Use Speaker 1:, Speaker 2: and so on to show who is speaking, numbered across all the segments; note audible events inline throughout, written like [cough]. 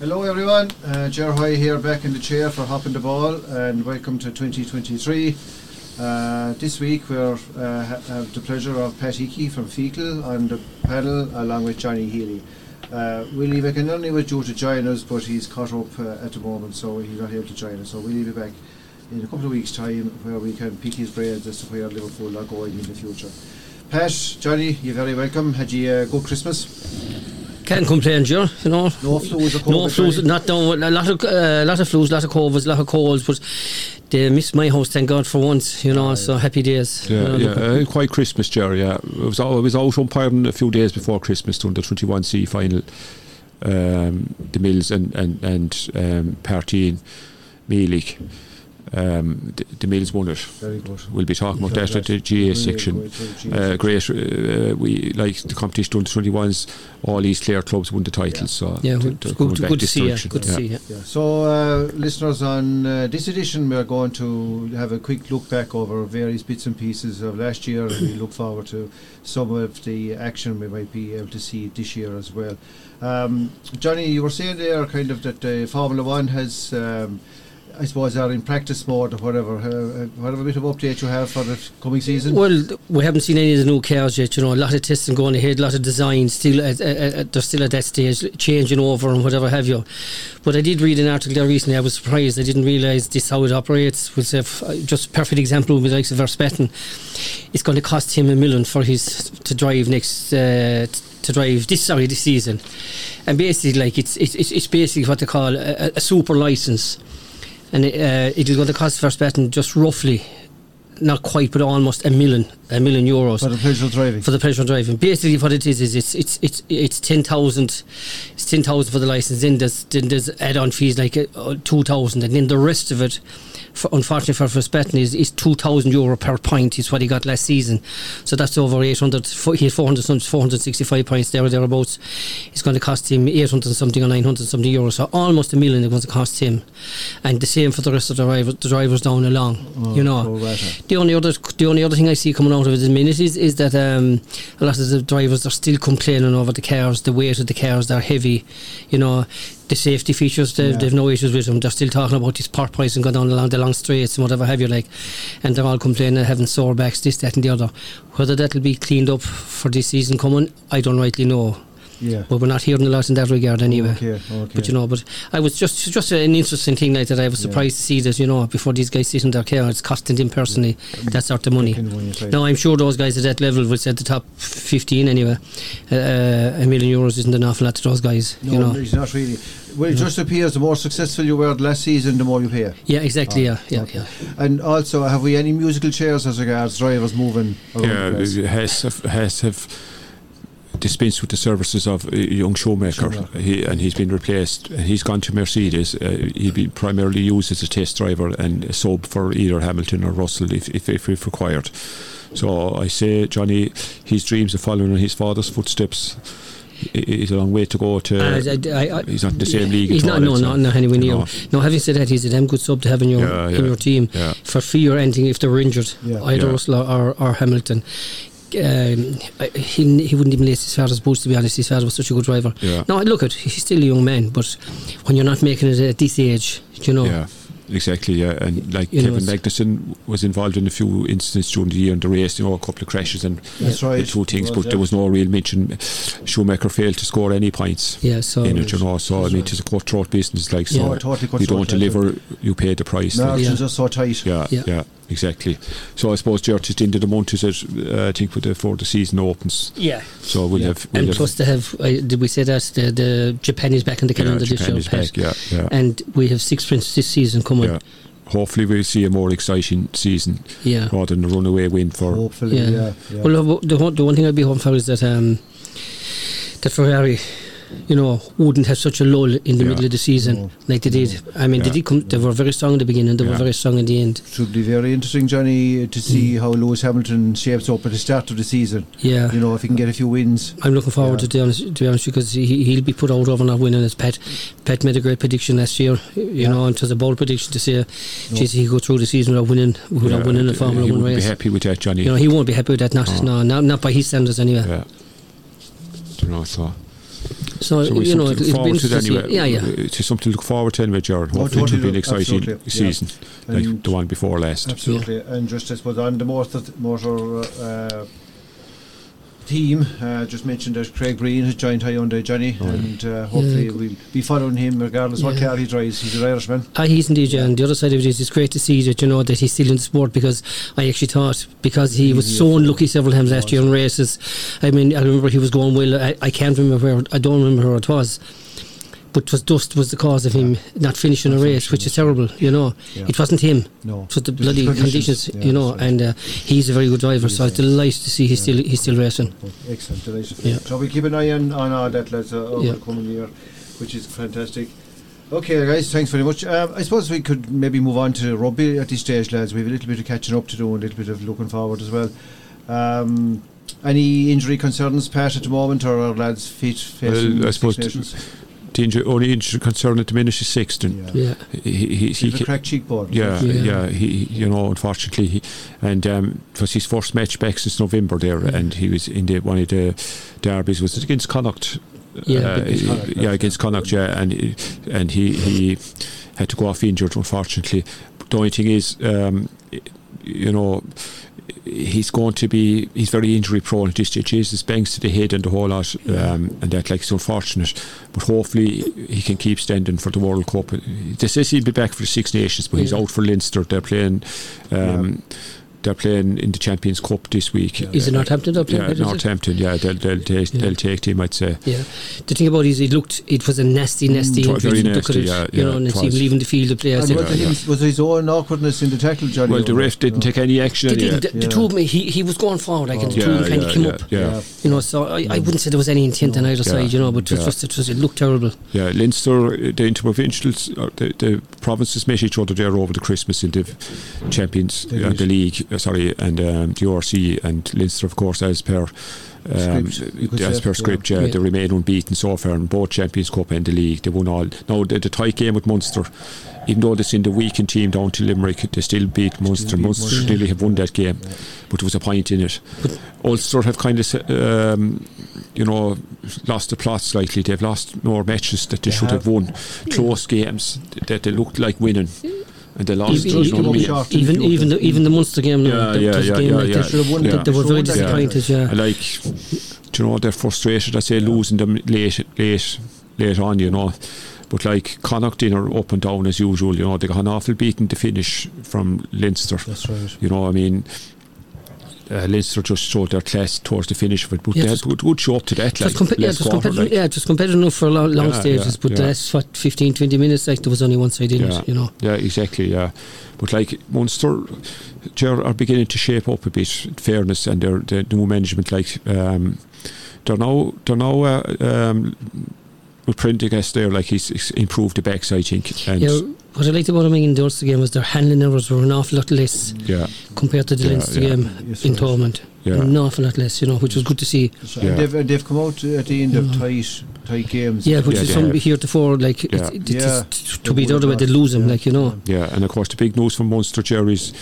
Speaker 1: Hello, everyone. Uh, Ger Hoy here, back in the chair for Hopping the Ball, and welcome to 2023. Uh, this week, we uh, ha- have the pleasure of Pat Hickey from Fecal on the panel, along with Johnny Healy. Uh, Willie McInerney was due to join us, but he's caught up uh, at the moment, so he's not able to join us. So we'll be back in a couple of weeks' time where we can pick his brains as to where Liverpool are going in the future. Pat, Johnny, you're very welcome. Had you a good Christmas?
Speaker 2: Can't complain, Ger, you know.
Speaker 1: No flus or COVID,
Speaker 2: No flus,
Speaker 1: Johnny?
Speaker 2: not down with a lot of uh, lot of flus, lot of covers, lot of colds, but they missed my house, thank God, for once, you know, so happy days. you
Speaker 3: Yeah,
Speaker 2: know,
Speaker 3: yeah,
Speaker 2: look-
Speaker 3: uh, quite Christmas, Jerry. Yeah, I was out, I was out umpiring a few days before Christmas during the twenty one C final. Um, the Mills and and and um, Partien, Mealik. Um, the, the Mills won it.
Speaker 1: Very good.
Speaker 3: We'll be talking about that at the GA section. Uh, great, uh, we like the competition during the twenty ones. All East Clare clubs won the title, so
Speaker 2: yeah,
Speaker 3: they're-
Speaker 2: good,
Speaker 3: they're coming
Speaker 2: good,
Speaker 3: back
Speaker 2: good to
Speaker 3: this
Speaker 2: see you.
Speaker 3: direction.
Speaker 2: Good to
Speaker 3: Yeah.
Speaker 2: see you.
Speaker 1: Yeah. So, uh, listeners, on uh, this edition, we are going to have a quick look back over various bits and pieces of last year, and
Speaker 3: [coughs]
Speaker 1: we look forward to some of the action we might be able to see this year as well. Um, Johnny, you were saying there kind of that uh, Formula One has. Um, I suppose are in practice mode or whatever. Uh, uh, whatever bit of update you have for the coming season.
Speaker 2: Well, th- we haven't seen any of the new cars yet. You know, a lot of testing going ahead, a lot of designs still. At, at, at, they're still at that stage, changing over and whatever have you. But I did read an article there recently. I was surprised. I didn't realise this how it operates. Was if, uh, just perfect example with like Verstappen. It's going to cost him a million for his to drive next. Uh, t- to drive this sorry this season, and basically like it's it's it's it's basically what they call a, a- a super license, and it, uh, it is going to cost Verstappen just roughly not quite, but almost a million, a million euros
Speaker 1: for the pleasure of driving.
Speaker 2: for the pleasure of driving. Basically, what it is is it's it's it's it's ten thousand, it's ten thousand for the license. Then there's then there's add-on fees like uh, two thousand, and then the rest of it, for, unfortunately for Verstappen, is is two thousand euro per point. Is what he got last season, so that's over eight hundred. He had four hundred something, four hundred sixty-five points there or thereabouts. It's going to cost him eight hundred something or nine hundred something euros, so almost a million. It was to cost him, and the same for the rest of the drivers, the drivers down along.
Speaker 1: Oh,
Speaker 2: you know.
Speaker 1: pro rata.
Speaker 2: The only other the only other thing I see coming out of it at the minute is, is that um, a lot of the drivers are still complaining over the cars, the weight of the cars, they're heavy, you know, the safety features, they've,
Speaker 1: Yeah.
Speaker 2: they've no issues with them. They're still talking about this park price and going down along the long straights and whatever have you like, and they're all complaining, having sore backs, this, that, and the other. Whether that'll be cleaned up for this season coming, I don't rightly know,
Speaker 1: Yeah.
Speaker 2: but we're not hearing a lot in that regard anyway.
Speaker 1: Okay. Okay.
Speaker 2: But you know, but I was just just an interesting thing like that. I was
Speaker 1: Yeah.
Speaker 2: surprised to see that you know before these guys sit in their car, it's costing them personally that sort of money.
Speaker 1: Kind of when you say-
Speaker 2: Now I'm sure those guys at that level was at the top 15 anyway. Uh, a million euros isn't an awful lot to those guys,
Speaker 1: No,
Speaker 2: you know.
Speaker 1: it's not really. Well, it just appears the more successful you were last season, the more you pay.
Speaker 2: Yeah, exactly. Yeah, yeah,
Speaker 1: Okay.
Speaker 2: yeah.
Speaker 1: And also, have we any musical chairs as regards drivers moving?
Speaker 2: Oh,
Speaker 1: around
Speaker 3: Yeah,
Speaker 1: the place?
Speaker 3: Hess have, Hess have dispensed with the services of uh, young Showmaker,
Speaker 1: Schumacher.
Speaker 3: He, and he's been replaced. And he's gone to Mercedes. Uh, he'd be primarily used as a test driver and a sub for either Hamilton or Russell if, if, if, if required. So I say, Johnny, his dreams of following in his father's footsteps i- i- is a long way to go
Speaker 2: And
Speaker 3: to.
Speaker 2: I- I- I-
Speaker 3: he's not in the same league
Speaker 2: He's
Speaker 3: at
Speaker 2: not,
Speaker 3: all,
Speaker 2: no,
Speaker 3: it's
Speaker 2: not,
Speaker 3: not-
Speaker 2: not anywhere near.
Speaker 3: no.
Speaker 2: Now, having said that, he's a damn good sub to have in your
Speaker 3: Yeah,
Speaker 2: in
Speaker 3: yeah.
Speaker 2: your team
Speaker 3: Yeah.
Speaker 2: for free or anything. If they're injured,
Speaker 1: Yeah.
Speaker 2: either
Speaker 3: Yeah.
Speaker 2: Russell or, or Hamilton, um, I- he he wouldn't even lace his father's boots. To be honest, his father was such a good driver.
Speaker 3: Yeah.
Speaker 2: Now, look at he's still a young man, but when you're not making it at this age, you know,
Speaker 3: Yeah, exactly. Yeah, and like
Speaker 2: You know,
Speaker 3: Kevin
Speaker 2: it's-
Speaker 3: Magnussen was involved in a few incidents during the year in the race, you know, a couple of crashes and
Speaker 1: That's right.
Speaker 3: the two things,
Speaker 1: Well,
Speaker 3: but there was no real mention. Schumacher failed to score any points
Speaker 2: yeah. So
Speaker 3: in it, you know. So I mean, it's a cutthroat business, like
Speaker 1: yeah.
Speaker 3: so.
Speaker 1: Oh, totally cut
Speaker 3: You
Speaker 1: short,
Speaker 3: don't deliver, you pay the price.
Speaker 1: yeah.
Speaker 3: like.
Speaker 1: Margins
Speaker 2: Yeah.
Speaker 1: are so tight.
Speaker 3: Yeah,
Speaker 2: Yeah.
Speaker 3: yeah, exactly. So I suppose George at the end of the month is it? Uh, I think before the season opens,
Speaker 2: yeah.
Speaker 3: so we'll
Speaker 1: Yeah.
Speaker 3: have. We'll
Speaker 2: And
Speaker 3: have
Speaker 2: plus, they have. Uh, did we say that the, the Japan is back in the
Speaker 3: yeah,
Speaker 2: calendar this
Speaker 3: Japan
Speaker 2: year?
Speaker 3: is
Speaker 2: Pat?
Speaker 3: back. Yeah, yeah.
Speaker 2: And we have six prints this season coming.
Speaker 3: yeah. Hopefully, we'll see a more exciting season
Speaker 2: yeah.
Speaker 3: rather than a runaway win for
Speaker 1: Hopefully, yeah.
Speaker 2: Yeah.
Speaker 1: yeah,
Speaker 2: Well, uh, the one, the one thing I'd be hoping for is that um, that Ferrari, you know, wouldn't have such a lull in the
Speaker 3: Yeah. Mm.
Speaker 2: middle of the season
Speaker 1: No.
Speaker 2: like they did. I mean, they
Speaker 3: Yeah.
Speaker 2: did come. They were very strong in the beginning. They were
Speaker 3: Yeah.
Speaker 2: very strong in the end.
Speaker 1: Should be very interesting, Johnny, to see how Lewis Hamilton shapes up at the start of the season.
Speaker 2: Mm. Yeah.
Speaker 1: You know, if he can get a few wins.
Speaker 2: I'm looking forward
Speaker 1: Yeah.
Speaker 2: to, the honest, to be honest, because he, he'll be put out over not winning as Pat. Pat made a great prediction last year, you know, and it was a bold prediction to say, geez, he go through the season without winning, without
Speaker 3: Yeah,
Speaker 2: winning a
Speaker 3: he
Speaker 2: Formula One
Speaker 3: wouldn't be
Speaker 2: race.
Speaker 3: happy with that, Johnny.
Speaker 2: You know, he won't be happy with that. Not,
Speaker 3: Oh.
Speaker 2: no, not, not by his standards anyway.
Speaker 3: yeah. Dunno, so.
Speaker 2: So,
Speaker 3: So it's
Speaker 2: you know,
Speaker 3: something
Speaker 2: it, it's been
Speaker 3: forward to
Speaker 2: to see.
Speaker 3: anyway.
Speaker 2: Yeah, yeah.
Speaker 3: It's just something to look forward to anyway, Jared.
Speaker 1: Oh,
Speaker 3: Hopefully it'll be an
Speaker 1: totally,
Speaker 3: exciting
Speaker 1: absolutely, yeah.
Speaker 3: season like
Speaker 1: And-
Speaker 3: the one before last.
Speaker 1: Absolutely, and just I suppose on the motor motor uh, team, uh, just mentioned that Craig Breen has joined Hyundai Johnny, and uh, hopefully we'll be following him regardless what
Speaker 2: Yeah.
Speaker 1: car he drives. He's an Irishman.
Speaker 2: Ah, he's indeed, yeah. And the other side of it is, it's great to see that you know that he's still in the sport because I actually thought because he was so unlucky several times last year in races. I mean, I remember he was going well. I, I can't remember where. I don't remember where it was. But 'twas dust was the cause of him not finishing a race, which is terrible. You know,
Speaker 1: Yeah.
Speaker 2: it wasn't him.
Speaker 1: No,
Speaker 2: So the
Speaker 1: Just
Speaker 2: bloody conditions,
Speaker 1: Yeah,
Speaker 2: you know,
Speaker 1: so-
Speaker 2: and uh, he's a very good driver. So I was delighted to see he's still he's still racing.
Speaker 1: Excellent, delicious.
Speaker 2: Yeah.
Speaker 1: So we keep an eye on, on all that lads, uh, over
Speaker 2: Yeah.
Speaker 1: the coming year, which is fantastic. Okay, guys, thanks very much. Um, I suppose we could maybe move on to rugby at this stage, lads. We have a little bit of catching up to do and a little bit of looking forward as well. Um, any injury concerns, Pat, at the moment, or are lads fit? facing
Speaker 3: Well, I
Speaker 1: Six
Speaker 3: suppose
Speaker 1: Nations?
Speaker 3: The injury, only injury concern at the minute is Sexton.
Speaker 1: yeah.
Speaker 2: Yeah,
Speaker 3: He, he, he,
Speaker 1: He's a cracked cheekbone.
Speaker 3: yeah,
Speaker 2: Yeah.
Speaker 3: yeah, He, he- you know, unfortunately, he, and um, it was his first match back since November there,
Speaker 1: Mm.
Speaker 3: and he was in the, one of the derbies was it against Connacht. Uh,
Speaker 2: Yeah.
Speaker 1: Against Connacht,
Speaker 3: yeah,
Speaker 1: that's-
Speaker 3: against Connacht, yeah, and he- and he he had to go off injured, unfortunately. The only thing is, um, you know, he's going to be he's very injury prone at this stage. He has his bangs to the head and the whole lot, um, and that like it's unfortunate. But hopefully he can keep standing for the World Cup. They say he'll be back for the Six Nations, but he's
Speaker 2: Yeah.
Speaker 3: out for Leinster. They're playing. Um, They're playing in the Champions Cup this week.
Speaker 2: is it Northampton up there?
Speaker 3: Yeah,
Speaker 2: Is it?
Speaker 3: Northampton. Yeah, they'll they'll, they'll,
Speaker 2: Yeah.
Speaker 3: they'll take him. I'd say.
Speaker 2: Yeah, the thing about it is, it looked it was a nasty, nasty
Speaker 3: it was
Speaker 2: injury.
Speaker 3: very
Speaker 2: Look at
Speaker 3: nasty,
Speaker 2: it,
Speaker 3: yeah,
Speaker 2: you
Speaker 3: yeah,
Speaker 2: know, and
Speaker 3: it
Speaker 2: it's even
Speaker 3: was.
Speaker 2: leaving the field of players.
Speaker 1: And
Speaker 2: said,
Speaker 1: was, it him, was it his own awkwardness in the tackle, Johnny?
Speaker 3: Well, the
Speaker 1: or
Speaker 3: ref
Speaker 1: not?
Speaker 3: didn't
Speaker 1: No.
Speaker 3: take any action.
Speaker 2: They didn't.
Speaker 3: anyway.
Speaker 2: The, the two of me, he, he was going forward, like, and the
Speaker 3: Yeah,
Speaker 2: two of them kind
Speaker 3: yeah,
Speaker 2: of came
Speaker 3: yeah,
Speaker 2: up.
Speaker 3: yeah.
Speaker 2: You know, so I, I wouldn't say there was any intent on either
Speaker 3: Yeah.
Speaker 2: side, you know, but it was
Speaker 3: Yeah.
Speaker 2: just, it, was, it looked terrible.
Speaker 3: Yeah, Leinster, uh, the interprovincials, uh, the, the provinces met each other there over the Christmas in the Champions,
Speaker 1: They
Speaker 3: uh,
Speaker 1: did.
Speaker 3: the league, uh, sorry, and um, the URC and Leinster, of course, as per. Um,
Speaker 1: Script, you could
Speaker 3: as
Speaker 1: say,
Speaker 3: per
Speaker 1: yeah.
Speaker 3: script, yeah,
Speaker 2: Yeah.
Speaker 3: they remain unbeaten so far in both Champions Cup and the league. They won all. Now the, the tie game with Munster, even though they in the weakened team down to Limerick, they still beat Munster.
Speaker 1: beat
Speaker 3: Munster
Speaker 1: Munster.
Speaker 3: really have won that game, but there was a point in it. Ulster have kind of, se- um, you know, lost the plot slightly. They've lost more matches that they
Speaker 1: They
Speaker 3: should
Speaker 1: have.
Speaker 3: have won, close games th- that they looked like winning, and they lost.
Speaker 2: Even,
Speaker 1: just
Speaker 3: you know
Speaker 1: come
Speaker 3: what I
Speaker 1: up
Speaker 3: mean?
Speaker 1: short.
Speaker 2: even, even, even, the, even the Munster game, no,
Speaker 3: Yeah,
Speaker 2: that
Speaker 3: yeah,
Speaker 2: was a
Speaker 3: yeah,
Speaker 2: game
Speaker 3: yeah,
Speaker 2: like
Speaker 3: yeah.
Speaker 2: that.
Speaker 1: Should have won
Speaker 2: They-
Speaker 1: that.
Speaker 2: They were
Speaker 1: Should
Speaker 2: very
Speaker 1: have won that.
Speaker 2: disappointed, yeah.
Speaker 3: I like, do you know, they're frustrated. I say losing them late, late, late on, you know. But like Connacht, they are up and down as usual. You know, they got an awful beaten to finish from Leinster.
Speaker 1: That's right.
Speaker 3: You know, I mean. Uh, Leinster just showed their class towards the finish of it, but
Speaker 2: Yeah,
Speaker 3: they had
Speaker 2: just-
Speaker 3: good, good show up to that.
Speaker 2: It was
Speaker 3: like,
Speaker 2: compe- yeah, it
Speaker 3: last
Speaker 2: was
Speaker 3: quarter,
Speaker 2: competitive,
Speaker 3: like.
Speaker 2: yeah, it was competitive enough for long, long
Speaker 3: Yeah,
Speaker 2: stages,
Speaker 3: yeah,
Speaker 2: but
Speaker 3: yeah.
Speaker 2: that's what 15, 20 minutes. Like there was only one side in
Speaker 3: Yeah.
Speaker 2: it, you know.
Speaker 3: Yeah, exactly. Yeah, but like Munster, they are beginning to shape up a bit. In fairness, and their the new management, like um, they're now they're now uh, um, with Print, I guess there, like he's, he's improved the backs, I think. And
Speaker 2: Yeah, what I liked about them in the Ulster game was their handling errors were an awful lot less
Speaker 3: yeah,
Speaker 2: compared to the
Speaker 3: Yeah,
Speaker 2: Leinster
Speaker 3: yeah.
Speaker 2: game
Speaker 1: Yes,
Speaker 2: in
Speaker 1: right.
Speaker 2: Torment.
Speaker 3: yeah,
Speaker 2: An awful lot less, you know, which was good to see.
Speaker 1: So,
Speaker 3: Yeah.
Speaker 1: and they've, and they've come out uh, at the end of
Speaker 2: Yeah.
Speaker 1: tight, tight games.
Speaker 2: Yeah, which
Speaker 3: Yeah,
Speaker 2: is
Speaker 3: they
Speaker 2: from
Speaker 3: have.
Speaker 2: heretofore, like,
Speaker 3: Yeah.
Speaker 2: it, it,
Speaker 1: Yeah.
Speaker 2: it's to be the other way, they lose them,
Speaker 1: Yeah.
Speaker 2: like, you know.
Speaker 3: yeah. And of course, the big news from Munster, Ger, is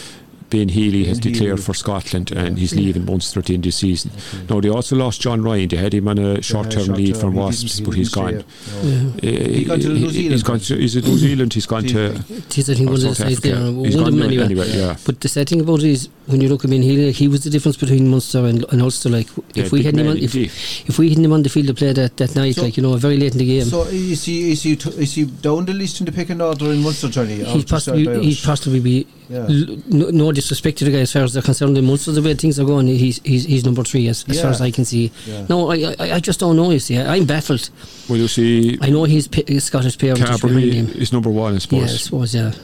Speaker 3: Ben Healy has
Speaker 1: Ben Healy.
Speaker 3: declared for Scotland, and he's
Speaker 2: Yeah.
Speaker 3: leaving Munster at the end of the season. Now they also lost John Ryan. They had him on a short-term lead from Wasps, but he's gone.
Speaker 2: Yeah.
Speaker 3: He-
Speaker 1: gone to New
Speaker 3: he- He's
Speaker 1: Zealand.
Speaker 3: gone to, is it New Zealand? He's gone to.
Speaker 2: It is, I think, one
Speaker 3: or
Speaker 2: of the
Speaker 3: South
Speaker 2: sides there.
Speaker 3: Africa.
Speaker 2: One
Speaker 3: He's
Speaker 2: of
Speaker 3: gone
Speaker 2: them,
Speaker 3: there
Speaker 2: anyway.
Speaker 3: anyway, yeah.
Speaker 2: But the sad thing about it is, when you look at Ben Healy, he was the difference between Munster and, and Ulster. Like,
Speaker 3: Yeah,
Speaker 2: if we
Speaker 3: big
Speaker 2: had him on,
Speaker 3: man
Speaker 2: if,
Speaker 3: indeed.
Speaker 2: if we had him on the field to play that, that night,
Speaker 1: So-
Speaker 2: like, you know, very late in the game,
Speaker 1: So is he is he t- is he down the list in the picking order in Munster, Johnny? Or
Speaker 2: he'd
Speaker 1: just
Speaker 2: possibly,
Speaker 1: out there?
Speaker 2: he'd possibly be.
Speaker 1: Yeah.
Speaker 2: l- No, no disrespect to the guy as far as they're concerned. In Munster, the way things are going, he's he's, he's number three as, as far
Speaker 1: Yeah.
Speaker 2: as I can see.
Speaker 1: Yeah.
Speaker 2: No, I, I I just don't know. You see, I, I'm baffled.
Speaker 3: Well, you see,
Speaker 2: I know he's pa- his Scottish parents behind
Speaker 3: Carberry
Speaker 2: him.
Speaker 3: is number one, I
Speaker 2: Yeah, I
Speaker 3: suppose.
Speaker 2: suppose yeah.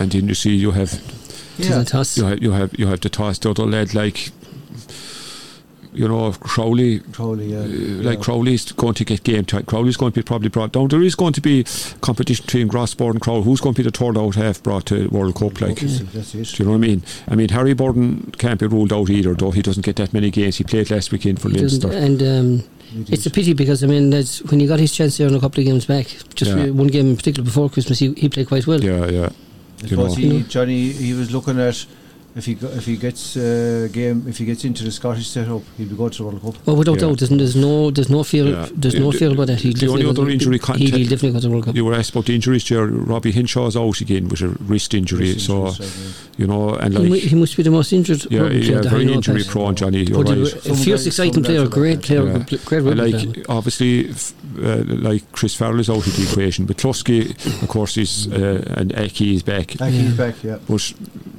Speaker 3: And then you see, you have
Speaker 1: yeah.
Speaker 2: Isn't us?
Speaker 3: you have you have you have the toss the other lad like. You know Crowley,
Speaker 1: Crowley, yeah.
Speaker 3: uh,
Speaker 1: yeah.
Speaker 3: like Crowley's going to get game time. Crowley's going to be probably brought down. There is going to be competition between Grossport and Crowley. Who's going to be the third out half brought to World Cup? Like,
Speaker 1: Obviously, that's it.
Speaker 3: Do you know what I mean? I mean, Harry Burden can't be ruled out either, though he doesn't get that many games. He played last weekend for
Speaker 2: He doesn't-
Speaker 3: Leinster.
Speaker 2: And um,
Speaker 1: It is.
Speaker 2: it's a pity because I mean that's when he got his chance there in a couple of games back, just
Speaker 3: Yeah.
Speaker 2: one game in particular before Christmas, he, he played quite well.
Speaker 3: Yeah, yeah.
Speaker 1: I
Speaker 3: you know.
Speaker 1: suppose he, Johnny, he was looking at if he go, if he gets uh, game if he gets into the Scottish setup, he'll be going to the World Cup.
Speaker 2: Well, without
Speaker 3: Yeah.
Speaker 2: doubt, there's, there's no there's no fear
Speaker 3: Yeah.
Speaker 2: there's no
Speaker 3: The-
Speaker 2: fear about that. He'll
Speaker 3: the only
Speaker 2: definitely go
Speaker 3: other
Speaker 2: to-
Speaker 3: injury
Speaker 2: he'll
Speaker 3: contact-
Speaker 2: definitely go to the World Cup.
Speaker 3: You were asked about the injuries there. Robbie Hinshaw's out again with a wrist injury.
Speaker 1: Wrist
Speaker 3: so,
Speaker 1: injuries, right, yeah.
Speaker 3: you know, and
Speaker 2: He, mu-
Speaker 3: like,
Speaker 2: he must be the most injured.
Speaker 3: yeah,
Speaker 2: rugby player
Speaker 3: yeah,
Speaker 2: that I
Speaker 3: very
Speaker 2: know
Speaker 3: injury
Speaker 2: about.
Speaker 3: prone, Johnny. You're
Speaker 2: But
Speaker 3: right.
Speaker 2: a- a
Speaker 1: Some
Speaker 2: fierce,
Speaker 1: guys-
Speaker 2: exciting
Speaker 1: some
Speaker 2: player,
Speaker 1: guys are
Speaker 2: great
Speaker 1: like
Speaker 2: player,
Speaker 3: Yeah.
Speaker 2: gr- great
Speaker 3: And
Speaker 2: rugby player.
Speaker 3: like obviously, f- uh, like Chris Farrell is out of the equation, but Tlusky, of course, is uh, and Eki is back.
Speaker 1: Back,
Speaker 2: Yeah.
Speaker 1: he's back, yeah.
Speaker 3: But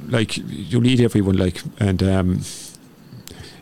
Speaker 3: like you need everyone, like and um,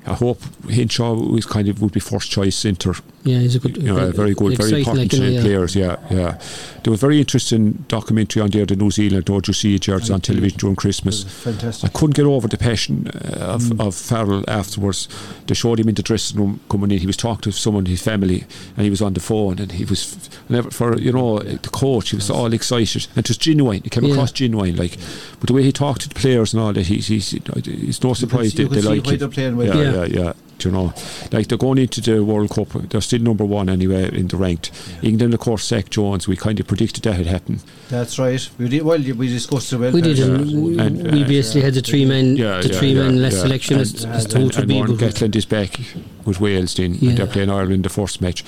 Speaker 3: I hope Hinshaw is kind of would be first choice centre.
Speaker 2: Yeah, he's a good,
Speaker 3: You know, a very good, very
Speaker 2: uh, exciting, like,
Speaker 3: important
Speaker 2: uh, you know, yeah.
Speaker 3: players. Yeah, yeah. There was a very interesting documentary on there, the New Zealand. Don't you see it, Gerard, on television during Christmas? I
Speaker 1: Fantastic.
Speaker 3: couldn't get over the passion uh, of,
Speaker 1: Mm.
Speaker 3: of Farrell afterwards. They showed him in the dressing room coming in. He was talking to someone, his family, and he was on the phone. And he was f- never for you know uh, the coach. He was all excited and it was genuine. It came
Speaker 2: Yeah.
Speaker 3: across genuine, like. But the way he talked to the players and all that, he's, he's it's no
Speaker 1: You can
Speaker 3: surprise
Speaker 1: see- you can
Speaker 3: they, they
Speaker 1: see
Speaker 3: like
Speaker 1: why
Speaker 3: it.
Speaker 1: they're playing well.
Speaker 3: Yeah, yeah,
Speaker 2: Yeah.
Speaker 3: yeah. Do you know, like they're going into the World Cup, they're still number one anyway in the ranked. England, of course, Zach Jones. We kind of predicted that had happened.
Speaker 1: That's right. We did, well, we discussed the well.
Speaker 2: We did,
Speaker 3: Yeah.
Speaker 2: and w-
Speaker 3: And,
Speaker 2: we
Speaker 3: uh,
Speaker 2: basically had the three men,
Speaker 3: Yeah,
Speaker 2: the
Speaker 3: yeah,
Speaker 2: three
Speaker 3: yeah,
Speaker 2: men less
Speaker 3: yeah.
Speaker 2: selection
Speaker 3: And- uh,
Speaker 2: as,
Speaker 1: and-
Speaker 2: as to who
Speaker 3: and,
Speaker 2: to
Speaker 3: and
Speaker 2: be.
Speaker 3: Warren
Speaker 2: but-
Speaker 3: Gatland is back with Wales then and they're
Speaker 2: Yeah.
Speaker 3: playing Ireland the first match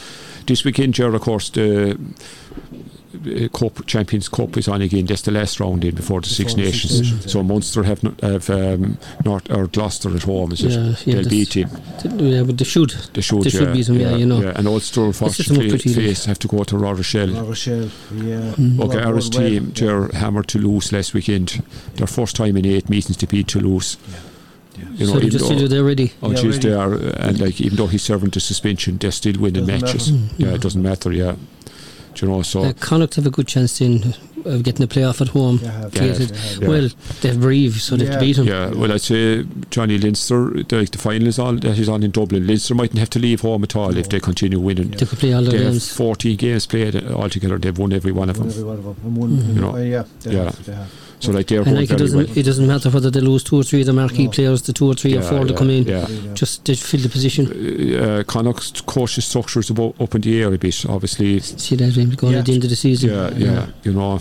Speaker 3: this weekend Gerard of course the uh, Cup, Champions Cup is on again that's the last round in before
Speaker 1: Before
Speaker 3: the Six
Speaker 1: the Six
Speaker 3: Nations
Speaker 1: Nations,
Speaker 3: so
Speaker 1: yeah.
Speaker 3: Munster have, not, have um, North, or Gloucester at home is
Speaker 2: Yeah,
Speaker 3: it
Speaker 2: yeah,
Speaker 3: they'll
Speaker 2: that's-
Speaker 3: beat him
Speaker 2: Th- Yeah, but they should.
Speaker 3: they should,
Speaker 2: they should
Speaker 3: yeah,
Speaker 2: beat 'em, yeah, you know.
Speaker 3: and Ulster
Speaker 2: just an
Speaker 3: unfortunately
Speaker 2: opportunity.
Speaker 3: face have to go to Rochelle
Speaker 1: La
Speaker 3: Rochelle
Speaker 1: Rochelle, yeah.
Speaker 2: Mm-hmm.
Speaker 3: Okay,
Speaker 1: Well,
Speaker 3: Irish
Speaker 1: well, well,
Speaker 3: team,
Speaker 1: yeah.
Speaker 3: Gerard hammered Toulouse last weekend. Their first time in eight meetings to beat Toulouse. You
Speaker 2: so
Speaker 3: know,
Speaker 2: they
Speaker 3: even
Speaker 2: just
Speaker 3: though-
Speaker 2: said they're ready.
Speaker 3: Oh,
Speaker 1: Yeah,
Speaker 3: geez,
Speaker 1: really.
Speaker 3: they are, uh, and like even though he's serving the suspension, they're still winning
Speaker 1: Doesn't
Speaker 3: matches.
Speaker 2: matter.
Speaker 3: Yeah, it doesn't matter. Yeah, do you know? So
Speaker 2: Uh, Connacht have a good chance in of getting a playoff at home.
Speaker 1: They have, yes,
Speaker 2: Created-
Speaker 1: they have, yeah.
Speaker 2: Well, they've breathed, so they've
Speaker 1: Yeah.
Speaker 2: beat them.
Speaker 3: yeah, well, I'd say Johnny Leinster, the, like the final is on that is on in Dublin. Leinster mightn't have to leave home at all if they continue winning.
Speaker 2: They could play all their
Speaker 3: They have
Speaker 2: games.
Speaker 3: 14 games played altogether. They've won every one of
Speaker 1: One
Speaker 3: them.
Speaker 1: every one of them. And one,
Speaker 3: You know,
Speaker 1: oh, yeah, they
Speaker 3: yeah.
Speaker 1: Have, they have.
Speaker 3: So like they're
Speaker 2: And
Speaker 3: going
Speaker 2: like it
Speaker 3: very
Speaker 2: doesn't,
Speaker 3: well.
Speaker 2: it doesn't matter whether they lose two or three of the marquee
Speaker 1: No.
Speaker 2: players, the two or three or
Speaker 3: Yeah,
Speaker 2: four that
Speaker 3: yeah,
Speaker 2: come in,
Speaker 3: yeah.
Speaker 1: Really, yeah.
Speaker 2: just to fill the position.
Speaker 3: Uh, Connacht's coaching structure is about up in the air a bit. Obviously,
Speaker 2: See that when we go on
Speaker 1: Yeah.
Speaker 2: at the end of the season.
Speaker 3: yeah, yeah, you know,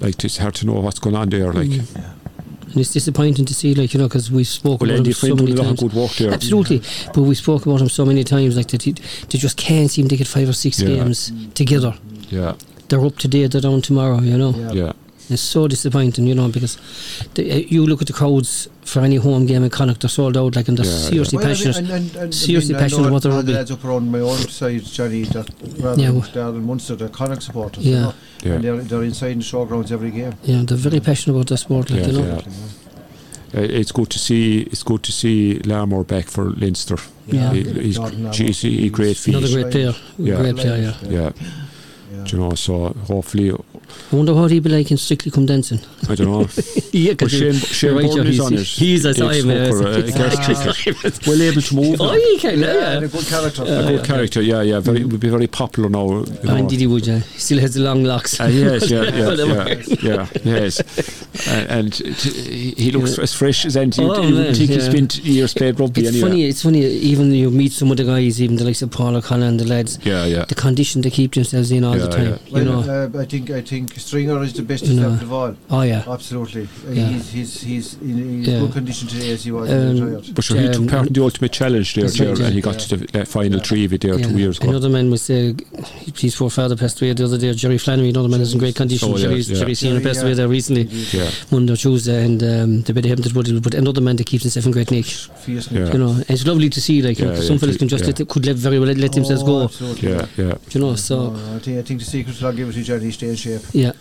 Speaker 3: like it's hard to know what's going on there. Like,
Speaker 2: Mm. And it's disappointing to see, like you know, because we've spoken
Speaker 3: well,
Speaker 2: about
Speaker 3: Andy
Speaker 2: him so
Speaker 3: Flynn done
Speaker 2: many
Speaker 3: a lot of
Speaker 2: times.
Speaker 3: good work there.
Speaker 2: Absolutely, but we spoke about him so many times, like that he, they just can't seem to get five or six
Speaker 3: Yeah.
Speaker 2: games together.
Speaker 3: Yeah,
Speaker 2: They're up today, they're down tomorrow. You know,
Speaker 1: Yeah.
Speaker 3: yeah.
Speaker 2: it's so disappointing. You know, because the, uh, you look at the crowds for any home game in Connacht, they're sold out, like and they're
Speaker 3: Yeah, yeah.
Speaker 2: seriously
Speaker 1: Well, I mean,
Speaker 2: passionate.
Speaker 1: and- and- and I
Speaker 2: Seriously
Speaker 1: mean, I know
Speaker 2: passionate
Speaker 1: a
Speaker 2: about the
Speaker 1: lot of
Speaker 2: rugby.
Speaker 1: lads up around my own side, Johnny, that rather
Speaker 2: Yeah,
Speaker 1: than
Speaker 2: well-
Speaker 1: Darren Munster, they're Connacht supporters.
Speaker 2: Yeah.
Speaker 1: You know?
Speaker 3: Yeah.
Speaker 1: And they're, they're inside the showgrounds every game.
Speaker 2: yeah, they're very passionate about their sport, like
Speaker 3: Yeah,
Speaker 2: you know.
Speaker 3: yeah. Uh, It's good to see. It's good to see Larmore back for Leinster. Uh,
Speaker 2: Yeah.
Speaker 3: He- he's,
Speaker 1: Jordan Larmour.
Speaker 3: he's a great
Speaker 1: He's-
Speaker 2: Another
Speaker 3: Fees.
Speaker 2: great player,
Speaker 3: Yeah.
Speaker 2: great player. Yeah.
Speaker 3: Yeah,
Speaker 1: Yeah.
Speaker 3: do you know. So hopefully,
Speaker 2: I wonder what he'd be like in Strictly Come Dancing.
Speaker 3: [laughs] I
Speaker 2: [laughs]
Speaker 3: don't know.
Speaker 2: yeah,
Speaker 3: But Shane, Shane
Speaker 2: Right,
Speaker 3: Bourne
Speaker 2: yeah,
Speaker 3: is on it.
Speaker 2: he's- he's a
Speaker 3: Ex-hooker,
Speaker 2: diamond,
Speaker 3: uh,
Speaker 2: yes.
Speaker 3: guest kicker. Well able to move.
Speaker 2: [laughs]
Speaker 3: now.
Speaker 2: Oh, you can, yeah.
Speaker 1: Yeah,
Speaker 2: yeah.
Speaker 1: and a good character.
Speaker 3: A good character. Yeah, yeah. Very
Speaker 2: Mm.
Speaker 3: would be very popular now. you know.
Speaker 2: And Didi Wood, yeah. He still has the long locks.
Speaker 3: Uh, yes,
Speaker 2: [laughs]
Speaker 3: yeah, yeah,
Speaker 2: Whatever.
Speaker 3: yeah, yeah, yes. Uh, and t- he he looks as fresh as any.
Speaker 2: Oh,
Speaker 3: you
Speaker 2: man,
Speaker 3: wouldn't think he's
Speaker 2: yeah.
Speaker 3: been t- years played rugby
Speaker 2: It's
Speaker 3: anyway.
Speaker 2: funny. It's funny. Even you meet some of the guys, even the likes of Paul O'Connor and the lads,
Speaker 3: Yeah, yeah.
Speaker 2: the condition they keep themselves in all the
Speaker 3: Yeah,
Speaker 2: time.
Speaker 3: yeah.
Speaker 2: You know.
Speaker 1: Well, uh, I think I think Stringer is the best
Speaker 2: You know.
Speaker 1: example of all.
Speaker 2: oh yeah.
Speaker 1: Absolutely, Uh,
Speaker 2: Yeah.
Speaker 1: he's he's he's in he's
Speaker 2: Yeah.
Speaker 1: good condition today as he was
Speaker 2: Um,
Speaker 1: when he retired.
Speaker 3: But sure, he
Speaker 2: Um,
Speaker 3: took part in the ultimate challenge there,
Speaker 2: That's right,
Speaker 3: Gerard, and he
Speaker 1: yeah.
Speaker 3: got to the that final three of it there
Speaker 2: yeah.
Speaker 3: two years ago.
Speaker 2: Another man was uh, his forefather passed away the other day. Jerry Flannery, another man is in great condition.
Speaker 3: Oh, yeah,
Speaker 2: Jerry,
Speaker 3: yeah.
Speaker 2: Jerry Senior
Speaker 1: Jerry,
Speaker 2: passed
Speaker 1: yeah.
Speaker 2: away there recently,
Speaker 3: Yeah,
Speaker 2: Monday or Tuesday, and um, they better him that would. But another man that keeps himself in great nick.
Speaker 1: Fierce
Speaker 3: Yeah.
Speaker 2: You know, and it's lovely to see. Like you know,
Speaker 3: Yeah,
Speaker 2: some
Speaker 3: yeah,
Speaker 2: fellas can just
Speaker 3: yeah.
Speaker 2: let, could let very well let, let themselves
Speaker 1: Oh,
Speaker 2: go.
Speaker 1: absolutely.
Speaker 3: yeah, yeah.
Speaker 2: You know, so
Speaker 1: No, no, I think I think the secret to longevity, Johnny, is stay in shape.
Speaker 2: yeah.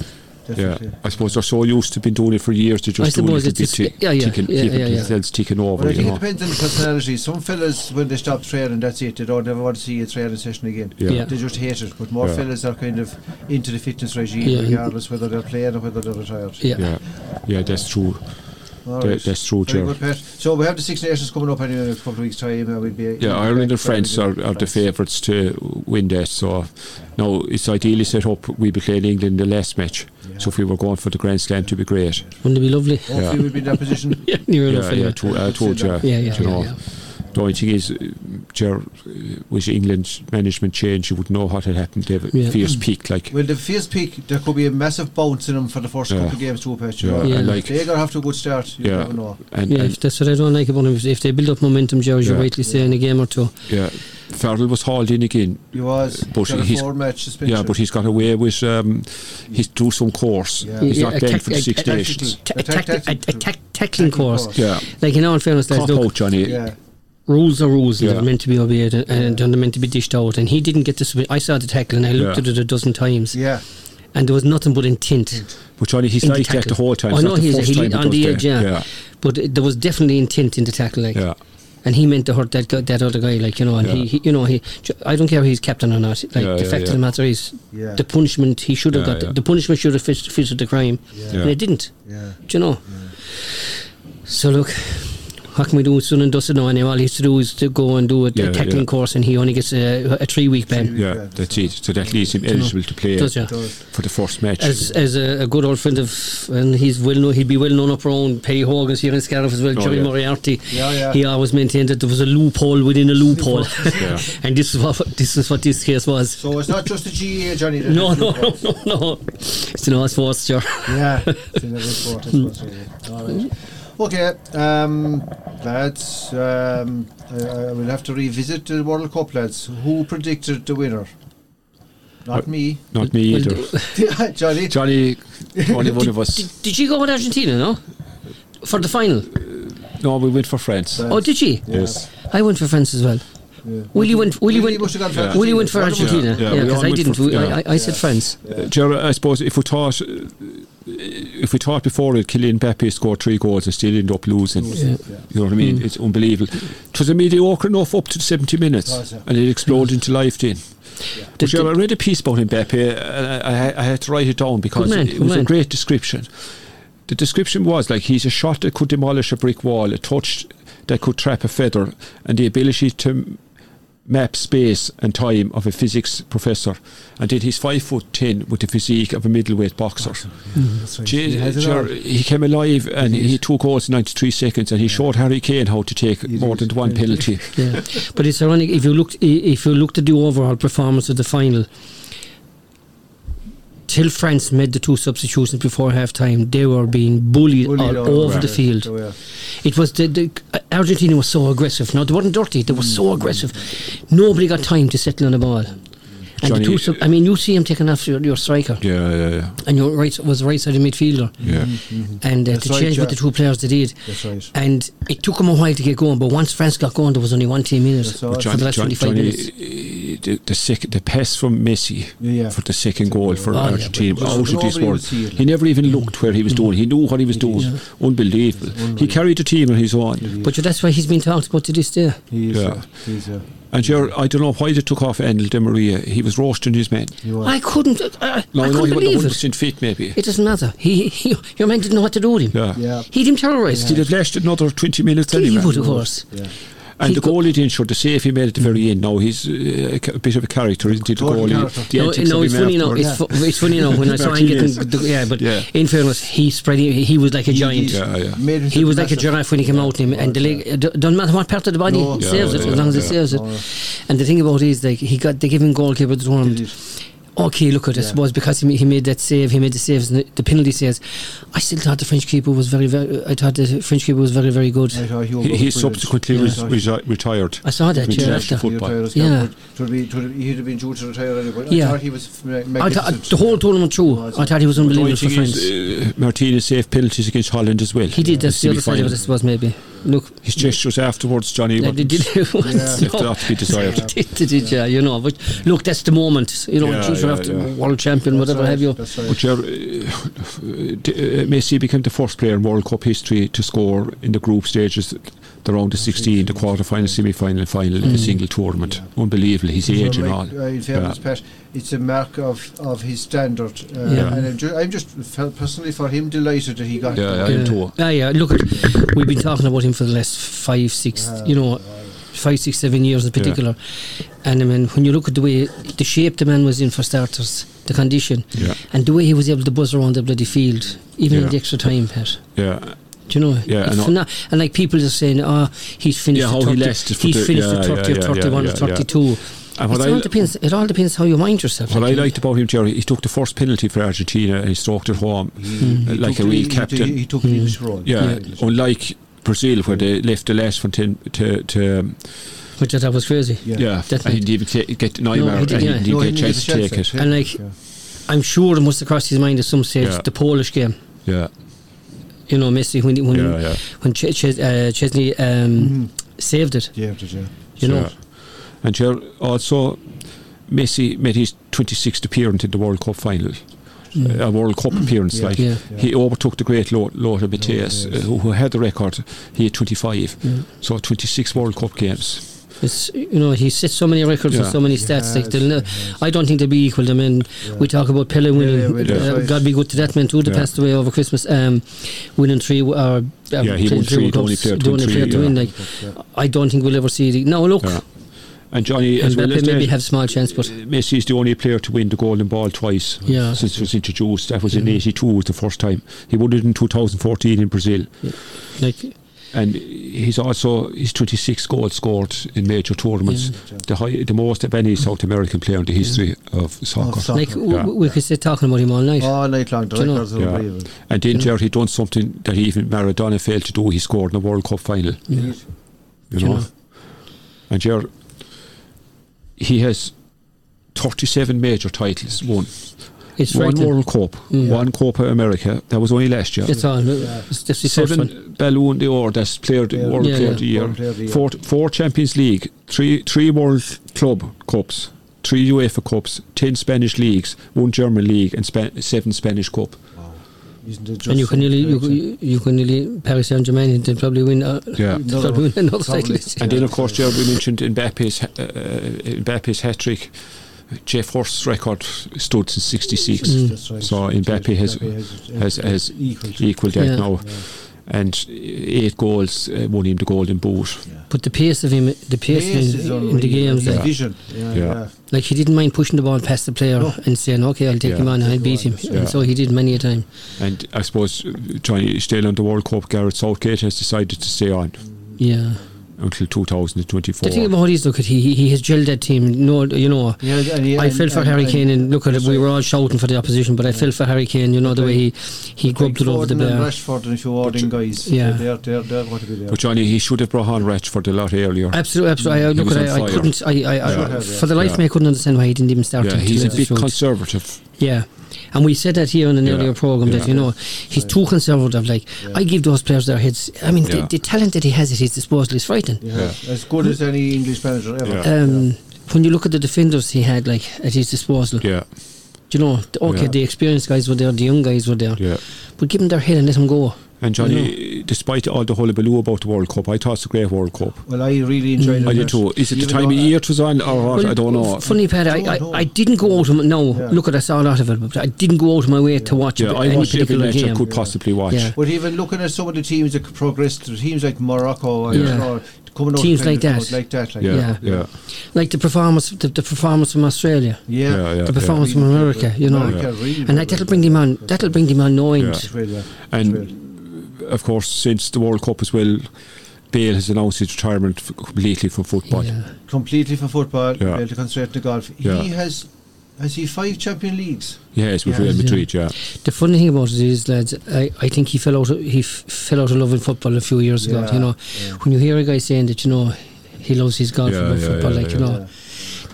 Speaker 3: Yeah,
Speaker 1: Definitely.
Speaker 3: I suppose they're so used to been doing it for years to just
Speaker 2: I
Speaker 3: do a
Speaker 2: suppose
Speaker 3: little bit,
Speaker 2: it's-
Speaker 3: tick-
Speaker 2: yeah, yeah,
Speaker 3: ticking,
Speaker 2: yeah,
Speaker 3: keeping
Speaker 2: yeah, yeah.
Speaker 3: themselves ticking
Speaker 1: But
Speaker 3: over,
Speaker 1: I
Speaker 3: you
Speaker 1: think it
Speaker 3: know.
Speaker 1: depends on the personality. Some fellas, when they stop training, that's it. They don't ever want to see a training session again.
Speaker 3: Yeah.
Speaker 2: Yeah.
Speaker 1: They just hate it. But more
Speaker 3: Yeah.
Speaker 1: fellas are kind of into the fitness regime,
Speaker 2: Yeah.
Speaker 1: regardless whether they're playing or whether they're retired.
Speaker 2: yeah.
Speaker 3: Yeah, yeah, that's true.
Speaker 1: All
Speaker 3: That-
Speaker 1: right.
Speaker 3: that's true,
Speaker 1: Very
Speaker 3: Ger.
Speaker 1: good, Pat. So we have the Six Nations coming up anyway in a couple of weeks' time. And we'll be
Speaker 3: Yeah, Ireland and France are, are the favourites to win that. So now it's ideally set up. We be playing England in the last match. So if we were going for the Grand Slam, to be great.
Speaker 2: Wouldn't it be lovely? [laughs]
Speaker 1: Hopefully,
Speaker 3: Yeah. [laughs]
Speaker 1: we'll be in that position.
Speaker 2: Yeah, near
Speaker 3: Yeah,
Speaker 2: enough.
Speaker 3: yeah,
Speaker 2: anyway.
Speaker 3: to, uh, to,
Speaker 1: Yeah,
Speaker 3: yeah,
Speaker 2: yeah, yeah,
Speaker 3: you know.
Speaker 2: yeah.
Speaker 3: The only thing is, uh, Ger, with England's management change, you would know what had happened. They have a
Speaker 2: Yeah.
Speaker 3: fierce peak, like
Speaker 1: Well, the first peak, there could be a massive bounce in them for the first
Speaker 3: Yeah.
Speaker 1: couple of games to a pitch. You
Speaker 3: Yeah,
Speaker 1: know?
Speaker 2: and
Speaker 1: If
Speaker 3: like-
Speaker 1: they got off to a good start. You
Speaker 3: Yeah.
Speaker 1: never know.
Speaker 3: and,
Speaker 2: Yeah,
Speaker 3: and
Speaker 2: if that's what I don't like about them. If, if they build up momentum, Joe, as you
Speaker 3: Yeah.
Speaker 2: rightly say, in a game or two.
Speaker 3: yeah, Farrell was hauled in again.
Speaker 1: He was.
Speaker 3: Uh, But
Speaker 1: got a
Speaker 3: he's-
Speaker 1: four match suspension.
Speaker 3: Yeah, but he's got away with um, he's through some course.
Speaker 1: Yeah.
Speaker 3: He's
Speaker 2: Yeah,
Speaker 3: not
Speaker 2: a
Speaker 3: there
Speaker 2: tac-
Speaker 3: for the
Speaker 2: a-
Speaker 3: Six
Speaker 2: a tactical-
Speaker 3: Nations.
Speaker 2: ta-
Speaker 1: A
Speaker 2: a
Speaker 1: tac-
Speaker 2: tacti- a- a
Speaker 1: tactical-
Speaker 2: tac- Tackling course.
Speaker 1: course.
Speaker 3: Yeah,
Speaker 2: Like, in all fairness, lads,
Speaker 3: cop
Speaker 2: look,
Speaker 3: out, Johnny.
Speaker 1: yeah.
Speaker 2: rules are rules and
Speaker 3: Yeah.
Speaker 2: they're meant to be obeyed and, and they're meant to be dished out. And he didn't get this. I saw the tackle and I looked
Speaker 3: Yeah.
Speaker 2: at it a dozen times
Speaker 1: Yeah.
Speaker 2: and there was nothing but intent.
Speaker 3: But Johnny, he's
Speaker 2: in
Speaker 3: like that the
Speaker 2: tackle.
Speaker 3: whole time.
Speaker 2: Oh,
Speaker 3: It's
Speaker 2: no,
Speaker 3: not the
Speaker 2: he's
Speaker 3: first
Speaker 2: he,
Speaker 3: time he
Speaker 2: on
Speaker 3: does
Speaker 2: the
Speaker 3: that.
Speaker 2: edge, yeah.
Speaker 3: yeah,
Speaker 2: But it- there was definitely intent in the tackle, like,
Speaker 3: yeah.
Speaker 2: and he meant to hurt that guy, that other guy, like you know. And he,
Speaker 3: Yeah.
Speaker 2: he, you know, he. I don't care if he's captain or not. Like
Speaker 3: Yeah,
Speaker 2: the
Speaker 3: yeah,
Speaker 2: fact of
Speaker 3: yeah.
Speaker 2: the matter is,
Speaker 1: Yeah.
Speaker 2: the punishment he should have
Speaker 3: Yeah,
Speaker 2: got.
Speaker 3: yeah.
Speaker 2: The punishment should have fit- fitted the crime,
Speaker 1: Yeah.
Speaker 3: Yeah.
Speaker 2: and it didn't.
Speaker 1: Yeah.
Speaker 2: Do you know? So look, how can we do it soon and dusted now? And all he has to do is to go and do a,
Speaker 3: Yeah,
Speaker 2: a tackling
Speaker 3: yeah.
Speaker 2: course, and he only gets a, a three-week ban.
Speaker 3: Yeah,
Speaker 1: Yeah,
Speaker 3: that's
Speaker 1: so-
Speaker 3: it. So that leaves him eligible to play
Speaker 2: Does ya?
Speaker 1: Does.
Speaker 3: for the first match.
Speaker 2: As, as a, a good old friend of, and he's well known, he'd be well known up around Petty Hogan's here in Scariff as well,
Speaker 3: Oh,
Speaker 2: Johnny
Speaker 3: yeah.
Speaker 2: Moriarty.
Speaker 1: Yeah, yeah.
Speaker 2: He always maintained that there was a loophole within a loophole,
Speaker 3: yeah.
Speaker 2: [laughs] and this is what this is what this case was.
Speaker 1: So it's not just the GEA, Johnny. that
Speaker 2: No,
Speaker 1: has
Speaker 2: no,
Speaker 1: loopholes.
Speaker 2: no, no, no. It's an arse force, sure.
Speaker 1: Yeah. It's in the report, I suppose, really. All right. Okay, um, lads, um, I, I will have to revisit the World Cup, lads. Who predicted the winner?
Speaker 3: Uh,
Speaker 1: Not me. [laughs]
Speaker 3: Not me
Speaker 2: Well,
Speaker 3: either.
Speaker 1: Johnny.
Speaker 2: [laughs]
Speaker 3: Johnny, only one of
Speaker 2: Did,
Speaker 3: us.
Speaker 2: did you go with Argentina, no? For the final?
Speaker 3: No, we went for France.
Speaker 2: Oh, did you?
Speaker 1: Yeah.
Speaker 3: Yes.
Speaker 2: I went for France as well.
Speaker 1: Yeah.
Speaker 2: Willie went. Willie
Speaker 1: Willie
Speaker 2: went.
Speaker 1: must have gone for
Speaker 3: Yeah.
Speaker 2: Willie went for
Speaker 1: Argentina.
Speaker 2: Argentina.
Speaker 3: Yeah,
Speaker 2: Yeah,
Speaker 3: we
Speaker 2: because
Speaker 3: all
Speaker 2: I
Speaker 3: went
Speaker 2: didn't.
Speaker 3: for-
Speaker 2: We- I,
Speaker 3: yeah.
Speaker 2: I, I said France.
Speaker 3: Uh, Gerard, I suppose if we thought. uh, If we thought before that Kylian Mbappe scored three goals and still ended up losing,
Speaker 1: Yeah.
Speaker 3: you know what I mean? It's unbelievable. It was a mediocre enough up to the 70 minutes
Speaker 1: Was it?
Speaker 3: and it exploded into life then.
Speaker 2: The-
Speaker 3: But Gerard, I read a piece about Mbappe and I, I, I had to write it down because
Speaker 2: man,
Speaker 3: it
Speaker 2: good
Speaker 3: was a
Speaker 2: man.
Speaker 3: great description. The description was like he's a shot that could demolish a brick wall, a touch that could trap a feather, and the ability to m- map space and time of a physics professor. And then he's five foot ten with the physique of a middleweight boxer.
Speaker 1: Mm-hmm. That's right.
Speaker 3: Gee,
Speaker 1: He has it
Speaker 3: Ger-
Speaker 1: all.
Speaker 3: he came alive and he took goals in 93 seconds and he showed Harry Kane how to take
Speaker 1: He
Speaker 3: more
Speaker 1: did.
Speaker 3: than one
Speaker 1: Yeah.
Speaker 3: penalty.
Speaker 2: Yeah, but it's ironic if you looked i- if you looked at the overall performance of the final. Till France made the two substitutions before half time, they were being bullied,
Speaker 1: Bullied
Speaker 2: all
Speaker 1: all
Speaker 2: over the field.
Speaker 1: So, Oh, yeah.
Speaker 2: It was the, the Argentina was so aggressive. No, they weren't dirty. They were so aggressive. Nobody got time to settle on the ball. And
Speaker 3: Johnny,
Speaker 2: the two sub- I mean, you see him taking off your, your striker,
Speaker 1: [laughs]
Speaker 3: Yeah, yeah, yeah.
Speaker 2: and your right was right sided midfielder,
Speaker 3: Yeah,
Speaker 1: Mm-hmm.
Speaker 2: and uh,
Speaker 1: That's
Speaker 2: to
Speaker 1: right,
Speaker 2: change
Speaker 1: yeah.
Speaker 2: what the two players they did.
Speaker 1: That's right.
Speaker 2: And it took them a while to get going, but once France got going, there was only one team in it
Speaker 1: That's all
Speaker 2: for
Speaker 1: right.
Speaker 2: the last 25 minutes.
Speaker 3: eh, the, the, second, the pass from Messi
Speaker 1: Yeah.
Speaker 3: for the second goal for
Speaker 2: Oh, yeah,
Speaker 3: Argentina
Speaker 1: but
Speaker 3: out of this
Speaker 1: nobody
Speaker 3: world.
Speaker 1: would see it.
Speaker 3: He never
Speaker 2: Mm.
Speaker 3: even looked where he was doing. He knew what he was doing.
Speaker 2: Yeah.
Speaker 3: Unbelievable. He carried the team on his own.
Speaker 2: But that's why he's been talked about to this day.
Speaker 1: He's yeah.
Speaker 3: Yeah.
Speaker 1: he's uh, a,
Speaker 3: And Ger- I don't know why they took off Endel De Maria. He was roasting his men.
Speaker 1: he was.
Speaker 2: I couldn't, I,
Speaker 3: No,
Speaker 2: I
Speaker 3: no,
Speaker 2: couldn't
Speaker 3: he
Speaker 2: believe
Speaker 3: wasn't
Speaker 2: it.
Speaker 3: 100% fit, maybe.
Speaker 2: It doesn't matter. He, he, your man didn't know what to do with him.
Speaker 3: Yeah.
Speaker 1: yeah.
Speaker 2: He'd him terrorised.
Speaker 3: He'd have lasted another 20 minutes
Speaker 2: He
Speaker 3: anyway.
Speaker 2: would, of course.
Speaker 1: Yeah.
Speaker 3: And
Speaker 2: He Mm.
Speaker 3: the
Speaker 2: go-
Speaker 3: goalie didn't show the save he made at the very end. Now he's uh, a ca- bit of a character, isn't he? The
Speaker 1: Total
Speaker 3: goalie.
Speaker 1: character.
Speaker 3: The
Speaker 2: no,
Speaker 3: antics
Speaker 2: no,
Speaker 3: of
Speaker 2: it's
Speaker 3: him
Speaker 2: funny now.
Speaker 3: afterwards.
Speaker 2: It's, fu- it's funny now when I
Speaker 3: [laughs]
Speaker 2: saw him
Speaker 3: Thirteen
Speaker 2: getting.
Speaker 3: years.
Speaker 2: the- Yeah, but
Speaker 3: Yeah.
Speaker 2: in fairness, he spread. He, he was like a giant.
Speaker 1: He,
Speaker 3: Yeah, yeah.
Speaker 1: Made
Speaker 2: He was like
Speaker 1: massive-
Speaker 2: a giraffe when he came out, and, him, and the leg. it do- Doesn't matter what part of the body,
Speaker 1: No.
Speaker 2: it
Speaker 1: Yeah,
Speaker 2: saves it
Speaker 3: yeah,
Speaker 2: as long as it
Speaker 3: yeah.
Speaker 2: saves it.
Speaker 1: No.
Speaker 2: And the thing about it is, like he got they gave him goalkeeper the
Speaker 1: He
Speaker 2: tournament.
Speaker 1: did.
Speaker 2: Okay, look at it. I
Speaker 1: Yeah.
Speaker 2: suppose because he, ma- he made that save, he made the saves, and the, the penalty saves. I still thought the French keeper was very, very. I thought the French keeper was very, very good.
Speaker 1: I thought Hugo
Speaker 3: He,
Speaker 1: was
Speaker 3: he
Speaker 1: brilliant.
Speaker 3: subsequently
Speaker 1: Yeah.
Speaker 3: was resi- retired.
Speaker 2: I saw that.
Speaker 3: Which
Speaker 2: Yeah,
Speaker 3: is
Speaker 2: after.
Speaker 3: actually football.
Speaker 1: Retired as
Speaker 2: Yeah.
Speaker 1: well, but it would be- it would- He'd have been due to retire anyway.
Speaker 2: Yeah.
Speaker 1: I thought he was ma-
Speaker 2: I thought, uh,
Speaker 1: magnificent.
Speaker 2: the whole tournament through, I thought he was
Speaker 3: The
Speaker 2: unbelievable
Speaker 3: only
Speaker 2: for
Speaker 3: thing
Speaker 2: France.
Speaker 3: is, uh, Martinez saved penalties against Holland as well.
Speaker 2: He did. That's the
Speaker 3: In
Speaker 2: other side of it, I
Speaker 3: semi-final.
Speaker 2: suppose. Maybe. Look,
Speaker 3: His gestures afterwards, Johnny,
Speaker 2: Yeah,
Speaker 3: weren't
Speaker 2: they
Speaker 3: [laughs]
Speaker 2: did [laughs] it once,
Speaker 1: Yeah.
Speaker 3: left out to be desired.
Speaker 2: They [laughs] did, they did, yeah, you know. But look, that's the moment. You know,
Speaker 3: Yeah,
Speaker 2: geez,
Speaker 3: yeah,
Speaker 2: we're after
Speaker 3: yeah.
Speaker 2: world champion,
Speaker 1: That's
Speaker 2: whatever
Speaker 1: right,
Speaker 2: have you.
Speaker 1: That's right.
Speaker 3: But your, uh, uh, Messi became the first player in World Cup history to score in the group stages, the round of 16, the quarter final, semi final, and final
Speaker 2: Mm.
Speaker 3: in a single tournament. Unbelievable, his age
Speaker 1: So,
Speaker 3: and all.
Speaker 1: like, uh, in fairness,
Speaker 3: Yeah.
Speaker 1: Pat, it's a mark of, of his standard. Uh,
Speaker 2: Yeah.
Speaker 1: And I'm, ju- I'm just fel- personally for him delighted that he got.
Speaker 3: Yeah, yeah. I am
Speaker 2: Yeah.
Speaker 3: too.
Speaker 2: Ah, yeah, look, at, we've been talking about him for the last five, six, you know, five, six, seven years in particular. And I mean, when you look at the way, the shape the man was in for starters, the condition,
Speaker 3: Yeah.
Speaker 2: and the way he was able to buzz around the bloody field, even
Speaker 3: Yeah.
Speaker 2: in the extra time, Pat.
Speaker 3: Yeah.
Speaker 2: Do you know?
Speaker 3: Yeah, I
Speaker 2: It's
Speaker 3: know.
Speaker 2: not- and like people just saying, oh, he's finished.
Speaker 3: Yeah,
Speaker 2: at
Speaker 3: how he
Speaker 2: 30,
Speaker 3: lasted for
Speaker 2: he's
Speaker 3: the-
Speaker 2: finished
Speaker 3: yeah,
Speaker 2: at
Speaker 3: yeah,
Speaker 2: 30
Speaker 3: yeah,
Speaker 2: or 31
Speaker 3: yeah,
Speaker 2: or
Speaker 3: yeah.
Speaker 2: 32.
Speaker 3: And what
Speaker 2: It's
Speaker 3: I-
Speaker 2: all depends, it all depends how you mind yourself.
Speaker 3: What I
Speaker 2: you know.
Speaker 3: liked about him, Jerry, he took the first penalty for Argentina and he stroked it home uh,
Speaker 2: Mm.
Speaker 1: He
Speaker 3: like
Speaker 1: took
Speaker 3: a
Speaker 1: the-
Speaker 3: real
Speaker 1: he-
Speaker 3: captain.
Speaker 1: He, took an English role.
Speaker 3: yeah, Oh, unlike Brazil, where they left the last one to to, to um,
Speaker 2: Which I thought was crazy.
Speaker 1: Yeah.
Speaker 3: yeah,
Speaker 2: Definitely.
Speaker 3: and he didn't even ta- get Neymar,
Speaker 2: No, he
Speaker 3: and he
Speaker 2: didn't, yeah.
Speaker 3: didn't
Speaker 1: No,
Speaker 3: get
Speaker 1: he
Speaker 3: a
Speaker 1: didn't
Speaker 3: chance
Speaker 1: get a chance
Speaker 3: to take it.
Speaker 1: to-
Speaker 2: And like,
Speaker 1: Yeah.
Speaker 2: I'm sure it must have crossed his mind at some stage,
Speaker 3: Yeah.
Speaker 2: the Polish game.
Speaker 3: Yeah,
Speaker 2: You know, Messi, when, when,
Speaker 3: yeah, Mm-hmm. yeah.
Speaker 2: when Ch- Ch- uh, Chesney um, saved it,
Speaker 1: Yeah, but, yeah.
Speaker 2: you know.
Speaker 3: So- and Ger also Messi made his 26th appearance in the World Cup final. A World Cup appearance,
Speaker 1: Yeah.
Speaker 3: like
Speaker 2: Mm. Yeah.
Speaker 3: he overtook the great Lo- Lothar Matthäus,
Speaker 1: Matthäus.
Speaker 3: uh, who, who had the record. He had 25, so 26 World Cup games.
Speaker 2: It's you know he set so many records and
Speaker 3: Yeah.
Speaker 2: so many stats. like they'll ne- I don't think they'll be equal. I mean, we talk about Pele winning.
Speaker 1: yeah,
Speaker 3: yeah.
Speaker 2: uh, God be good to that man too. They
Speaker 3: Yeah.
Speaker 2: passed away over Christmas. Um, winning three. w- Uh, uh,
Speaker 3: Yeah, he won three, the only player to win three,
Speaker 2: to
Speaker 3: yeah.
Speaker 2: win. Like, I don't think we'll ever see. The, no, look,
Speaker 3: Yeah. And Johnny, as
Speaker 2: and
Speaker 3: well as
Speaker 2: Mbappe maybe
Speaker 3: that,
Speaker 2: have small chance, but
Speaker 3: Messi is the only player to win the Golden Ball twice
Speaker 2: Yeah.
Speaker 3: since it was introduced. That was in '82 was the first time he won it in 2014 in Brazil,
Speaker 2: like
Speaker 3: and he's also his 26 goals scored in major tournaments, the high, the most of any South American player in the history of soccer.
Speaker 1: soccer.
Speaker 2: like w-
Speaker 3: Yeah.
Speaker 2: w- we could sit talking about him all night.
Speaker 1: All night long, the
Speaker 2: Do you know-
Speaker 1: records are
Speaker 3: Yeah.
Speaker 1: unbelievable.
Speaker 3: And then Gerard, he done something that even Maradona failed to do. He scored in a World Cup final. You know,
Speaker 2: know.
Speaker 3: and Gerard, he has 37 major titles won.
Speaker 2: it's
Speaker 3: one
Speaker 2: right.
Speaker 3: World Cup, one Copa America. That was only last year.
Speaker 2: It's all. It's just the first one.
Speaker 3: Seven Balloon d'Or, that's player the
Speaker 1: Yeah.
Speaker 3: World
Speaker 2: Yeah,
Speaker 3: Player
Speaker 2: yeah.
Speaker 3: of the Year.
Speaker 1: World Player of the Year.
Speaker 3: Four, four Champions League, three three World Club Cups, three UEFA Cups, ten Spanish leagues, one German league, and spa- seven Spanish Cup.
Speaker 1: Isn't it just
Speaker 2: And you can nearly you,
Speaker 1: amazing?
Speaker 2: you- you can nearly Paris Saint Germain and they'll probably win. Uh,
Speaker 3: Yeah.
Speaker 2: they'll probably win another
Speaker 1: Probably.
Speaker 2: title.
Speaker 3: And
Speaker 1: Yeah.
Speaker 3: then, of course, Gerard, we mentioned Mbappe's, uh, Mbappe's hat trick. Jeff Horst's record stood since '66,
Speaker 1: That's right.
Speaker 3: so Mbappe has has has
Speaker 1: equal to
Speaker 3: equaled that
Speaker 2: Yeah.
Speaker 3: now, and eight goals uh, won him the Golden Boot.
Speaker 2: But the pace of him, the pace
Speaker 1: Pace is
Speaker 2: in, in the
Speaker 1: unreal.
Speaker 2: games,
Speaker 1: His
Speaker 2: like,
Speaker 1: vision. Yeah,
Speaker 3: Yeah.
Speaker 1: yeah.
Speaker 2: like he didn't mind pushing the ball past the player
Speaker 1: No.
Speaker 2: and saying, "Okay, I'll take
Speaker 3: Yeah.
Speaker 2: him on, I'll beat him."
Speaker 3: Yeah.
Speaker 2: And so he did many a time.
Speaker 3: And I suppose, uh, Johnny, still on the World Cup, Gareth Southgate has decided to stay on
Speaker 2: Yeah.
Speaker 3: until
Speaker 2: The
Speaker 3: 2024.
Speaker 2: thing about it is, look at he he- he has gelled that team. No, you know.
Speaker 1: He has- and he-
Speaker 2: I
Speaker 1: and-
Speaker 2: felt for
Speaker 1: and-
Speaker 2: Harry Kane, and look at it.
Speaker 1: that's
Speaker 2: We
Speaker 1: right.
Speaker 2: were all shouting for the opposition, but I felt for Harry Kane. You know the way he he
Speaker 1: Like
Speaker 2: grubbed it over the
Speaker 1: Foden and
Speaker 2: bar.
Speaker 1: Rashford and a few Warding guys.
Speaker 2: Yeah.
Speaker 1: They're, they're, they're going to be there.
Speaker 3: but Johnny, he should have brought on Ratchford a lot earlier.
Speaker 2: Absolutely, absolutely. I,
Speaker 3: He
Speaker 2: look
Speaker 3: was
Speaker 2: at
Speaker 3: on
Speaker 2: I, I
Speaker 3: fire.
Speaker 2: couldn't. I, I, I
Speaker 1: Should have, yeah.
Speaker 2: for the life of me, I couldn't understand why he didn't even start.
Speaker 3: yeah,
Speaker 2: him, to
Speaker 3: he's
Speaker 2: be
Speaker 3: a
Speaker 2: honest
Speaker 3: bit
Speaker 2: with you.
Speaker 3: conservative.
Speaker 2: Yeah, and we said that here in an
Speaker 3: Yeah,
Speaker 2: earlier program that
Speaker 3: yeah.
Speaker 2: you know he's too conservative. Like I give those players their heads. I mean,
Speaker 3: Yeah.
Speaker 2: the, the talent that he has at his disposal is frightening.
Speaker 1: Yeah. As good as any English manager ever.
Speaker 3: Yeah.
Speaker 2: Um, When you look at the defenders he had like at his disposal,
Speaker 3: Yeah,
Speaker 2: you know, the- okay,
Speaker 3: Yeah.
Speaker 2: the experienced guys were there, the young guys were there,
Speaker 3: yeah.
Speaker 2: but give them their head and let them go.
Speaker 3: And Johnny, despite all the hullabaloo about the World Cup, I thought it's a great World Cup.
Speaker 1: Well, I really enjoyed it.
Speaker 3: Mm. I did too. Is it the
Speaker 1: Even
Speaker 3: time of
Speaker 1: though I-
Speaker 3: year it was on or what? I don't know.
Speaker 2: Funny, Pat, I,
Speaker 1: Don't
Speaker 2: I,
Speaker 1: know.
Speaker 2: I didn't go out of my, no,
Speaker 1: Yeah.
Speaker 2: look at I saw a lot of it, but I didn't go out of my way to watch
Speaker 3: Yeah,
Speaker 2: it,
Speaker 3: I
Speaker 2: any
Speaker 3: watched every
Speaker 2: particular
Speaker 3: match I
Speaker 2: game.
Speaker 3: could possibly watch.
Speaker 2: Yeah.
Speaker 1: But even looking at some of the teams that progressed, the teams like Morocco and
Speaker 2: Yeah.
Speaker 1: or coming out
Speaker 2: Teams
Speaker 1: kind
Speaker 2: like
Speaker 1: of
Speaker 2: that.
Speaker 1: like that, like
Speaker 3: Yeah, yeah,
Speaker 2: Like the performance, the, the performance from Australia.
Speaker 1: yeah,
Speaker 3: yeah, yeah,
Speaker 2: the performance
Speaker 1: yeah.
Speaker 2: from America, you know,
Speaker 1: America, really
Speaker 2: and like
Speaker 1: good.
Speaker 2: that'll bring him on. That'll bring him on knowing.
Speaker 3: Yeah.
Speaker 1: It's really, uh, it's
Speaker 3: And of course, since the World Cup as well, Bale has announced his retirement f- completely from football.
Speaker 2: Yeah.
Speaker 1: completely for football,
Speaker 3: Yeah.
Speaker 1: yeah. to concentrate on golf.
Speaker 3: Yeah.
Speaker 1: He has has he five champion leagues?
Speaker 3: Yes, with
Speaker 1: Yeah.
Speaker 3: Real Madrid. Yeah,
Speaker 2: The funny thing about it is, lads, I, I think he fell out of, he f- fell out of love with football a few years ago.
Speaker 1: Yeah,
Speaker 2: You know, when you hear a guy saying that, you know, he loves his golf
Speaker 3: Yeah,
Speaker 2: above
Speaker 3: yeah,
Speaker 2: football,
Speaker 3: yeah,
Speaker 2: like you
Speaker 3: yeah.
Speaker 2: know.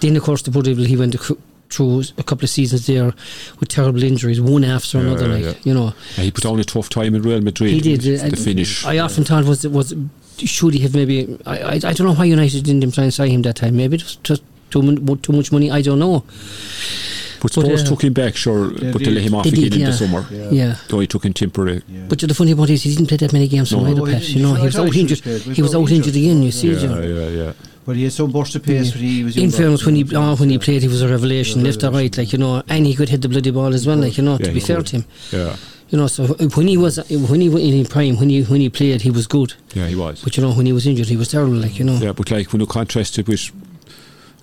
Speaker 2: Then of course the poor devil, he went ac- through a couple of seasons there with terrible injuries, one after
Speaker 3: Yeah,
Speaker 2: another.
Speaker 3: yeah,
Speaker 2: like
Speaker 3: yeah.
Speaker 2: you know,
Speaker 3: Yeah, he put on a tough time in Real Madrid.
Speaker 2: he did.
Speaker 3: The
Speaker 2: uh,
Speaker 3: finish.
Speaker 2: I often thought was was should he have maybe? I, I, I don't know why United didn't try and sign him that time. Maybe it was just too mon- too much money. I don't know.
Speaker 3: but Spurs
Speaker 2: uh,
Speaker 3: took him back, sure,
Speaker 1: They
Speaker 3: but they
Speaker 1: did.
Speaker 3: let him off
Speaker 2: They
Speaker 3: again
Speaker 2: did,
Speaker 3: in the
Speaker 2: yeah.
Speaker 3: summer.
Speaker 1: Yeah.
Speaker 2: yeah.
Speaker 3: So he took him temporary.
Speaker 1: Yeah.
Speaker 2: But the funny part is he didn't play that many games for
Speaker 3: No.
Speaker 2: no,
Speaker 1: No, he
Speaker 2: Pat.
Speaker 1: didn't.
Speaker 2: You know,
Speaker 1: He
Speaker 2: he
Speaker 1: was
Speaker 2: was out
Speaker 1: actually
Speaker 2: injured.
Speaker 1: played. He
Speaker 2: He was
Speaker 1: was
Speaker 2: out
Speaker 1: injured.
Speaker 2: injured again. You see,
Speaker 3: Yeah,
Speaker 2: John.
Speaker 3: yeah, yeah.
Speaker 1: But he had some burst of pace when he was
Speaker 2: In
Speaker 1: younger.
Speaker 2: fairness, when he oh, when he played, he was a revelation,
Speaker 1: Yeah,
Speaker 2: left or
Speaker 1: revelation.
Speaker 2: right, like you know, and he could hit the bloody ball as well, like you know.
Speaker 3: Yeah,
Speaker 2: to be
Speaker 3: he
Speaker 2: fair
Speaker 3: could.
Speaker 2: to him,
Speaker 3: Yeah,
Speaker 2: you know, so when he was when he was in his prime, when he when he played, he was good.
Speaker 3: yeah, he was.
Speaker 2: But you know, when he was injured, he was terrible, like you know.
Speaker 3: yeah, but like when you contrast it with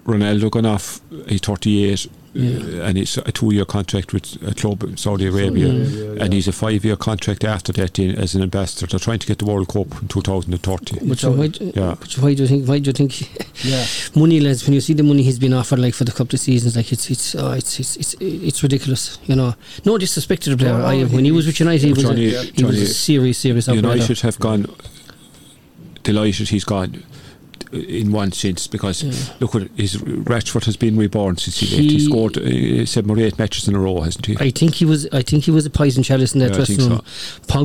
Speaker 3: Ronaldo gone off. He's 38.
Speaker 2: Yeah.
Speaker 3: And it's a two-year contract with a club in Saudi Arabia,
Speaker 1: Arabia, yeah.
Speaker 3: and he's a five-year contract after that in, as an ambassador. They're trying to get the World Cup in 2030.
Speaker 2: But why, d-
Speaker 3: Yeah.
Speaker 2: but why do you think? [laughs] Why do you think
Speaker 1: Yeah.
Speaker 2: money, lads? When you see the money he's been offered, like for the couple of seasons, like it's it's oh, it's, it's it's it's ridiculous. You know, no disrespect to the player.
Speaker 1: No,
Speaker 2: I,
Speaker 1: no,
Speaker 2: when he was with United, he was
Speaker 3: Johnny-
Speaker 2: a, he was
Speaker 3: Johnny,
Speaker 2: a serious, serious operator.
Speaker 3: United have gone delighted he's gone in one sense because
Speaker 2: Yeah.
Speaker 3: look what his Rashford has been reborn since he, left. He
Speaker 2: He-
Speaker 3: scored uh, seven or eight matches in a row, hasn't he?
Speaker 2: I think he was. I think he was a poison chalice in that
Speaker 3: Yeah, I
Speaker 2: dressing
Speaker 3: think
Speaker 2: room.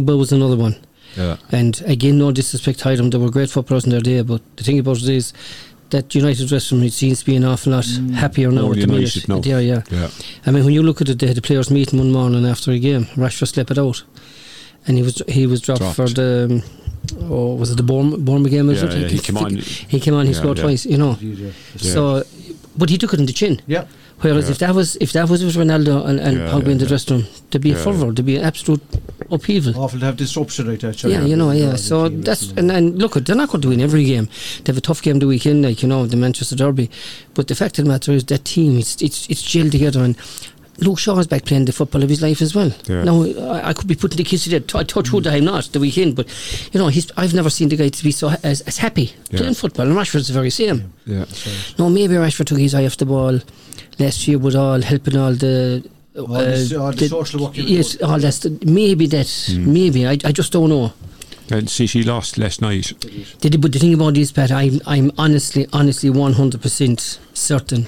Speaker 2: Pogba was another one.
Speaker 3: yeah.
Speaker 2: And again, no disrespect to them. They were great footballers in their day, but the thing about it is that United dressing room it seems to be an awful lot happier now
Speaker 3: More
Speaker 2: at the minute.
Speaker 3: united now.
Speaker 2: Yeah, yeah.
Speaker 3: Yeah.
Speaker 2: I mean, when you look at it, they had the players meeting one morning after a game. Rashford slept it out, and he was he was dropped,
Speaker 3: Dropped.
Speaker 2: for the. um, Oh, was it the Bourne- Bournemouth game or
Speaker 3: Yeah,
Speaker 2: something?
Speaker 3: yeah, he came on.
Speaker 2: He came on. He
Speaker 3: Yeah,
Speaker 2: scored
Speaker 3: yeah.
Speaker 2: twice. You know, so, but he took it in the chin.
Speaker 1: Yeah.
Speaker 2: Whereas
Speaker 3: Yeah.
Speaker 2: if that was if that was with Ronaldo and, and
Speaker 3: Yeah,
Speaker 2: Pogba
Speaker 3: yeah,
Speaker 2: in the
Speaker 3: yeah.
Speaker 2: dressing room, there'd be a
Speaker 3: Yeah,
Speaker 2: fervour, there'd be an absolute upheaval.
Speaker 1: Awful to have disruption like that.
Speaker 2: Oh, Yeah, you know, yeah. So that's and, and look, they're not going to win every game. They have a tough game the weekend, like you know, the Manchester Derby. But the fact of the matter is that team, it's it's it's gelled together, and Luke Shaw is back playing the football of his life as well.
Speaker 3: Yeah.
Speaker 2: Now I, I could be putting the kids to that. I touch wood, I'm not the weekend, but you know, he's I've never seen the guy to be so ha- as, as happy
Speaker 3: Yeah.
Speaker 2: playing football. And Rashford's the very same.
Speaker 3: Yeah.
Speaker 2: No, maybe Rashford took his eye off the ball last year with all helping all the. uh,
Speaker 1: All this- all the social work you were
Speaker 2: Yes, all that. st- Maybe that.
Speaker 3: Hmm.
Speaker 2: Maybe I, I just don't know.
Speaker 3: And see, she lost last night.
Speaker 2: Did it- but the thing about this, Pat, I'm, I'm honestly, honestly 100% certain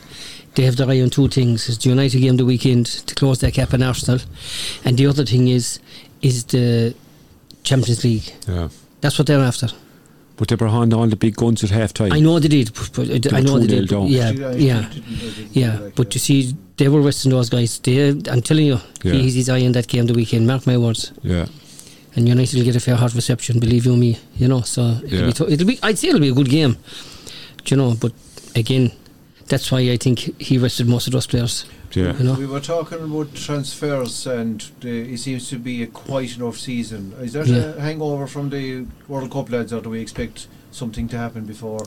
Speaker 2: they have their eye on two things. It's the United game the weekend to close their cap on Arsenal. And the other thing is, is the Champions League.
Speaker 3: Yeah.
Speaker 2: That's what they're after.
Speaker 3: But they were behind all the big guns at half time.
Speaker 2: I know they did. but- but I
Speaker 3: were
Speaker 2: know they
Speaker 3: 2-0
Speaker 2: did.
Speaker 3: down.
Speaker 2: Yeah, yeah. Yeah,
Speaker 1: uh,
Speaker 2: but you see, they were resting those guys. They, I'm telling you,
Speaker 3: Yeah.
Speaker 2: he's his eye on that game the weekend. Mark my words.
Speaker 3: Yeah.
Speaker 2: And United will get a fair hard reception, believe you me. You know, so it'll
Speaker 3: Yeah.
Speaker 2: be. tou- it'll be. I'd say it'll be a good game. Do you know? But again, that's why I think he rested most of those players.
Speaker 3: Yeah.
Speaker 2: You know.
Speaker 1: We were talking about transfers, and uh, it seems to be a quite enough season. Is that
Speaker 2: Yeah.
Speaker 1: a hangover from the World Cup lads, or do we expect something to happen before?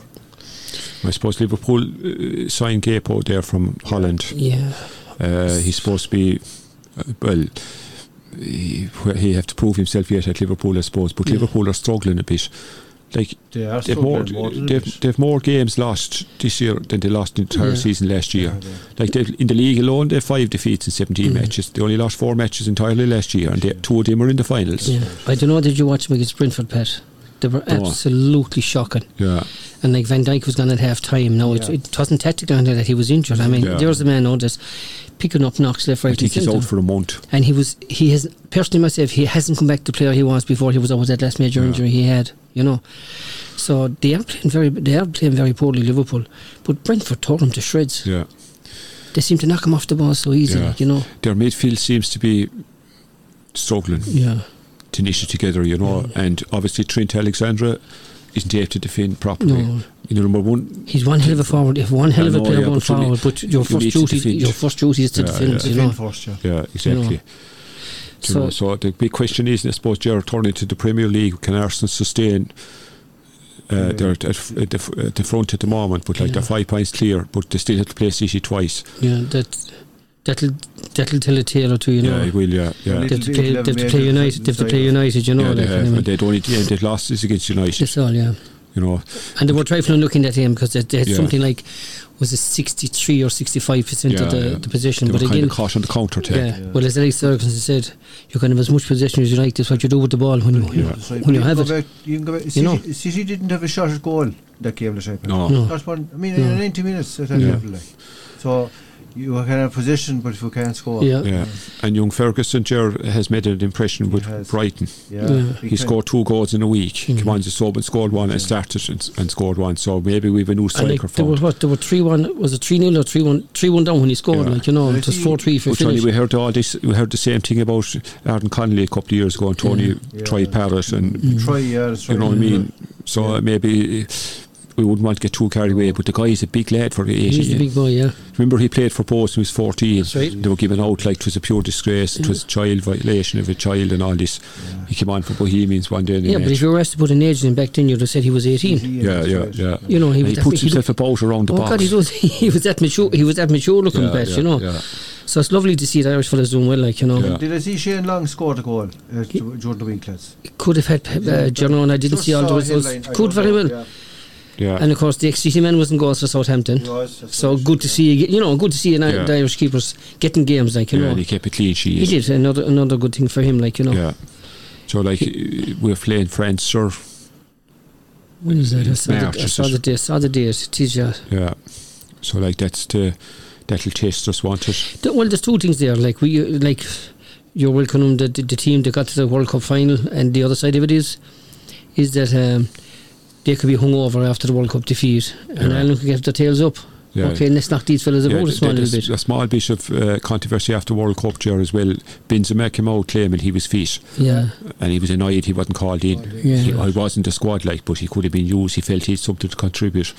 Speaker 3: I suppose Liverpool uh, signed Gapo there from Holland.
Speaker 2: Yeah.
Speaker 3: Uh, he's supposed to be, uh, well, he, he have to prove himself yet at Liverpool, I suppose. But
Speaker 2: Yeah.
Speaker 3: Liverpool are struggling a bit. Like
Speaker 1: They are
Speaker 3: they've more, they've, they've more games lost this year than they lost the entire
Speaker 2: Yeah.
Speaker 3: season last year. Like they've, in the league alone, they've five defeats in 17
Speaker 2: Mm.
Speaker 3: matches. They only lost four matches entirely last year, and they, two of them were in the finals.
Speaker 2: Yeah. I don't know. Did you watch them against Brentford, Pat? They were
Speaker 3: No.
Speaker 2: absolutely shocking.
Speaker 3: Yeah,
Speaker 2: And like Van Dijk was gone at half time. Now it,
Speaker 1: Yeah.
Speaker 2: it wasn't tactical under that he was injured. I mean,
Speaker 3: Yeah.
Speaker 2: there's a man out that's picking up knocks left, right,
Speaker 3: I think
Speaker 2: and
Speaker 3: he's
Speaker 2: centre.
Speaker 3: out for a month.
Speaker 2: and he was he has personally myself he hasn't come back to player he was before he was always that last major
Speaker 3: Yeah.
Speaker 2: injury he had you know so they are playing very they are playing very poorly Liverpool but Brentford tore them to shreds
Speaker 3: Yeah,
Speaker 2: they seem to knock him off the ball so easily
Speaker 3: Yeah.
Speaker 2: you know
Speaker 3: their midfield seems to be struggling
Speaker 2: yeah
Speaker 3: to niche it together, you know. And obviously Trent Alexandra isn't able to defend properly.
Speaker 2: No.
Speaker 3: You know, number one,
Speaker 2: he's one hell of a forward if one hell
Speaker 3: I
Speaker 2: of a
Speaker 3: know,
Speaker 2: player
Speaker 3: yeah,
Speaker 2: going
Speaker 3: but you need-
Speaker 2: forward but
Speaker 3: you
Speaker 2: your first
Speaker 3: need to
Speaker 2: duty
Speaker 3: defend.
Speaker 2: your first duty is to
Speaker 3: Yeah,
Speaker 2: defend
Speaker 3: yeah.
Speaker 2: you know
Speaker 1: first, yeah.
Speaker 3: yeah, exactly. Do you
Speaker 2: so
Speaker 3: know, so the big question is, I suppose, Gerard turning to the Premier League, can Arsenal sustain? Uh, they're at, at, f- at the, f- at the front at the moment, but like they're
Speaker 2: Yeah.
Speaker 3: five points clear, but they still have to play City twice.
Speaker 2: yeah that that'll that'll tell a tale or two you know
Speaker 3: Yeah, it will, yeah, yeah.
Speaker 2: they have to
Speaker 1: It'll-
Speaker 2: play
Speaker 1: it'll
Speaker 2: they have to
Speaker 1: have
Speaker 2: play
Speaker 1: made a
Speaker 2: United they have to play
Speaker 1: difference.
Speaker 2: United you know
Speaker 3: yeah, they
Speaker 2: like, I
Speaker 3: have,
Speaker 2: mean,
Speaker 3: and they'd only yeah, they'd lost this against United,
Speaker 2: that's all yeah
Speaker 3: you know.
Speaker 2: And they were trifling looking at him because they, they had
Speaker 3: Yeah.
Speaker 2: something like was it sixty three or sixty five percent
Speaker 3: Yeah,
Speaker 2: of the,
Speaker 3: yeah.
Speaker 2: the position.
Speaker 3: They were
Speaker 2: But
Speaker 3: kind
Speaker 2: again,
Speaker 3: of caught on the counter attack.
Speaker 2: yeah, Well, as Alex Ferguson said, you can have as much possession as you like. That's what you do with the ball when you
Speaker 3: Yeah.
Speaker 1: So
Speaker 2: when you have
Speaker 1: go
Speaker 2: it.
Speaker 1: Back, you can go back. City,
Speaker 2: know.
Speaker 1: City didn't have a shot at goal that game last night.
Speaker 3: No.
Speaker 2: No.
Speaker 1: Not one. I mean,
Speaker 2: No.
Speaker 1: in 90 minutes at that
Speaker 3: Yeah.
Speaker 1: level, like. So you can have position, but if you can't score,
Speaker 2: Yeah.
Speaker 3: Yeah, and young Ferguson Gerard has made an impression with
Speaker 1: has.
Speaker 3: Brighton.
Speaker 1: yeah,
Speaker 2: Yeah.
Speaker 1: we
Speaker 3: He
Speaker 1: can-
Speaker 3: scored two goals in a week.
Speaker 2: Mhm.
Speaker 3: He wants a sub and scored one and started and, and scored one. So maybe we've a new
Speaker 2: And
Speaker 3: striker
Speaker 2: like there
Speaker 3: found.
Speaker 2: were what there were three one was it three 0 or three one three one down when he scored.
Speaker 3: Yeah.
Speaker 2: Like you know,
Speaker 1: I
Speaker 2: it was
Speaker 1: see-
Speaker 2: four three for
Speaker 3: Well, Tony,
Speaker 2: finish.
Speaker 3: we heard all this. We heard the same thing about Arden Connolly a couple of years ago, and Tony
Speaker 1: Yeah.
Speaker 3: tried Paris, and
Speaker 2: Mm.
Speaker 1: Try, yeah, that's
Speaker 3: you know
Speaker 1: right.
Speaker 3: what I mean. So
Speaker 1: Yeah.
Speaker 3: maybe eh, we wouldn't want to get too carried away, but the guy is a big lad for the age.
Speaker 2: He's the
Speaker 3: yeah.
Speaker 2: big boy, yeah.
Speaker 3: Remember, he played for Post when he was 14.
Speaker 2: That's right. Mm.
Speaker 3: They were given out like it was a pure disgrace, it was child violation of a child and all this. He came on for Bohemians one day. In the
Speaker 2: Yeah, but
Speaker 3: match.
Speaker 2: if you were asked to put an age in back then, you'd have said he was 18.
Speaker 3: yeah, yeah, yeah.
Speaker 2: You know, he,
Speaker 3: And
Speaker 2: was
Speaker 3: he
Speaker 2: that
Speaker 3: puts
Speaker 2: ma-
Speaker 3: himself about around the
Speaker 2: Oh
Speaker 3: box.
Speaker 2: God, he was [laughs] he was that mature. He was that mature looking
Speaker 3: Yeah,
Speaker 2: bet,
Speaker 3: yeah,
Speaker 2: you know.
Speaker 3: yeah.
Speaker 2: So it's lovely to see the Irish fellas doing well. Like you know,
Speaker 3: Yeah.
Speaker 1: Did I see Shane Long score the goal uh, du- during the week, lads?
Speaker 2: could have had uh, German. I didn't
Speaker 1: Just
Speaker 2: see all
Speaker 1: saw
Speaker 2: those.
Speaker 1: a
Speaker 2: those-
Speaker 1: headline, I
Speaker 2: Could
Speaker 1: don't
Speaker 2: very
Speaker 1: know,
Speaker 2: well.
Speaker 1: yeah.
Speaker 3: Yeah.
Speaker 2: And of course, the XCT man was in goals for Southampton.
Speaker 1: He was, that's
Speaker 2: so
Speaker 1: right,
Speaker 2: good to see. You know, good to see an I-
Speaker 3: Yeah.
Speaker 2: the Irish keepers getting games. Like you
Speaker 3: yeah,
Speaker 2: know,
Speaker 3: and he kept a clean sheet.
Speaker 2: he did another another good thing for him. Like you know,
Speaker 3: Yeah. So, like, we we're playing France, sir.
Speaker 2: when is that? I saw,
Speaker 3: March,
Speaker 2: the, I
Speaker 3: is
Speaker 2: saw
Speaker 3: it?
Speaker 2: the day. Saw the day. It is, yeah.
Speaker 3: Yeah. So, like, that's the. That'll test us, won't it?
Speaker 2: Th- Well, there's two things there. Like we uh, like you're welcoming the, the, the team that got to the World Cup final, and the other side of it is is that um, they could be hungover after the World Cup defeat, and
Speaker 3: Yeah.
Speaker 2: Ireland could get their tails up.
Speaker 3: Yeah.
Speaker 2: Okay, let's knock these fellas about a small
Speaker 3: there's
Speaker 2: little bit.
Speaker 3: a small bit of uh, controversy after World Cup there as well. Benzema came out claiming he was fit
Speaker 2: Yeah,
Speaker 3: and he was annoyed he wasn't called in.
Speaker 2: Yeah.
Speaker 3: He, I wasn't a squad like, but he could have been used. He felt he had something to contribute.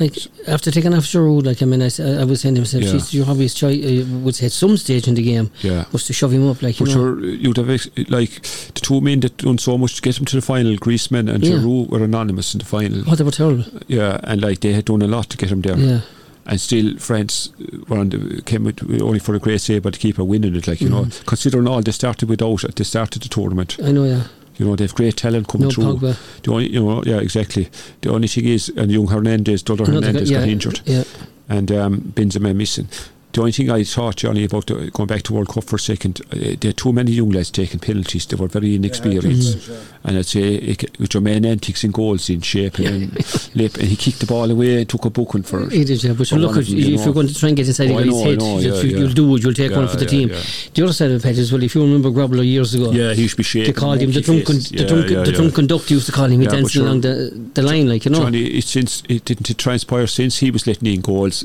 Speaker 2: like after taking off Giroud, like I mean, I, s- I was saying to myself,
Speaker 3: Yeah.
Speaker 2: "Jeez, your obvious choice uh, was at some stage in the game
Speaker 3: Yeah.
Speaker 2: was to shove him up, like you
Speaker 3: But
Speaker 2: know.
Speaker 3: sure, you'd have ex- like the two men that done so much to get him to the final, Griezmann and
Speaker 2: Yeah.
Speaker 3: Giroud, were anonymous in the final.
Speaker 2: Oh, they were terrible.
Speaker 3: Yeah, and like they had done a lot to get him there.
Speaker 2: Yeah,
Speaker 3: and still France uh, were on the, came with, only for a great save by the keeper winning it like you know
Speaker 2: Mm-hmm.
Speaker 3: considering all they started without it, they started the tournament
Speaker 2: I know. Yeah,
Speaker 3: you know they have great talent coming
Speaker 2: no
Speaker 3: through
Speaker 2: Pogba.
Speaker 3: the only you know yeah exactly the only thing is and young Hernandez Dollar
Speaker 2: Another guy-
Speaker 3: Hernandez
Speaker 2: yeah,
Speaker 3: got injured
Speaker 2: Yeah,
Speaker 3: and um, Benzema missing the only thing I thought Johnny about the, going back to World Cup for a second uh, there are too many young lads taking penalties they were very inexperienced and I'd say it, with your main antics in goals in shape and lip and he kicked the ball away and took a booking for it
Speaker 2: It is, yeah. But
Speaker 3: for
Speaker 2: look,
Speaker 3: one
Speaker 2: if,
Speaker 3: of them, you
Speaker 2: if you're
Speaker 3: know.
Speaker 2: going to try and get inside the
Speaker 3: Oh, I
Speaker 2: guy's
Speaker 3: know, I
Speaker 2: head,
Speaker 3: know,
Speaker 2: you-
Speaker 3: yeah,
Speaker 2: you,
Speaker 3: yeah.
Speaker 2: will do it. You'll take one
Speaker 3: Yeah,
Speaker 2: for the
Speaker 3: yeah,
Speaker 2: team.
Speaker 3: yeah.
Speaker 2: The other side of the pet is well, if you remember Grobler years ago,
Speaker 3: Yeah, he used to be shaking.
Speaker 2: they called him the
Speaker 3: monkey
Speaker 2: drunken,
Speaker 3: faces.
Speaker 2: the drunken,
Speaker 3: yeah,
Speaker 2: the
Speaker 3: yeah.
Speaker 2: drunken duck. They used to call him. He
Speaker 3: Yeah, but
Speaker 2: danced
Speaker 3: sure.
Speaker 2: along the the line, like you know.
Speaker 3: Johnny, it, since it didn't it transpire since he was letting in goals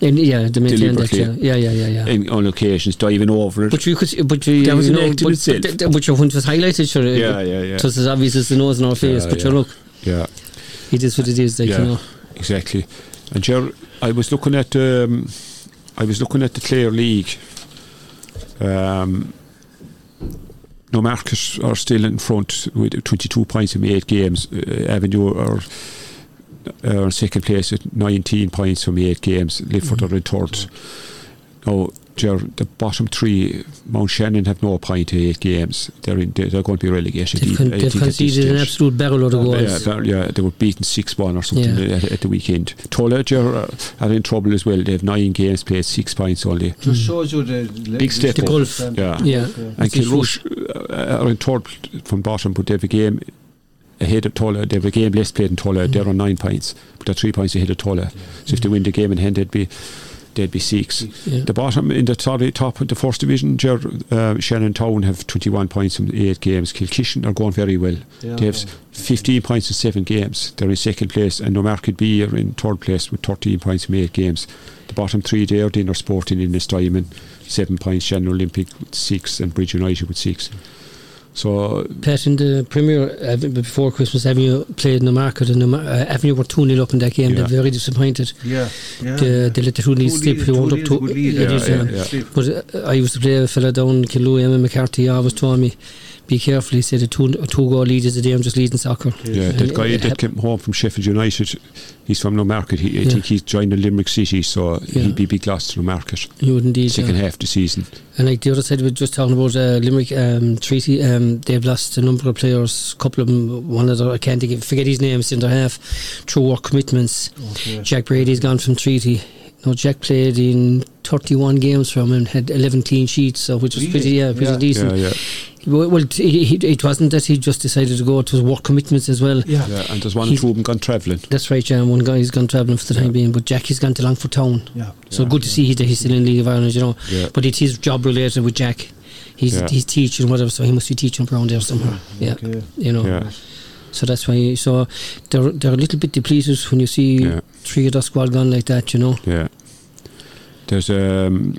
Speaker 2: And, yeah, the maintain that. Yeah,
Speaker 3: Deliberately.
Speaker 2: yeah, yeah, yeah. yeah.
Speaker 3: in, on occasions, diving over it.
Speaker 2: But you could, but you,
Speaker 3: That was
Speaker 2: you
Speaker 3: an
Speaker 2: know,
Speaker 3: act in
Speaker 2: but,
Speaker 3: itself.
Speaker 2: but, th- th- but your hunt was highlighted, sure.
Speaker 3: yeah, yeah, yeah,
Speaker 2: uh, So it's as obvious as the nose in our face.
Speaker 3: Yeah,
Speaker 2: but
Speaker 3: yeah.
Speaker 2: sure, look,
Speaker 3: yeah,
Speaker 2: it is what it is, like
Speaker 3: Yeah.
Speaker 2: you know.
Speaker 3: exactly. And Ger- I was looking at um, I was looking at the Clare League. Um, no, Marcus are still in front with 22 points in eight games. Uh, Avenue are, are in second place at 19 points from eight games. Lifford are in third. Now, Ger- the bottom three, Mount Shannon have no point in eight games. They're in, they're going to be relegated.
Speaker 2: They've, con-
Speaker 3: I
Speaker 2: they've
Speaker 3: think at this
Speaker 2: conceded an
Speaker 3: stage.
Speaker 2: absolute barrel load of
Speaker 3: Yeah,
Speaker 2: goals.
Speaker 3: that- yeah, they were beaten 6 1 or something
Speaker 2: Yeah.
Speaker 3: at, at the weekend. Tollage are, are in trouble as well. They have nine games played, six points only.
Speaker 1: Just shows you the le-
Speaker 3: Big step
Speaker 1: the
Speaker 3: up.
Speaker 1: golf.
Speaker 3: Yeah.
Speaker 2: Mm. Yeah.
Speaker 3: And
Speaker 2: It's a
Speaker 3: Kilrush uh, are in third from bottom, but they have a game ahead of Tollage. They have a game less played than Tollage. They're on nine points, but they're three points ahead of Tollage. So if they win the game in hand, they'd be. They'd be six.
Speaker 2: Yeah.
Speaker 3: The bottom in the top, top of the first division, Ger- uh, Shannon Town have 21 points from eight games. Kilkishan are going very well.
Speaker 1: They are
Speaker 3: They have
Speaker 1: going.
Speaker 3: 15 points in seven games. They're in second place, and Newmarket B are in third place with 13 points from eight games. The bottom three there, Dinner Sporting in Stuyman, seven points, Shannon Olympic with six, and Bridge United with six. So,
Speaker 2: Pat in the Premier uh, before Christmas Avenue played in the market and the mar- uh, Avenue were 2 0 up in that game.
Speaker 3: Yeah.
Speaker 2: They're very disappointed.
Speaker 1: Yeah. Yeah.
Speaker 2: They, they let the 2 0 slip. They wound up
Speaker 1: two.
Speaker 2: to.
Speaker 1: lead,
Speaker 2: it
Speaker 1: yeah,
Speaker 2: is,
Speaker 1: yeah,
Speaker 2: um,
Speaker 1: yeah.
Speaker 2: But uh, I used to play a fella down in Killoughly, Emma McCarthy, he always told me, be careful. He said, a two, a two goal lead is a dangerous lead in soccer.
Speaker 3: yeah,
Speaker 2: And
Speaker 3: that guy
Speaker 2: it
Speaker 3: that
Speaker 2: hap-
Speaker 3: came home from Sheffield United, he's from Newmarket. He, I
Speaker 2: Yeah.
Speaker 3: think he's joined the Limerick City, so
Speaker 2: Yeah.
Speaker 3: he'd be big loss to Newmarket
Speaker 2: You would indeed. uh,
Speaker 3: second
Speaker 2: yeah.
Speaker 3: half of the season.
Speaker 2: And like the other side, we're just talking about uh, Limerick um, Treaty. Um, they've lost a number of players, a couple of them, one of the, I can't think, forget his names, in their half, through work commitments.
Speaker 1: Okay.
Speaker 2: Jack Brady's gone from treaty. Now Jack played in 31 games for him and had 11 clean sheets, so which was
Speaker 1: Really?
Speaker 2: pretty, yeah, pretty
Speaker 1: Yeah.
Speaker 3: Yeah,
Speaker 2: decent.
Speaker 3: yeah,
Speaker 2: Well, well t- he, he, it wasn't that he just decided to go; it was work commitments as well.
Speaker 1: Yeah.
Speaker 3: yeah. And there's one
Speaker 2: He's-
Speaker 3: Ruben gone travelling.
Speaker 2: That's right, Jan. One guy's gone travelling for the time being, but Jackie's gone to Langford Town.
Speaker 1: Yeah.
Speaker 2: So good to see he, that he's still in League of Ireland, you know.
Speaker 3: Yeah.
Speaker 2: But it is job related with Jack. He's
Speaker 3: Yeah.
Speaker 2: he's teaching whatever, so he must be teaching up around there somewhere. Yeah,
Speaker 1: Okay.
Speaker 2: you know.
Speaker 3: Yeah,
Speaker 2: So that's why. So they're they're a little bit depleted when you see
Speaker 3: yeah.
Speaker 2: three of the squad gone like that, you know.
Speaker 3: Yeah. There's um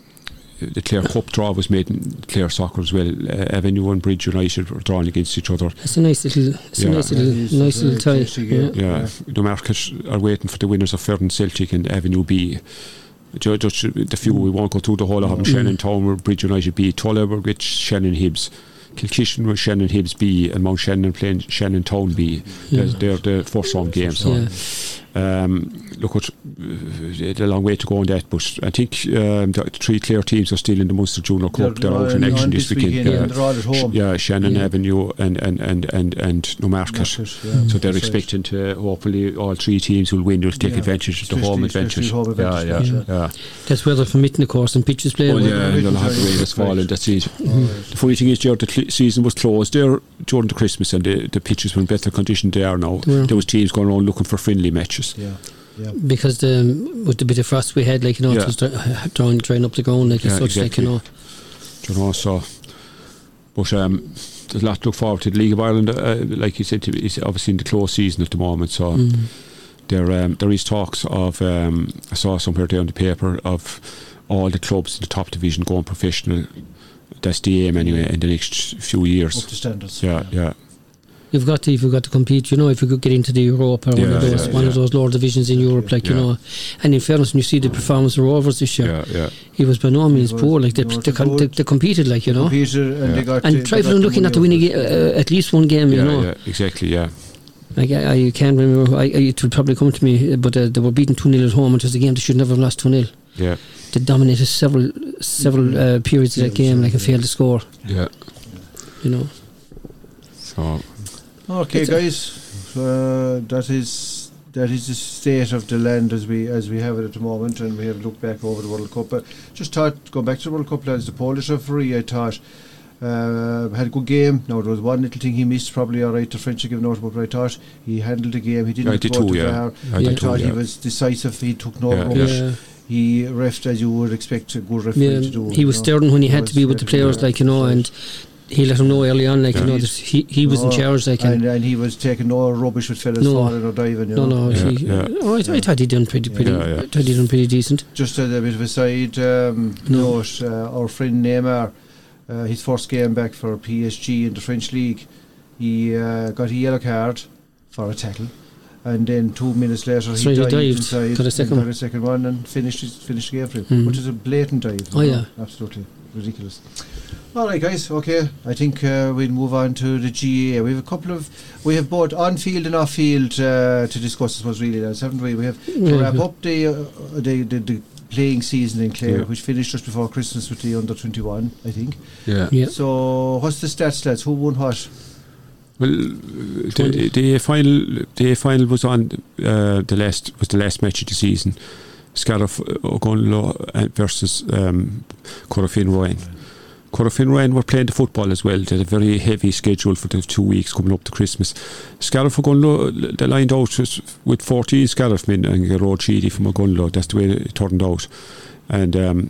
Speaker 3: the Clare Cup draw was made in Clare Soccer as well. Uh, Avenue and Bridge United were drawn against each other.
Speaker 2: It's a nice little, it's
Speaker 3: Yeah.
Speaker 2: a nice little,
Speaker 1: It is a
Speaker 2: nice
Speaker 1: very
Speaker 2: little tie.
Speaker 1: tasty game.
Speaker 2: Yeah.
Speaker 3: Yeah, the market are waiting for the winners of Ferdinand Celtic and Avenue B. Ju- Just the few we won't go through the whole of them.
Speaker 1: Mm.
Speaker 3: Shannon Town were Bridge United B, Tulla were with Shannon Hibbs, Kilkishan were Shannon Hibbs B, and Mount Shannon playing Shannon Town B.
Speaker 2: Yeah.
Speaker 3: They're, they're the first round games. So,
Speaker 2: Yeah.
Speaker 3: um, look, what, uh, it's a long way to go on that, but I think um, the three clear teams are still in the Munster Junior Cup. They're, out in
Speaker 1: on-
Speaker 3: action
Speaker 1: on
Speaker 3: this weekend.
Speaker 2: yeah.
Speaker 3: Uh,
Speaker 1: and They're all at
Speaker 3: Sh-
Speaker 1: home.
Speaker 3: Yeah, Shannon
Speaker 2: Yeah.
Speaker 3: Avenue and and and and and Newmarket.
Speaker 1: Marcus, yeah,
Speaker 3: So they're
Speaker 1: that's right.
Speaker 3: expecting to hopefully all three teams will win. Will take
Speaker 1: Yeah.
Speaker 3: advantage of the
Speaker 1: Especially-
Speaker 3: home
Speaker 1: especially
Speaker 3: advantage.
Speaker 1: home
Speaker 3: yeah, yeah,
Speaker 1: advantage,
Speaker 3: yeah.
Speaker 2: yeah. That's weather permitting, of course, and pitches Mm-hmm. playing.
Speaker 3: Well,
Speaker 1: Yeah,
Speaker 3: Oh, yeah,
Speaker 1: well,
Speaker 3: and they'll have to
Speaker 1: right,
Speaker 3: wait as
Speaker 1: right.
Speaker 3: fall, and that's it.
Speaker 1: Alright.
Speaker 3: The funny thing is, Gerard, the cl- season was closed there during the Christmas, and the, the pitches were in better condition they are now.
Speaker 2: Yeah.
Speaker 3: There was teams going around looking for friendly matches.
Speaker 1: Yeah, yeah.
Speaker 2: Because the, with the bit of frost we had, like, you know,
Speaker 3: Yeah.
Speaker 2: it was dra- drawing, drying up the ground, like,
Speaker 3: Yeah,
Speaker 2: as such,
Speaker 3: exactly.
Speaker 2: like, you know.
Speaker 3: Do you know? So, but um, there's a lot to look forward to. The League of Ireland, uh, like you said, is obviously in the close season at the moment. So
Speaker 2: Mm.
Speaker 3: there um, there is talks of um, I saw somewhere there on the paper of all the clubs in the top division going professional. That's the aim anyway in the next few
Speaker 1: Up
Speaker 3: years.
Speaker 1: to standards.
Speaker 3: Yeah, yeah,
Speaker 2: You've got to, if you've got to compete, you know, if you could get into the Europe or one
Speaker 3: Yeah,
Speaker 2: of those,
Speaker 3: yeah,
Speaker 2: one of
Speaker 3: yeah.
Speaker 2: those lower divisions in Europe, like, you
Speaker 3: Yeah.
Speaker 2: know. And in fairness, when you see the performance of Rovers this year,
Speaker 3: yeah, yeah.
Speaker 2: it was by no means
Speaker 1: were-
Speaker 2: poor. Like, they,
Speaker 1: they were
Speaker 2: they, con-
Speaker 1: good.
Speaker 2: they, they competed, like, you know.
Speaker 1: Computer and they
Speaker 3: Yeah.
Speaker 1: got
Speaker 2: And
Speaker 1: they got
Speaker 2: trifling looking at the
Speaker 1: money
Speaker 2: winning,
Speaker 1: out of it.
Speaker 2: uh, at least one game, you
Speaker 3: yeah,
Speaker 2: know.
Speaker 3: yeah, exactly, yeah.
Speaker 2: Like I, I can't remember. I, I, it would probably come to me, uh, but uh, they were beaten two 0 at home, which was a game they should never have lost two 0
Speaker 3: Yeah,
Speaker 2: They dominated several several uh, periods of that game, like and failed to score.
Speaker 3: yeah.
Speaker 2: You know,
Speaker 3: So
Speaker 1: Okay,
Speaker 2: It's a-
Speaker 1: guys, uh, that is that is the state of the land as we as we have it at the moment, and we have looked back over the World Cup. But just thought, going back to the World Cup, lads, the Polish referee, I thought. Uh, had a good game. Now there was one little thing he missed. Probably all right. The French have given out, but I thought he handled the game. He didn't
Speaker 3: I did
Speaker 1: go
Speaker 3: too,
Speaker 1: too
Speaker 3: yeah.
Speaker 1: far.
Speaker 3: I
Speaker 2: Yeah.
Speaker 1: I
Speaker 3: did too,
Speaker 1: thought he
Speaker 3: yeah.
Speaker 1: was decisive. He took no
Speaker 3: Yeah,
Speaker 1: rubbish.
Speaker 2: yeah,
Speaker 1: He refed as you would expect a good referee
Speaker 2: yeah.
Speaker 1: to do.
Speaker 2: He was
Speaker 1: you know.
Speaker 2: stern when he
Speaker 1: He
Speaker 2: had to be
Speaker 1: was
Speaker 2: with the
Speaker 1: stern,
Speaker 2: players,
Speaker 1: yeah.
Speaker 2: like you know, and he let them know early on, like
Speaker 3: Yeah.
Speaker 2: you know, that he he was in
Speaker 1: No,
Speaker 2: charge, like
Speaker 1: and,
Speaker 2: and
Speaker 1: and he was taking no rubbish with fellas
Speaker 2: No.
Speaker 1: falling or diving. You
Speaker 2: no,
Speaker 1: know.
Speaker 2: no,
Speaker 3: Yeah,
Speaker 2: he,
Speaker 3: yeah.
Speaker 2: Oh, I, I thought he done pretty,
Speaker 1: Yeah.
Speaker 2: pretty,
Speaker 3: Yeah, yeah.
Speaker 2: I thought he done pretty decent.
Speaker 1: Just as a bit of a side um,
Speaker 2: No.
Speaker 1: note, uh, our friend Neymar, uh, his first game back for PSG in the French league, he uh, got a yellow card for a tackle, and then two minutes later
Speaker 2: So
Speaker 1: he
Speaker 2: he
Speaker 1: dived,
Speaker 2: dived,
Speaker 1: inside
Speaker 2: got a
Speaker 1: and
Speaker 2: second
Speaker 1: got
Speaker 2: one.
Speaker 1: a second one and finished his, finished the game for him,
Speaker 2: Mm.
Speaker 1: which is a blatant dive.
Speaker 2: Oh,
Speaker 1: you know,
Speaker 2: yeah.
Speaker 1: absolutely ridiculous. All right, guys. Okay, I think uh, we'll move on to the GAA. We have a couple of we have both on field and off field uh, to discuss. I suppose really, lads, haven't we? We have to
Speaker 2: Yeah.
Speaker 1: wrap up the, uh, the, the the playing season in Clare,
Speaker 3: Yeah.
Speaker 1: which finished just before Christmas with the under twenty one, I think.
Speaker 3: Yeah.
Speaker 2: Yeah,
Speaker 1: So what's the stats, lads? Who won what?
Speaker 3: Well, the, the final the final was on uh, the last was the last match of the season. Scariff O'Gonlow uh, versus um, Corofin Ryan. Corofin Ryan were playing the football as well. They had a very heavy schedule for the two weeks coming up to Christmas. Scariff O'Gonlow they lined out with- with 14 Scariff men and got road Sheedy from O'Gonlow. That's the way it turned out. And um,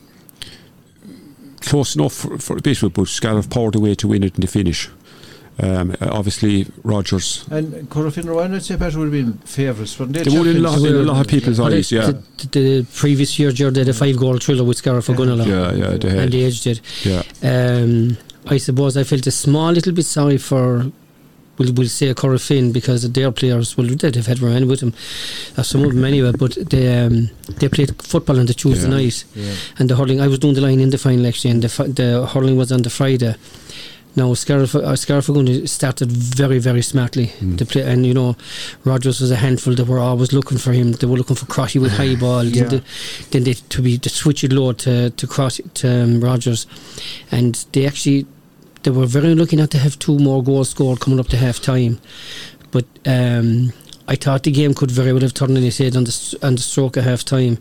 Speaker 3: close enough for, for a bit, but Scariff powered away to win it in the finish. Um, obviously, Rogers.
Speaker 1: And Corofin Ryan, I'd say Pat would have been favourites, wouldn't they?
Speaker 3: They won in a lot,
Speaker 1: Champions
Speaker 3: in a
Speaker 1: League.
Speaker 3: lot of people's
Speaker 2: Well,
Speaker 3: eyes.
Speaker 2: the-
Speaker 3: Yeah,
Speaker 2: the, the previous year, Jared did a five goal thriller with Scarra for
Speaker 3: yeah, yeah. They
Speaker 2: and
Speaker 3: had.
Speaker 2: the edge did.
Speaker 3: Yeah,
Speaker 2: Um, I suppose I felt a small little bit sorry for, we'll, we'll say, Corrafin because their players, well, they'd have had Ryan with them, uh, some of them anyway, but they um, they played football on the Tuesday
Speaker 3: Yeah.
Speaker 2: night
Speaker 1: Yeah.
Speaker 2: and the hurling. I was doing the line in the final actually, and the, fi- the hurling was on the Friday. Now, Scarf uh, Scarfagundi started very, very smartly.
Speaker 3: Mm.
Speaker 2: The play, and you know, Rogers was a handful. They were always looking for him. They were looking for Crotty with high ball.
Speaker 1: Yeah.
Speaker 2: Then, they, then they to be to switch it low to to Crotty to um, Rogers, and they actually they were very lucky not to have two more goals scored coming up to half time. But um, I thought the game could very well have turned in his head on the s- on the stroke of half time.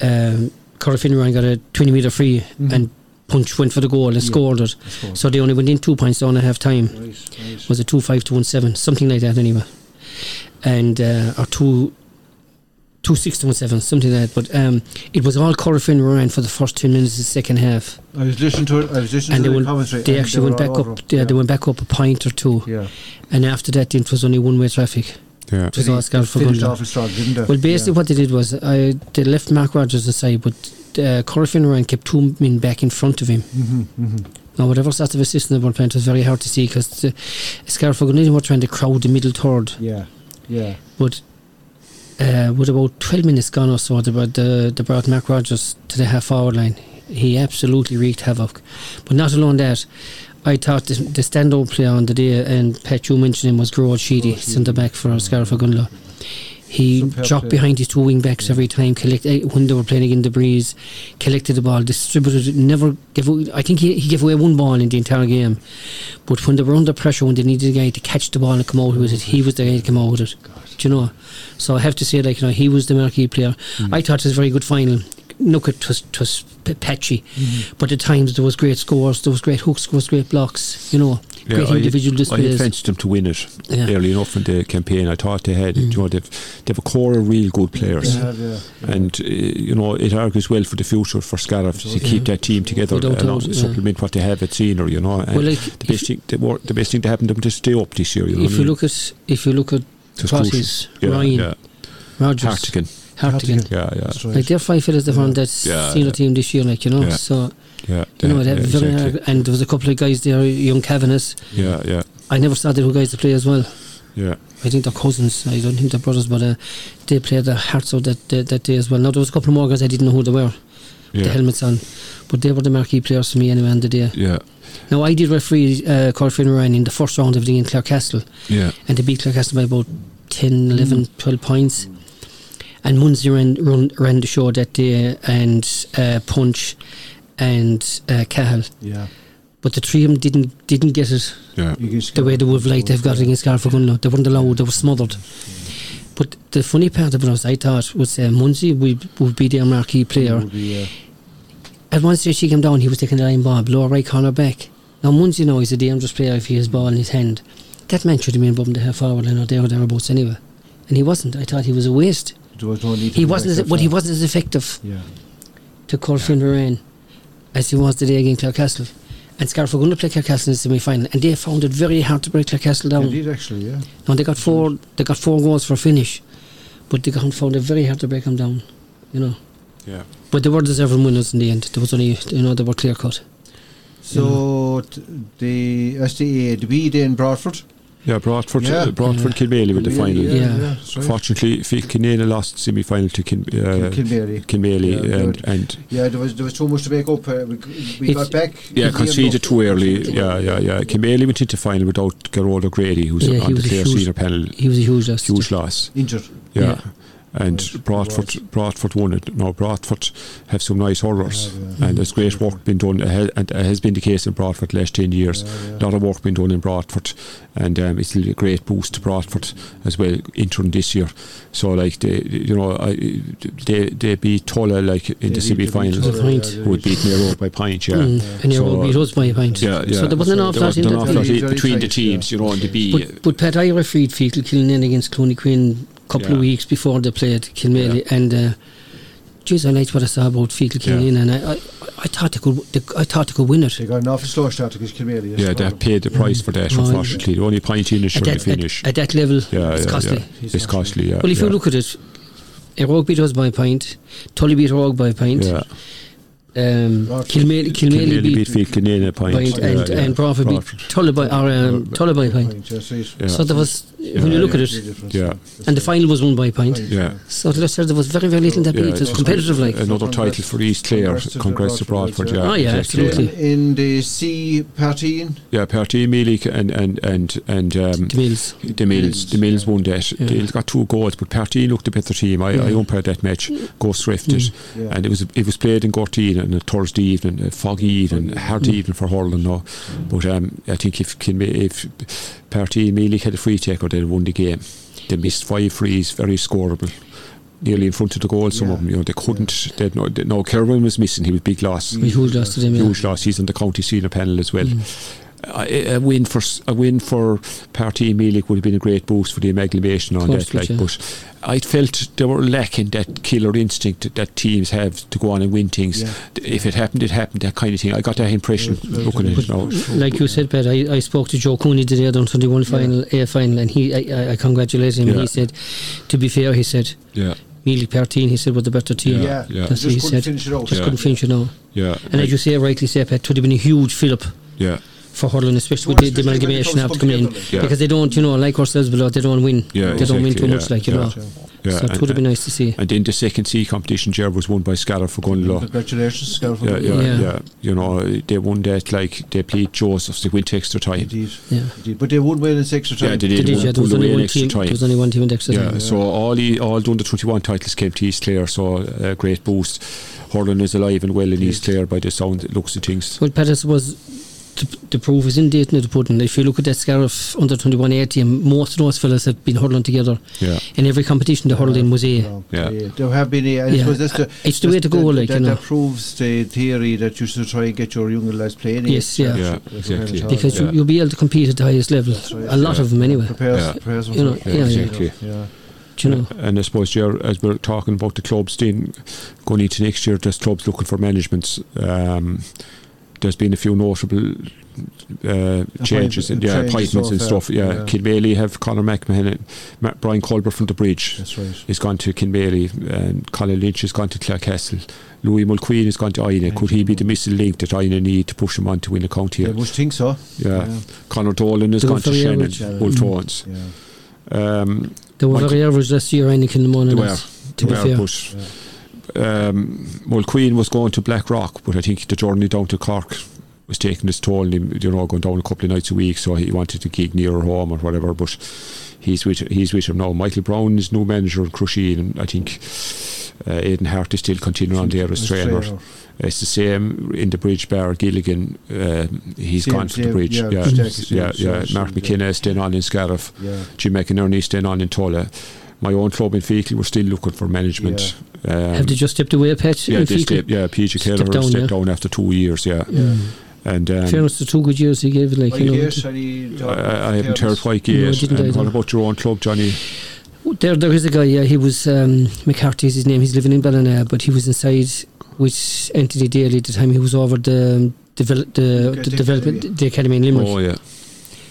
Speaker 2: Um, Corra Finneran got a 20 metre free
Speaker 1: Mhm.
Speaker 2: and punch went for the goal and
Speaker 1: Yeah.
Speaker 2: scored it.
Speaker 1: I suppose.
Speaker 2: So they only went in two points down at half time.
Speaker 1: Right, right.
Speaker 2: Was it 2 5 2 1 7? Something like that, anyway. And, uh, or 2 2 6 to 1 7, something like that. But um, it was all Corra Finneran for the first 10 minutes of the second half.
Speaker 1: I was listening to it. I was listening
Speaker 2: And
Speaker 1: to
Speaker 2: they
Speaker 1: the
Speaker 2: went-
Speaker 1: commentary.
Speaker 2: They
Speaker 1: and
Speaker 2: actually
Speaker 1: were
Speaker 2: went back
Speaker 1: all over
Speaker 2: up.
Speaker 1: him.
Speaker 2: Yeah, they went back up a pint or two.
Speaker 1: Yeah.
Speaker 2: And after that, it was only one way traffic.
Speaker 3: Yeah.
Speaker 2: Just ask out for
Speaker 1: finished
Speaker 2: Gundam.
Speaker 1: awful strong, didn't they?
Speaker 2: Well, basically, what they did was uh, they left Mark Rogers aside, but uh, Corey Finneran kept two men back in front of him.
Speaker 1: hmm hmm
Speaker 2: Now, whatever sort of assistant they were playing, it was very hard to see because uh, Scarfagunini were trying to crowd the middle third.
Speaker 1: Yeah, yeah.
Speaker 2: But uh, with about 12 minutes gone or so, they, brought- the, they brought Mark Rogers to the half forward line. He absolutely wreaked havoc. But not alone that, I thought the, the standout player on the day, and Pat, you mentioned him, was Gerard Sheedy,
Speaker 1: Gerard Sheedy.
Speaker 2: centre back for Scarifagunla. He
Speaker 1: Superb
Speaker 2: dropped
Speaker 1: player.
Speaker 2: behind his two wing backs every time, collect, eh, when they were playing in the breeze, collected the ball, distributed it, never gave away, I think he, he gave away one ball in the entire game. But when they were under pressure, when they needed a guy to catch the ball and come out with it, he was the guy to come out with it.
Speaker 1: God.
Speaker 2: Do you know? So I have to say, like, you know, he was the marquee player.
Speaker 3: Hmm.
Speaker 2: I thought it was a very good final. Look, it was, it was p- patchy, but at times there was great scores, there was great hooks, there was great blocks, you know, great
Speaker 3: I-
Speaker 2: individual
Speaker 3: I
Speaker 2: displays.
Speaker 3: fenced them to win it
Speaker 2: Yeah. Mm.
Speaker 3: early enough in the campaign. I thought they had, you know, they've, they have a core of real good players.
Speaker 1: Yeah, yeah.
Speaker 3: And uh, you know it argues well for the future for Scariff to
Speaker 1: Yeah.
Speaker 3: keep that team together
Speaker 2: Without
Speaker 3: and
Speaker 2: doubt, yeah.
Speaker 3: supplement what they have at senior. You know, and
Speaker 2: Well, like,
Speaker 3: uh, the
Speaker 2: if
Speaker 3: best thing, the, more, the best thing to happen to them to stay up this year. You know what I
Speaker 2: If you
Speaker 3: mean?
Speaker 2: look at if you look at
Speaker 3: It was crucial.
Speaker 2: Crosses,
Speaker 3: yeah,
Speaker 2: Ryan,
Speaker 3: yeah.
Speaker 2: Rogers,
Speaker 3: Hartigan,
Speaker 1: Hartigan.
Speaker 2: Hartigan,
Speaker 3: yeah, yeah,
Speaker 1: That's right.
Speaker 2: like they're five fellas that were on that
Speaker 3: Yeah,
Speaker 2: senior
Speaker 3: yeah.
Speaker 2: team this year, like you know.
Speaker 3: Yeah.
Speaker 2: So
Speaker 3: yeah,
Speaker 2: you know,
Speaker 3: yeah,
Speaker 2: they're
Speaker 3: yeah,
Speaker 2: very
Speaker 3: exactly.
Speaker 2: and there was a couple of guys there, young Cavanis.
Speaker 3: yeah, yeah,
Speaker 2: I never saw the two guys to play as well.
Speaker 3: yeah.
Speaker 2: I think they're cousins. I don't think they're brothers, but uh, they played their hearts out that, that that day as well. Now there was a couple more guys I didn't know who they were, the
Speaker 3: yeah.
Speaker 2: helmets on, but they were the marquee players for me anyway on the day.
Speaker 3: Yeah,
Speaker 2: Now I did referee uh, Corfin Ryan in the first round of the in Clarecastle,
Speaker 3: yeah,
Speaker 2: and they beat Clarecastle by about 10, 11, 12 points. And Munsey ran, run, ran the show that day, and uh, Punch, and uh, Cahill.
Speaker 1: Yeah.
Speaker 2: But the three of them didn't didn't get it
Speaker 3: yeah,
Speaker 1: You can
Speaker 2: the way they would have liked to have got against Garfagunlo. They weren't allowed, they were smothered. But the funny part about us, I thought, was uh, Munsey would, would be their marquee player.
Speaker 1: Would be, uh,
Speaker 2: At one stage, he came down, he was taking the line ball, lower right corner back. Now, Munsey now is a dangerous player if he has ball in his hand. That man should have been bumping the half forward line or there or thereabouts anyway. And he wasn't. I thought he was a waste.
Speaker 1: there was no need to
Speaker 2: He
Speaker 1: go
Speaker 2: wasn't.
Speaker 1: back
Speaker 2: As,
Speaker 1: that
Speaker 2: well, he
Speaker 1: far.
Speaker 2: wasn't as effective
Speaker 1: Yeah.
Speaker 2: to Corfin Moran as he was the day against Clarecastle. And Scarf were going to play Clarecastle in the semi-final, and they found it very hard to break Clarecastle down.
Speaker 1: They did actually, yeah.
Speaker 2: No, they got four. They got four goals for finish, but they got- found it very hard to break them down. You know,
Speaker 3: yeah.
Speaker 2: but they were deserving winners in the end. There was only you know they were clear cut.
Speaker 1: So t- the SDA, the B day in Bradford.
Speaker 3: Yeah, Bradford,
Speaker 1: Yeah.
Speaker 3: uh, Bradford, Kilmaley with the final.
Speaker 1: Yeah,
Speaker 2: Yeah.
Speaker 1: that's right.
Speaker 3: Fortunately, Phil Kinane lost semi final to Kin, uh,
Speaker 1: Kilmary.
Speaker 3: Kilmaley
Speaker 1: Yeah,
Speaker 3: and,
Speaker 1: good.
Speaker 3: and
Speaker 1: Yeah, there was there was too much to make up. Uh, we g- we
Speaker 2: It's-
Speaker 1: got back.
Speaker 3: Yeah,
Speaker 1: at the end
Speaker 3: conceded
Speaker 1: of-
Speaker 3: too early. Yeah, yeah, yeah. Kilmaley went into final without Gerald O'Grady, who's
Speaker 2: Yeah, he
Speaker 3: on the
Speaker 2: was a
Speaker 3: clear
Speaker 2: huge-
Speaker 3: senior panel.
Speaker 2: He was a huge loss.
Speaker 3: Huge loss.
Speaker 1: Injured.
Speaker 3: Yeah.
Speaker 2: Yeah.
Speaker 3: And
Speaker 1: Right,
Speaker 3: Bradford, Bradford won it. Now Bradford have some nice horrors,
Speaker 1: Yeah,
Speaker 3: and there's great work been done, ahe- and it has been the case in Bradford last ten years.
Speaker 1: Yeah,
Speaker 3: A lot of work been done in Bradford, and um, it's a great boost to Bradford as well entering this year. So like they, you know, I, they they beat Tulla like in
Speaker 1: They
Speaker 3: the
Speaker 1: beat- they
Speaker 3: semi
Speaker 1: beat
Speaker 3: final,
Speaker 1: Tullow,
Speaker 2: The point.
Speaker 1: yeah, they
Speaker 3: who had beaten Mayo by point. Yeah.
Speaker 2: Mm. And you're
Speaker 3: So,
Speaker 2: all beat us by a pint.
Speaker 3: Yeah, yeah.
Speaker 2: So there wasn't an
Speaker 1: So
Speaker 2: awful
Speaker 3: There
Speaker 2: lot
Speaker 3: was
Speaker 2: in
Speaker 3: an
Speaker 2: that.
Speaker 3: awful
Speaker 1: yeah.
Speaker 2: game.
Speaker 3: lot
Speaker 1: Very,
Speaker 3: in
Speaker 1: very
Speaker 3: between the
Speaker 1: tight,
Speaker 3: teams, you know, and the B.
Speaker 2: But, but Pat, I refereed Fetal Kilnan against Cloney Quinn a couple of
Speaker 3: Yeah.
Speaker 2: weeks before they played Kilmaley, and. Uh, Jeez, I liked what I saw about Fetal
Speaker 3: Yeah.
Speaker 2: Kilnan, and I, I, I thought they could, they, I thought they could win it.
Speaker 1: They got an awful slow start against Kilmary.
Speaker 3: Yeah, they paid the price for that,
Speaker 2: Oh, yeah.
Speaker 3: unfortunately. The only point in is
Speaker 2: At
Speaker 3: sure to
Speaker 2: that,
Speaker 3: finish.
Speaker 2: at, at that level,
Speaker 3: yeah,
Speaker 2: it's
Speaker 3: yeah,
Speaker 2: costly.
Speaker 3: yeah. It's,
Speaker 1: It's
Speaker 3: costly, yeah.
Speaker 2: Well, if
Speaker 3: yeah.
Speaker 2: you look at it, Iraq beat us by a pint, Tully beat Iraq by a pint,
Speaker 3: yeah.
Speaker 2: um,
Speaker 1: Right.
Speaker 2: Kilmaley, Kilmaley
Speaker 3: Kilmaley
Speaker 2: beat,
Speaker 3: beat Field Kilkenny a
Speaker 2: by
Speaker 3: pint.
Speaker 2: and,
Speaker 3: yeah,
Speaker 2: and,
Speaker 3: yeah.
Speaker 2: and Bradford beat Tully by, or, um, Tully by a pint.
Speaker 3: Yeah.
Speaker 2: So there was, when you look at it,
Speaker 3: Yeah.
Speaker 2: and the final was won by a pint.
Speaker 3: Yeah.
Speaker 2: So let's say there was very, very little in that
Speaker 3: Yeah,
Speaker 2: beat. It was
Speaker 3: it's-
Speaker 2: competitive like.
Speaker 3: Another title Eh, for East Clare.
Speaker 1: Congrats to the
Speaker 3: Congrats to Bradford,
Speaker 1: Bradford,
Speaker 3: yeah.
Speaker 1: yeah.
Speaker 2: Oh, yeah,
Speaker 3: exactly.
Speaker 2: absolutely.
Speaker 1: In, in the C party,
Speaker 3: Yeah, Perty Mealy and, and, and, and um,
Speaker 2: The Mills.
Speaker 3: the Mills, the Mills won that.
Speaker 2: Yeah.
Speaker 3: Yeah. They got two goals, but Perty looked a better team. I, I umpired that match, Ghost Rifted,
Speaker 1: Yeah.
Speaker 3: and it was it was played in Gortine on a Thursday evening, a foggy evening, a
Speaker 1: Mm.
Speaker 3: hard evening for Hurling now. But um, I think if Kin- if Perty Mealy had a free taker, they'd have won the game. They missed five frees, very scoreable. Nearly in front of the goal, some
Speaker 1: Yeah. Mm.
Speaker 3: of them. You know, they couldn't. They had no, they, no, Kerwin was missing. He was big loss
Speaker 2: We huge loss to them. yeah. Mm.
Speaker 3: huge loss. He's on the county senior panel as well. a, a win for s- a win for Party Milik would have been a great boost for the amalgamation on
Speaker 2: Course
Speaker 3: that.
Speaker 2: would,
Speaker 3: Like,
Speaker 2: yeah.
Speaker 3: but I felt they were lacking that killer instinct that teams have to go on and win things.
Speaker 1: Yeah.
Speaker 3: If it happened, it happened. That kind of thing. I got that impression looking at it now.
Speaker 2: Like you said, Pat, I, I spoke to Joe Cooney today on Sunday one final, A final, and he I, I- I congratulated him. And
Speaker 3: Yeah.
Speaker 2: he said, to be fair, he said,
Speaker 3: Yeah,
Speaker 2: Mealy Parteen, he said, were the better team.
Speaker 1: Yeah,
Speaker 3: yeah.
Speaker 1: They
Speaker 2: That's what he
Speaker 1: just couldn't
Speaker 2: said.
Speaker 1: finish it out.
Speaker 2: Just
Speaker 3: Yeah.
Speaker 2: couldn't finish it now.
Speaker 3: yeah,
Speaker 2: And as you say, rightly say, Pat, it would have been a huge fillip
Speaker 3: yeah,
Speaker 2: for Hurling, especially
Speaker 1: Well,
Speaker 2: with the,
Speaker 1: especially
Speaker 2: the
Speaker 1: when it
Speaker 2: amalgamation
Speaker 1: comes
Speaker 2: after coming in.
Speaker 1: together, like.
Speaker 3: Yeah.
Speaker 2: Because they don't, you know, like ourselves below, they don't win.
Speaker 3: Yeah,
Speaker 2: they don't win
Speaker 3: exactly,
Speaker 2: too
Speaker 3: yeah,
Speaker 2: much, like, you
Speaker 3: yeah.
Speaker 2: know.
Speaker 3: yeah.
Speaker 2: So it would have been nice to see.
Speaker 3: And then the second C competition, Ger was won by Scarra for Gunlaw.
Speaker 1: Congratulations, Scarf.
Speaker 3: Yeah, yeah,
Speaker 2: Yeah.
Speaker 3: yeah, You know, they won that like they played Josephs, they went to extra time.
Speaker 1: Indeed.
Speaker 2: Yeah.
Speaker 1: Indeed. But they would win in extra time.
Speaker 3: Yeah, they
Speaker 2: Did
Speaker 3: did.
Speaker 2: you?
Speaker 3: won-
Speaker 2: Yeah, there was
Speaker 3: pulled
Speaker 2: only
Speaker 3: away in
Speaker 2: one
Speaker 3: extra
Speaker 2: team.
Speaker 3: time.
Speaker 2: There was only one team in extra
Speaker 3: Yeah,
Speaker 2: time.
Speaker 3: so all the all the under twenty one titles came to East Clare, so a great boost. Hurling is alive and well in East Clare by the sound looks of things.
Speaker 2: Well, Pettis was the, the proof is in the eating of the pudding. If you look at that Scariff under 21 A team, most of those fellas have been hurling together.
Speaker 3: Yeah.
Speaker 2: In every competition, the hurling was A.
Speaker 1: No,
Speaker 3: Yeah.
Speaker 1: they- There have been, a- I
Speaker 2: Yeah.
Speaker 1: suppose that's the,
Speaker 2: It's the way to
Speaker 1: that's
Speaker 2: go,
Speaker 1: the-
Speaker 2: like,
Speaker 1: that,
Speaker 2: you know.
Speaker 1: that proves the theory that you should try and get your younger lads playing.
Speaker 2: Yes, yeah.
Speaker 3: Yeah,
Speaker 1: That's what
Speaker 3: exactly.
Speaker 1: I'm
Speaker 2: Because
Speaker 3: Yeah.
Speaker 2: you, you'll be able to compete at the highest level.
Speaker 1: right.
Speaker 2: A lot
Speaker 3: Yeah.
Speaker 2: of them, anyway.
Speaker 1: Prepares,
Speaker 3: Yeah.
Speaker 1: prepares them
Speaker 2: You know,
Speaker 1: for it.
Speaker 2: yeah, yeah.
Speaker 3: Exactly.
Speaker 1: Yeah.
Speaker 2: Do you know?
Speaker 3: And I suppose Ger, as we're talking about the clubs then going into next year, there's clubs looking for managements. Um, there's been a few notable uh, changes, and, yeah,
Speaker 1: changes
Speaker 3: appointments and
Speaker 1: so
Speaker 3: stuff.
Speaker 1: far,
Speaker 3: Yeah,
Speaker 1: yeah.
Speaker 3: Kilmaley have Conor McMahon and Ma- Brian Colbert from the Bridge.
Speaker 1: That's right.
Speaker 3: He's gone to Kinmaley and Colin Lynch has gone to Clarecastle. Louis Mulqueen has gone to Aina. Could he be the missing link that Aina need to push him on to win a county?
Speaker 1: I
Speaker 3: Yeah.
Speaker 1: must think so. yeah.
Speaker 3: Connor Dolan has
Speaker 2: Good
Speaker 3: gone
Speaker 2: for
Speaker 3: to
Speaker 2: you,
Speaker 3: Shannon.
Speaker 2: Rich.
Speaker 3: Ultorns.
Speaker 1: Yeah.
Speaker 3: Um,
Speaker 2: They were
Speaker 3: Mike-
Speaker 2: very average last year, Enoch in the
Speaker 3: they
Speaker 2: morning.
Speaker 3: were.
Speaker 2: to be
Speaker 3: they were,
Speaker 2: fair.
Speaker 3: But, um, Mulqueen was going to Blackrock, but I think the journey down to Cork was taking its toll on him, you know, going down a couple of nights a week, so he wanted to gig nearer home or whatever, but he's with he's with him now. Michael Brown is new manager in Crusheen, and I think uh, Aidan Hart is still continuing on there
Speaker 1: That's
Speaker 3: as trainer.
Speaker 1: fair.
Speaker 3: It's the same in the bridge bar. Gilligan, um, he's
Speaker 1: Same,
Speaker 3: gone for
Speaker 1: same,
Speaker 3: the bridge.
Speaker 1: yeah,
Speaker 3: Yeah, yeah,
Speaker 1: exactly same,
Speaker 3: yeah.
Speaker 1: same, same,
Speaker 3: Mark
Speaker 1: yeah.
Speaker 3: McKenna is staying on in Scariff.
Speaker 1: Yeah.
Speaker 3: Jim McInerney is staying on in Tulla. My own club in Fecal, we're still looking for management. Um,
Speaker 2: Have they just stepped away, Pat?
Speaker 3: yeah,
Speaker 2: in
Speaker 3: they
Speaker 2: Fecal?
Speaker 3: stepped- yeah, PJ Keller
Speaker 2: Stepped
Speaker 3: stepped,
Speaker 2: down,
Speaker 3: down,
Speaker 2: yeah.
Speaker 3: after two years, yeah. And um,
Speaker 2: Fairness to two good years Hmm. he gave, like,
Speaker 1: Mike
Speaker 2: you know.
Speaker 1: Gates, any
Speaker 3: I,
Speaker 1: dog-
Speaker 3: I haven't heard
Speaker 1: Gates?
Speaker 3: White
Speaker 2: No, I
Speaker 3: yet.
Speaker 2: didn't
Speaker 3: and
Speaker 2: either.
Speaker 3: what about your own club, Johnny?
Speaker 2: Oh, There, there is a guy. Yeah, he was um, McCarthy is his name. He's living in Ballina, but he was inside which entity daily at the time. He was over the um, devel- the,
Speaker 1: Okay,
Speaker 2: the
Speaker 1: the
Speaker 2: development
Speaker 1: academy.
Speaker 2: the academy in Limerick.
Speaker 3: Oh, yeah.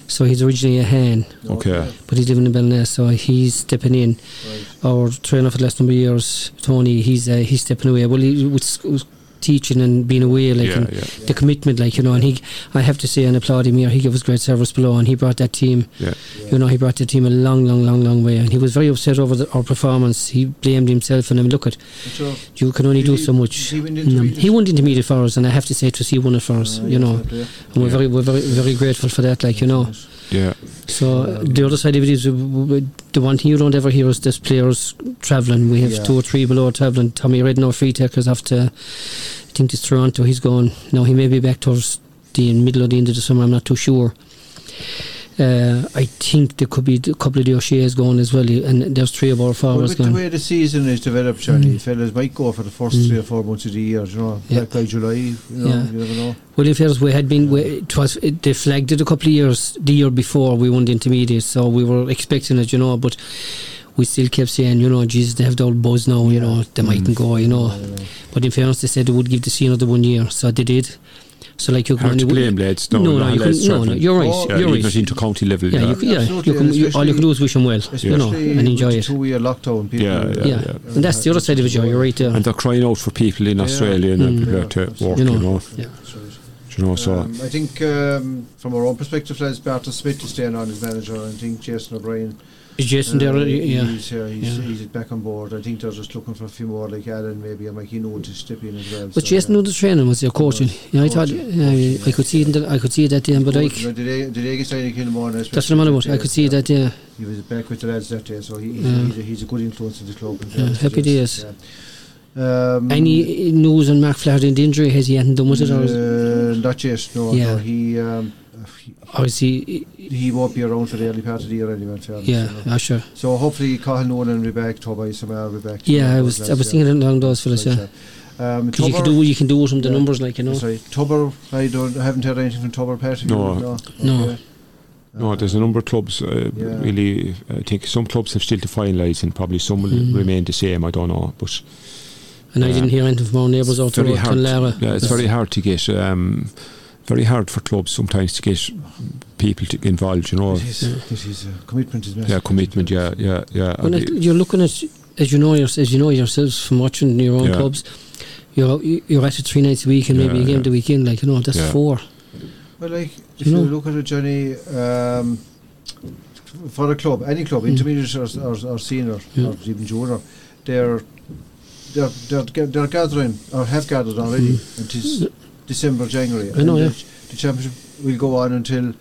Speaker 2: So he's originally a Han,
Speaker 1: No,
Speaker 3: Okay.
Speaker 2: but he's living in Ballina. So he's stepping in.
Speaker 1: Right.
Speaker 2: Our trainer for the last number of years, Tony, he's uh, he's stepping away. Well, he was, sc- was teaching and being away, like
Speaker 3: Yeah,
Speaker 2: and
Speaker 3: yeah,
Speaker 2: the commitment, like you know. And he, I have to say and applaud him here. He gave us great service below, and he brought that team
Speaker 3: yeah.
Speaker 2: you know, he brought the team a long, long, long, long way, and he was very upset over the, our performance. He blamed himself, and I mean, look at
Speaker 1: That's all.
Speaker 2: you can only
Speaker 1: Did
Speaker 2: do
Speaker 1: he-
Speaker 2: so much.
Speaker 1: did he win the
Speaker 2: No,
Speaker 1: intermediate?
Speaker 2: he won the intermediate for us, and I have to say, it was he won it for us, you know.
Speaker 1: Yeah.
Speaker 2: And we're very, we're very, very grateful for that, like you know.
Speaker 3: yeah.
Speaker 2: So uh, the other side of it is uh, w- w- the one thing you don't ever hear is this players travelling. We have
Speaker 1: Yeah.
Speaker 2: two or three below travelling. Tommy Redknapp, free takers after I think it's Toronto. He's gone now. He may be back towards the middle or the end of the summer. I'm not too sure. Uh, I think there could be a couple of the O'Shea's gone as well, and there's three of our
Speaker 1: Well,
Speaker 2: forwards
Speaker 1: with the
Speaker 2: gone.
Speaker 1: way the season is developed, Johnny, fellas might go for the first
Speaker 2: Mm.
Speaker 1: three or four months of the year, you know,
Speaker 2: Yeah.
Speaker 1: like by July, you know,
Speaker 2: Yeah.
Speaker 1: you never know.
Speaker 2: Well, if fairness, we had been, we, it was it, they flagged it a couple of years the year before we won the intermediate, so we were expecting it, you know. But we still kept saying, you know, Jesus, they have the old buzz now, you know, they mightn't go, you know. But in fairness, they said they would give the scene another one year, so they did. So like you can
Speaker 3: Hard
Speaker 2: only
Speaker 3: to blame, lads. No,
Speaker 2: No, no,
Speaker 3: not
Speaker 2: you
Speaker 3: lads
Speaker 2: couldn't- no, no,
Speaker 3: travelling.
Speaker 2: you're right,
Speaker 3: Yeah,
Speaker 2: you're
Speaker 3: even
Speaker 2: right.
Speaker 3: at inter-county level.
Speaker 2: yeah, you, c- yeah, you
Speaker 1: Absolutely,
Speaker 2: can, you, all you can do is wish them well,
Speaker 1: Especially
Speaker 2: you know, and enjoy it.
Speaker 1: Two year lockdown, people.
Speaker 3: Yeah,
Speaker 2: Yeah.
Speaker 3: yeah.
Speaker 2: and that's the other side of it. Joe, You're right there.
Speaker 3: and they're crying out for people in
Speaker 1: Yeah.
Speaker 3: Australia and
Speaker 2: Mm.
Speaker 3: people out to
Speaker 1: Yeah.
Speaker 3: work,
Speaker 2: You
Speaker 3: you
Speaker 2: know.
Speaker 3: know.
Speaker 2: Yeah.
Speaker 1: That's right.
Speaker 3: You know, so
Speaker 1: Um, I think um, from our own perspective, Les Barton Smith is staying on as manager. and I think Jason O'Brien,
Speaker 2: Is Jason
Speaker 1: uh,
Speaker 2: there? Yeah,
Speaker 1: he's, uh, he's,
Speaker 2: Yeah.
Speaker 1: he's back on board. I think they're just looking for a few more, like Alan maybe and Mikey Noon to step in as well.
Speaker 2: but
Speaker 1: so,
Speaker 2: Jason
Speaker 1: yeah.
Speaker 2: knew the training was there coaching. Yeah, I thought
Speaker 1: Coaching,
Speaker 2: yeah, I- I could see it. in the- I could see it that day, but I.
Speaker 1: Good, you know, did they, did they get signed in the morning?
Speaker 2: That's what I'm on about. I could
Speaker 1: uh,
Speaker 2: see that. uh, Yeah,
Speaker 1: He was back with the lads that day, so he, he's,
Speaker 2: Yeah.
Speaker 1: he's, a, he's a good influence in the club. in
Speaker 2: Mm. Yeah,
Speaker 1: fairness to
Speaker 2: happy
Speaker 1: Jason, yeah. Um,
Speaker 2: any news on Mark Flaherty and the injury? Has he hadn't done with it, or is,
Speaker 1: Uh, not yet, no.
Speaker 2: Yeah.
Speaker 1: no he, um, he
Speaker 2: or is he?
Speaker 1: he won't be around for the early part of the year anyway. in fairness,
Speaker 2: Yeah,
Speaker 1: you know.
Speaker 2: ah, sure.
Speaker 1: So hopefully Cahill Nolan will be back, Toby Samar will be back.
Speaker 2: Yeah, I was I was thinking along those fellas. Yeah,
Speaker 1: Um,
Speaker 2: 'Cause you can
Speaker 1: Tubber-
Speaker 2: do you can do it from the
Speaker 1: Yeah.
Speaker 2: numbers, like you know.
Speaker 1: Sorry, Tubber. I don't. I haven't heard anything from Tubber Pat.
Speaker 3: No.
Speaker 2: No.
Speaker 1: Okay.
Speaker 3: No, there's a number of clubs. Uh,
Speaker 1: Yeah.
Speaker 3: Really, I think some clubs have still to finalise, and probably some will
Speaker 2: Mm.
Speaker 3: remain the same. I don't know, but
Speaker 2: And I
Speaker 3: Yeah.
Speaker 2: didn't hear anything from our neighbours out there.
Speaker 3: very
Speaker 2: about
Speaker 3: hard.
Speaker 2: Clonlara.
Speaker 3: Yeah, it's very hard to get. Um, very hard for clubs sometimes to get people to involved. You know,
Speaker 1: It is. It is. Uh, commitment is massive.
Speaker 3: yeah, commitment. Yeah, yeah, yeah.
Speaker 2: Well,
Speaker 3: And
Speaker 2: like, you're looking at, as you know, your, as you know yourselves from watching your own
Speaker 3: Yeah.
Speaker 2: clubs, you're you're at it three nights a week and maybe
Speaker 3: Yeah,
Speaker 2: a game
Speaker 3: yeah.
Speaker 2: the weekend. Like you know, that's
Speaker 3: Yeah.
Speaker 2: four.
Speaker 1: Well, like if
Speaker 2: You
Speaker 1: you,
Speaker 2: know-
Speaker 1: look at it, Johnny, um, for a club, any club,
Speaker 2: Mm.
Speaker 1: intermediate or, or, or senior
Speaker 2: Yeah.
Speaker 1: or even junior, they're they're they're, ga- they're gathering or have gathered already. It is December, January.
Speaker 2: Hmm. I know,
Speaker 1: and
Speaker 2: yeah.
Speaker 1: the, ch- the championship will go on until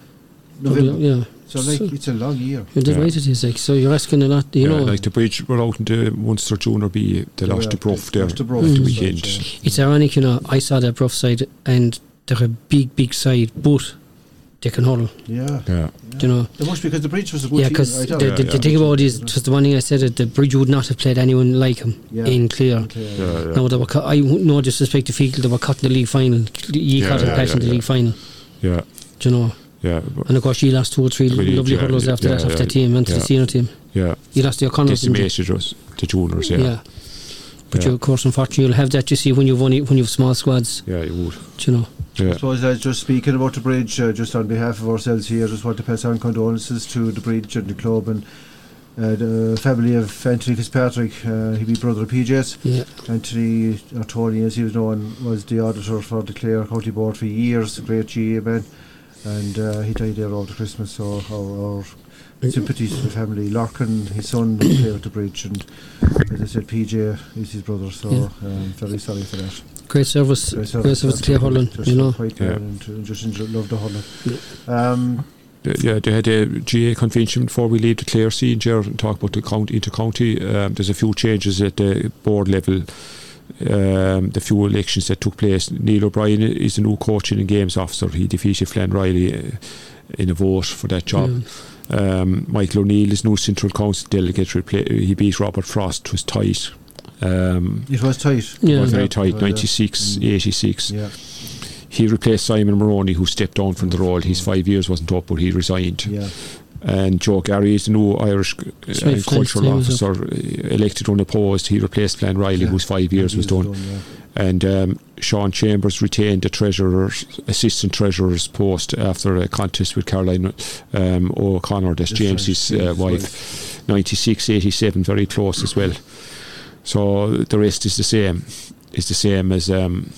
Speaker 1: November.
Speaker 2: Yeah,
Speaker 1: So like
Speaker 2: So-
Speaker 1: it's a long year.
Speaker 2: you're dead
Speaker 3: Yeah.
Speaker 2: right. It is like so. You're asking a lot. You
Speaker 3: yeah,
Speaker 2: know,
Speaker 3: like the bridge, we're out in the Munster Junior B. They lost the prof there.
Speaker 1: Lost the Bruff,
Speaker 2: at the
Speaker 1: that's
Speaker 3: weekend.
Speaker 1: right, yeah.
Speaker 2: it's ironic. You know, I saw that rough side and they're a big, big side, but they can huddle.
Speaker 1: Yeah.
Speaker 3: Yeah,
Speaker 2: You know.
Speaker 1: They must because the breach was a good
Speaker 2: Yeah,
Speaker 1: team,
Speaker 2: because
Speaker 1: I
Speaker 2: the,
Speaker 1: thought.
Speaker 2: the,
Speaker 3: Yeah,
Speaker 2: the
Speaker 3: yeah.
Speaker 2: thing about it is just the one thing I said that the bridge would not have played anyone like him
Speaker 1: Yeah.
Speaker 2: in Clear.
Speaker 1: Okay,
Speaker 3: yeah, yeah.
Speaker 2: No, they were ca- I wouldn't- no disrespect to Fecal, they were caught in the league final. Ye
Speaker 3: Yeah,
Speaker 2: caught and
Speaker 3: yeah,
Speaker 2: passed
Speaker 3: yeah,
Speaker 2: in the
Speaker 3: yeah.
Speaker 2: league final.
Speaker 3: yeah,
Speaker 2: Do you know?
Speaker 3: yeah,
Speaker 2: And of course, you lost two or three
Speaker 3: Really,
Speaker 2: lovely
Speaker 3: yeah,
Speaker 2: huddlers
Speaker 3: yeah,
Speaker 2: after that,
Speaker 3: uh, yeah,
Speaker 2: off that
Speaker 3: yeah,
Speaker 2: team, and to the
Speaker 3: yeah.
Speaker 2: senior team.
Speaker 3: yeah.
Speaker 2: You lost the O'Connors, didn't you?
Speaker 3: Decimated us, the juniors.
Speaker 2: Yeah.
Speaker 3: Yeah, yeah,
Speaker 2: But
Speaker 3: Yeah.
Speaker 2: you, of course, unfortunately, you'll have that. You see, when you've only when you've small squads,
Speaker 3: it would.
Speaker 2: do you know.
Speaker 1: I
Speaker 3: Yeah,
Speaker 1: suppose I was just speaking about the bridge, uh, just on behalf of ourselves here, just want to pass on condolences to the bridge and the club and uh, the family of Anthony Fitzpatrick. Uh, he be brother of PJ's.
Speaker 2: Yeah,
Speaker 1: Anthony, or Tony as he was known, was the auditor for the Clare County Board for years, a great GA man, and uh, he died there over Christmas. So our, our sympathies to the family. Larkin, his son, was there at the bridge, and as I said, PJ is his brother. So um, very sorry for that.
Speaker 2: great service,
Speaker 1: Great
Speaker 2: great
Speaker 1: service,
Speaker 2: service, to
Speaker 1: absolutely.
Speaker 2: Clare Holland,
Speaker 1: Just
Speaker 2: you know.
Speaker 1: quite
Speaker 3: Yeah.
Speaker 1: good and, uh, just enjoy, love the Holland. Um,
Speaker 3: They- yeah. They had a GA convention before we leave the Clare Senior and talk about the county inter-county. Um, there's a few changes at the board level. Um, the few elections that took place. Neil O'Brien is the new coaching and games officer. He defeated Flann Riley uh, in a vote for that job.
Speaker 2: Yeah.
Speaker 3: Um, Michael O'Neill is new Central Council delegate. Repla- he beat Robert Frost. It was tight. Um,
Speaker 1: it was tight.
Speaker 2: Yeah.
Speaker 3: it was very tight.
Speaker 1: Yeah.
Speaker 3: 96,
Speaker 1: Mm.
Speaker 3: 86.
Speaker 1: Yeah,
Speaker 3: He replaced Simon Moroney, who stepped down from the role. His five years wasn't up, but he resigned.
Speaker 1: yeah.
Speaker 3: And Joe Gary is the new Irish uh,
Speaker 2: Smith
Speaker 3: cultural
Speaker 2: Flint's name is
Speaker 3: officer, uh, elected unopposed. He replaced Glenn Riley,
Speaker 1: Yeah.
Speaker 3: whose five years was done.
Speaker 1: yeah.
Speaker 3: And um, Sean Chambers retained the treasurer's assistant treasurer's post after a contest with Caroline um, O'Connor. That's
Speaker 1: That's
Speaker 3: James's
Speaker 1: right,
Speaker 3: uh,
Speaker 1: James's
Speaker 3: wife. 96, 87, very close as well. So the rest is the same. Is the same as um,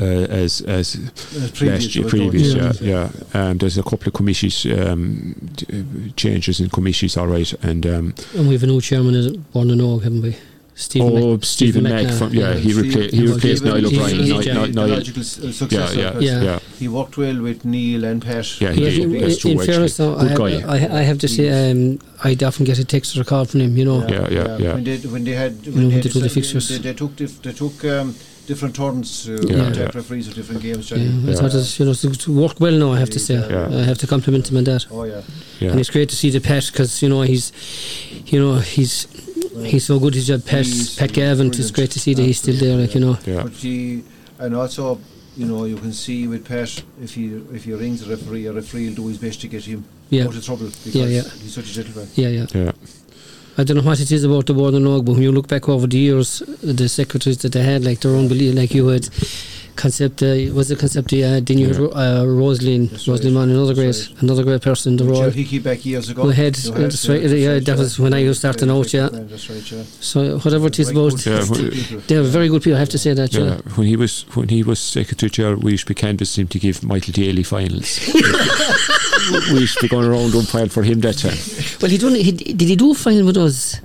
Speaker 3: uh, as as
Speaker 1: Uh,
Speaker 3: last
Speaker 1: previous,
Speaker 3: year,
Speaker 1: was done,
Speaker 3: previous,
Speaker 2: yeah.
Speaker 3: yeah, yeah. Um, there's a couple of committees um, d- uh, changes in committees, all right, and um,
Speaker 2: And we have a new chairman at Borna Nog, haven't we? Stephen. Mac- uh,
Speaker 3: oh, Stephen Mack,
Speaker 2: McNair,
Speaker 3: from, yeah, he,
Speaker 1: Steve-
Speaker 3: repla- he
Speaker 2: Steve-
Speaker 3: replaced
Speaker 2: Steve-
Speaker 3: Niall
Speaker 2: Steve-
Speaker 3: O'Brien.
Speaker 2: Steve-
Speaker 3: Ni-
Speaker 2: Steve-
Speaker 3: Ni-
Speaker 1: the
Speaker 3: Niall-
Speaker 1: logical s- uh,
Speaker 3: yeah,
Speaker 1: successor.
Speaker 3: yeah,
Speaker 1: 'cause
Speaker 2: Yeah.
Speaker 3: yeah,
Speaker 1: He worked well with Neil and Pat.
Speaker 3: Yeah, he
Speaker 2: Yeah,
Speaker 3: did.
Speaker 2: in,
Speaker 3: That's true,
Speaker 2: in
Speaker 3: actually.
Speaker 2: fairness, though, I,
Speaker 3: Good guy,
Speaker 2: I, I, I have to say, um, I'd often get a text or a call from him, you know.
Speaker 3: Yeah, yeah, yeah.
Speaker 1: When they when they had when
Speaker 2: oh. know,
Speaker 1: they,
Speaker 2: they do the
Speaker 1: decided-
Speaker 2: fixtures.
Speaker 1: they, they took diff, they took um, different turns. Uh,
Speaker 3: Yeah,
Speaker 1: contact
Speaker 3: yeah.
Speaker 1: referees of different games.
Speaker 2: Yeah,
Speaker 1: Johnny.
Speaker 2: I thought it you know, to, to work well now, I have to say.
Speaker 1: Yeah.
Speaker 2: I have to compliment him on that.
Speaker 1: Oh yeah.
Speaker 2: And
Speaker 3: yeah.
Speaker 2: it's great to see the pet because, you know, he's, you know, he's he's so good. His job, Pat,
Speaker 1: He's
Speaker 2: Pat Gavin, it's
Speaker 1: brilliant.
Speaker 2: great to see that he's still there, like, you know.
Speaker 3: Yeah.
Speaker 1: But he, and also, you know, you can see with Pat if he if he rings a referee, a referee will do his best to get him
Speaker 2: Yeah.
Speaker 1: out of trouble because
Speaker 2: yeah.
Speaker 1: he's such a gentleman.
Speaker 2: Yeah, yeah.
Speaker 3: Yeah,
Speaker 2: I don't know what it is about the Border Nog, but when you look back over the years, the secretaries that they had, like, they're unbelievable. Like, you had Concept, uh, was it Concept? Yeah, then you had
Speaker 3: Yeah.
Speaker 2: Ro- uh, Rosalind,
Speaker 1: That's right.
Speaker 2: Rosalind Mann, another great,
Speaker 1: That's
Speaker 2: another great person, the Royal.
Speaker 1: Joe Hickey back years ago.
Speaker 2: We had,
Speaker 1: You
Speaker 2: uh, that's right, yeah, that was when I was starting out, yeah.
Speaker 1: That's right, yeah.
Speaker 2: So, whatever it is
Speaker 1: Very
Speaker 2: about,
Speaker 1: good
Speaker 3: Yeah, well,
Speaker 1: people.
Speaker 2: they're very good people, I have to say that, yeah.
Speaker 3: yeah. When he was when he was secretary chair, we used to be canvassing him to give Michael
Speaker 2: [laughs]
Speaker 3: Daly finals. we used to be going around umpiring for him that time.
Speaker 2: Well, he done. He, did he do a final with
Speaker 3: [coughs]
Speaker 2: us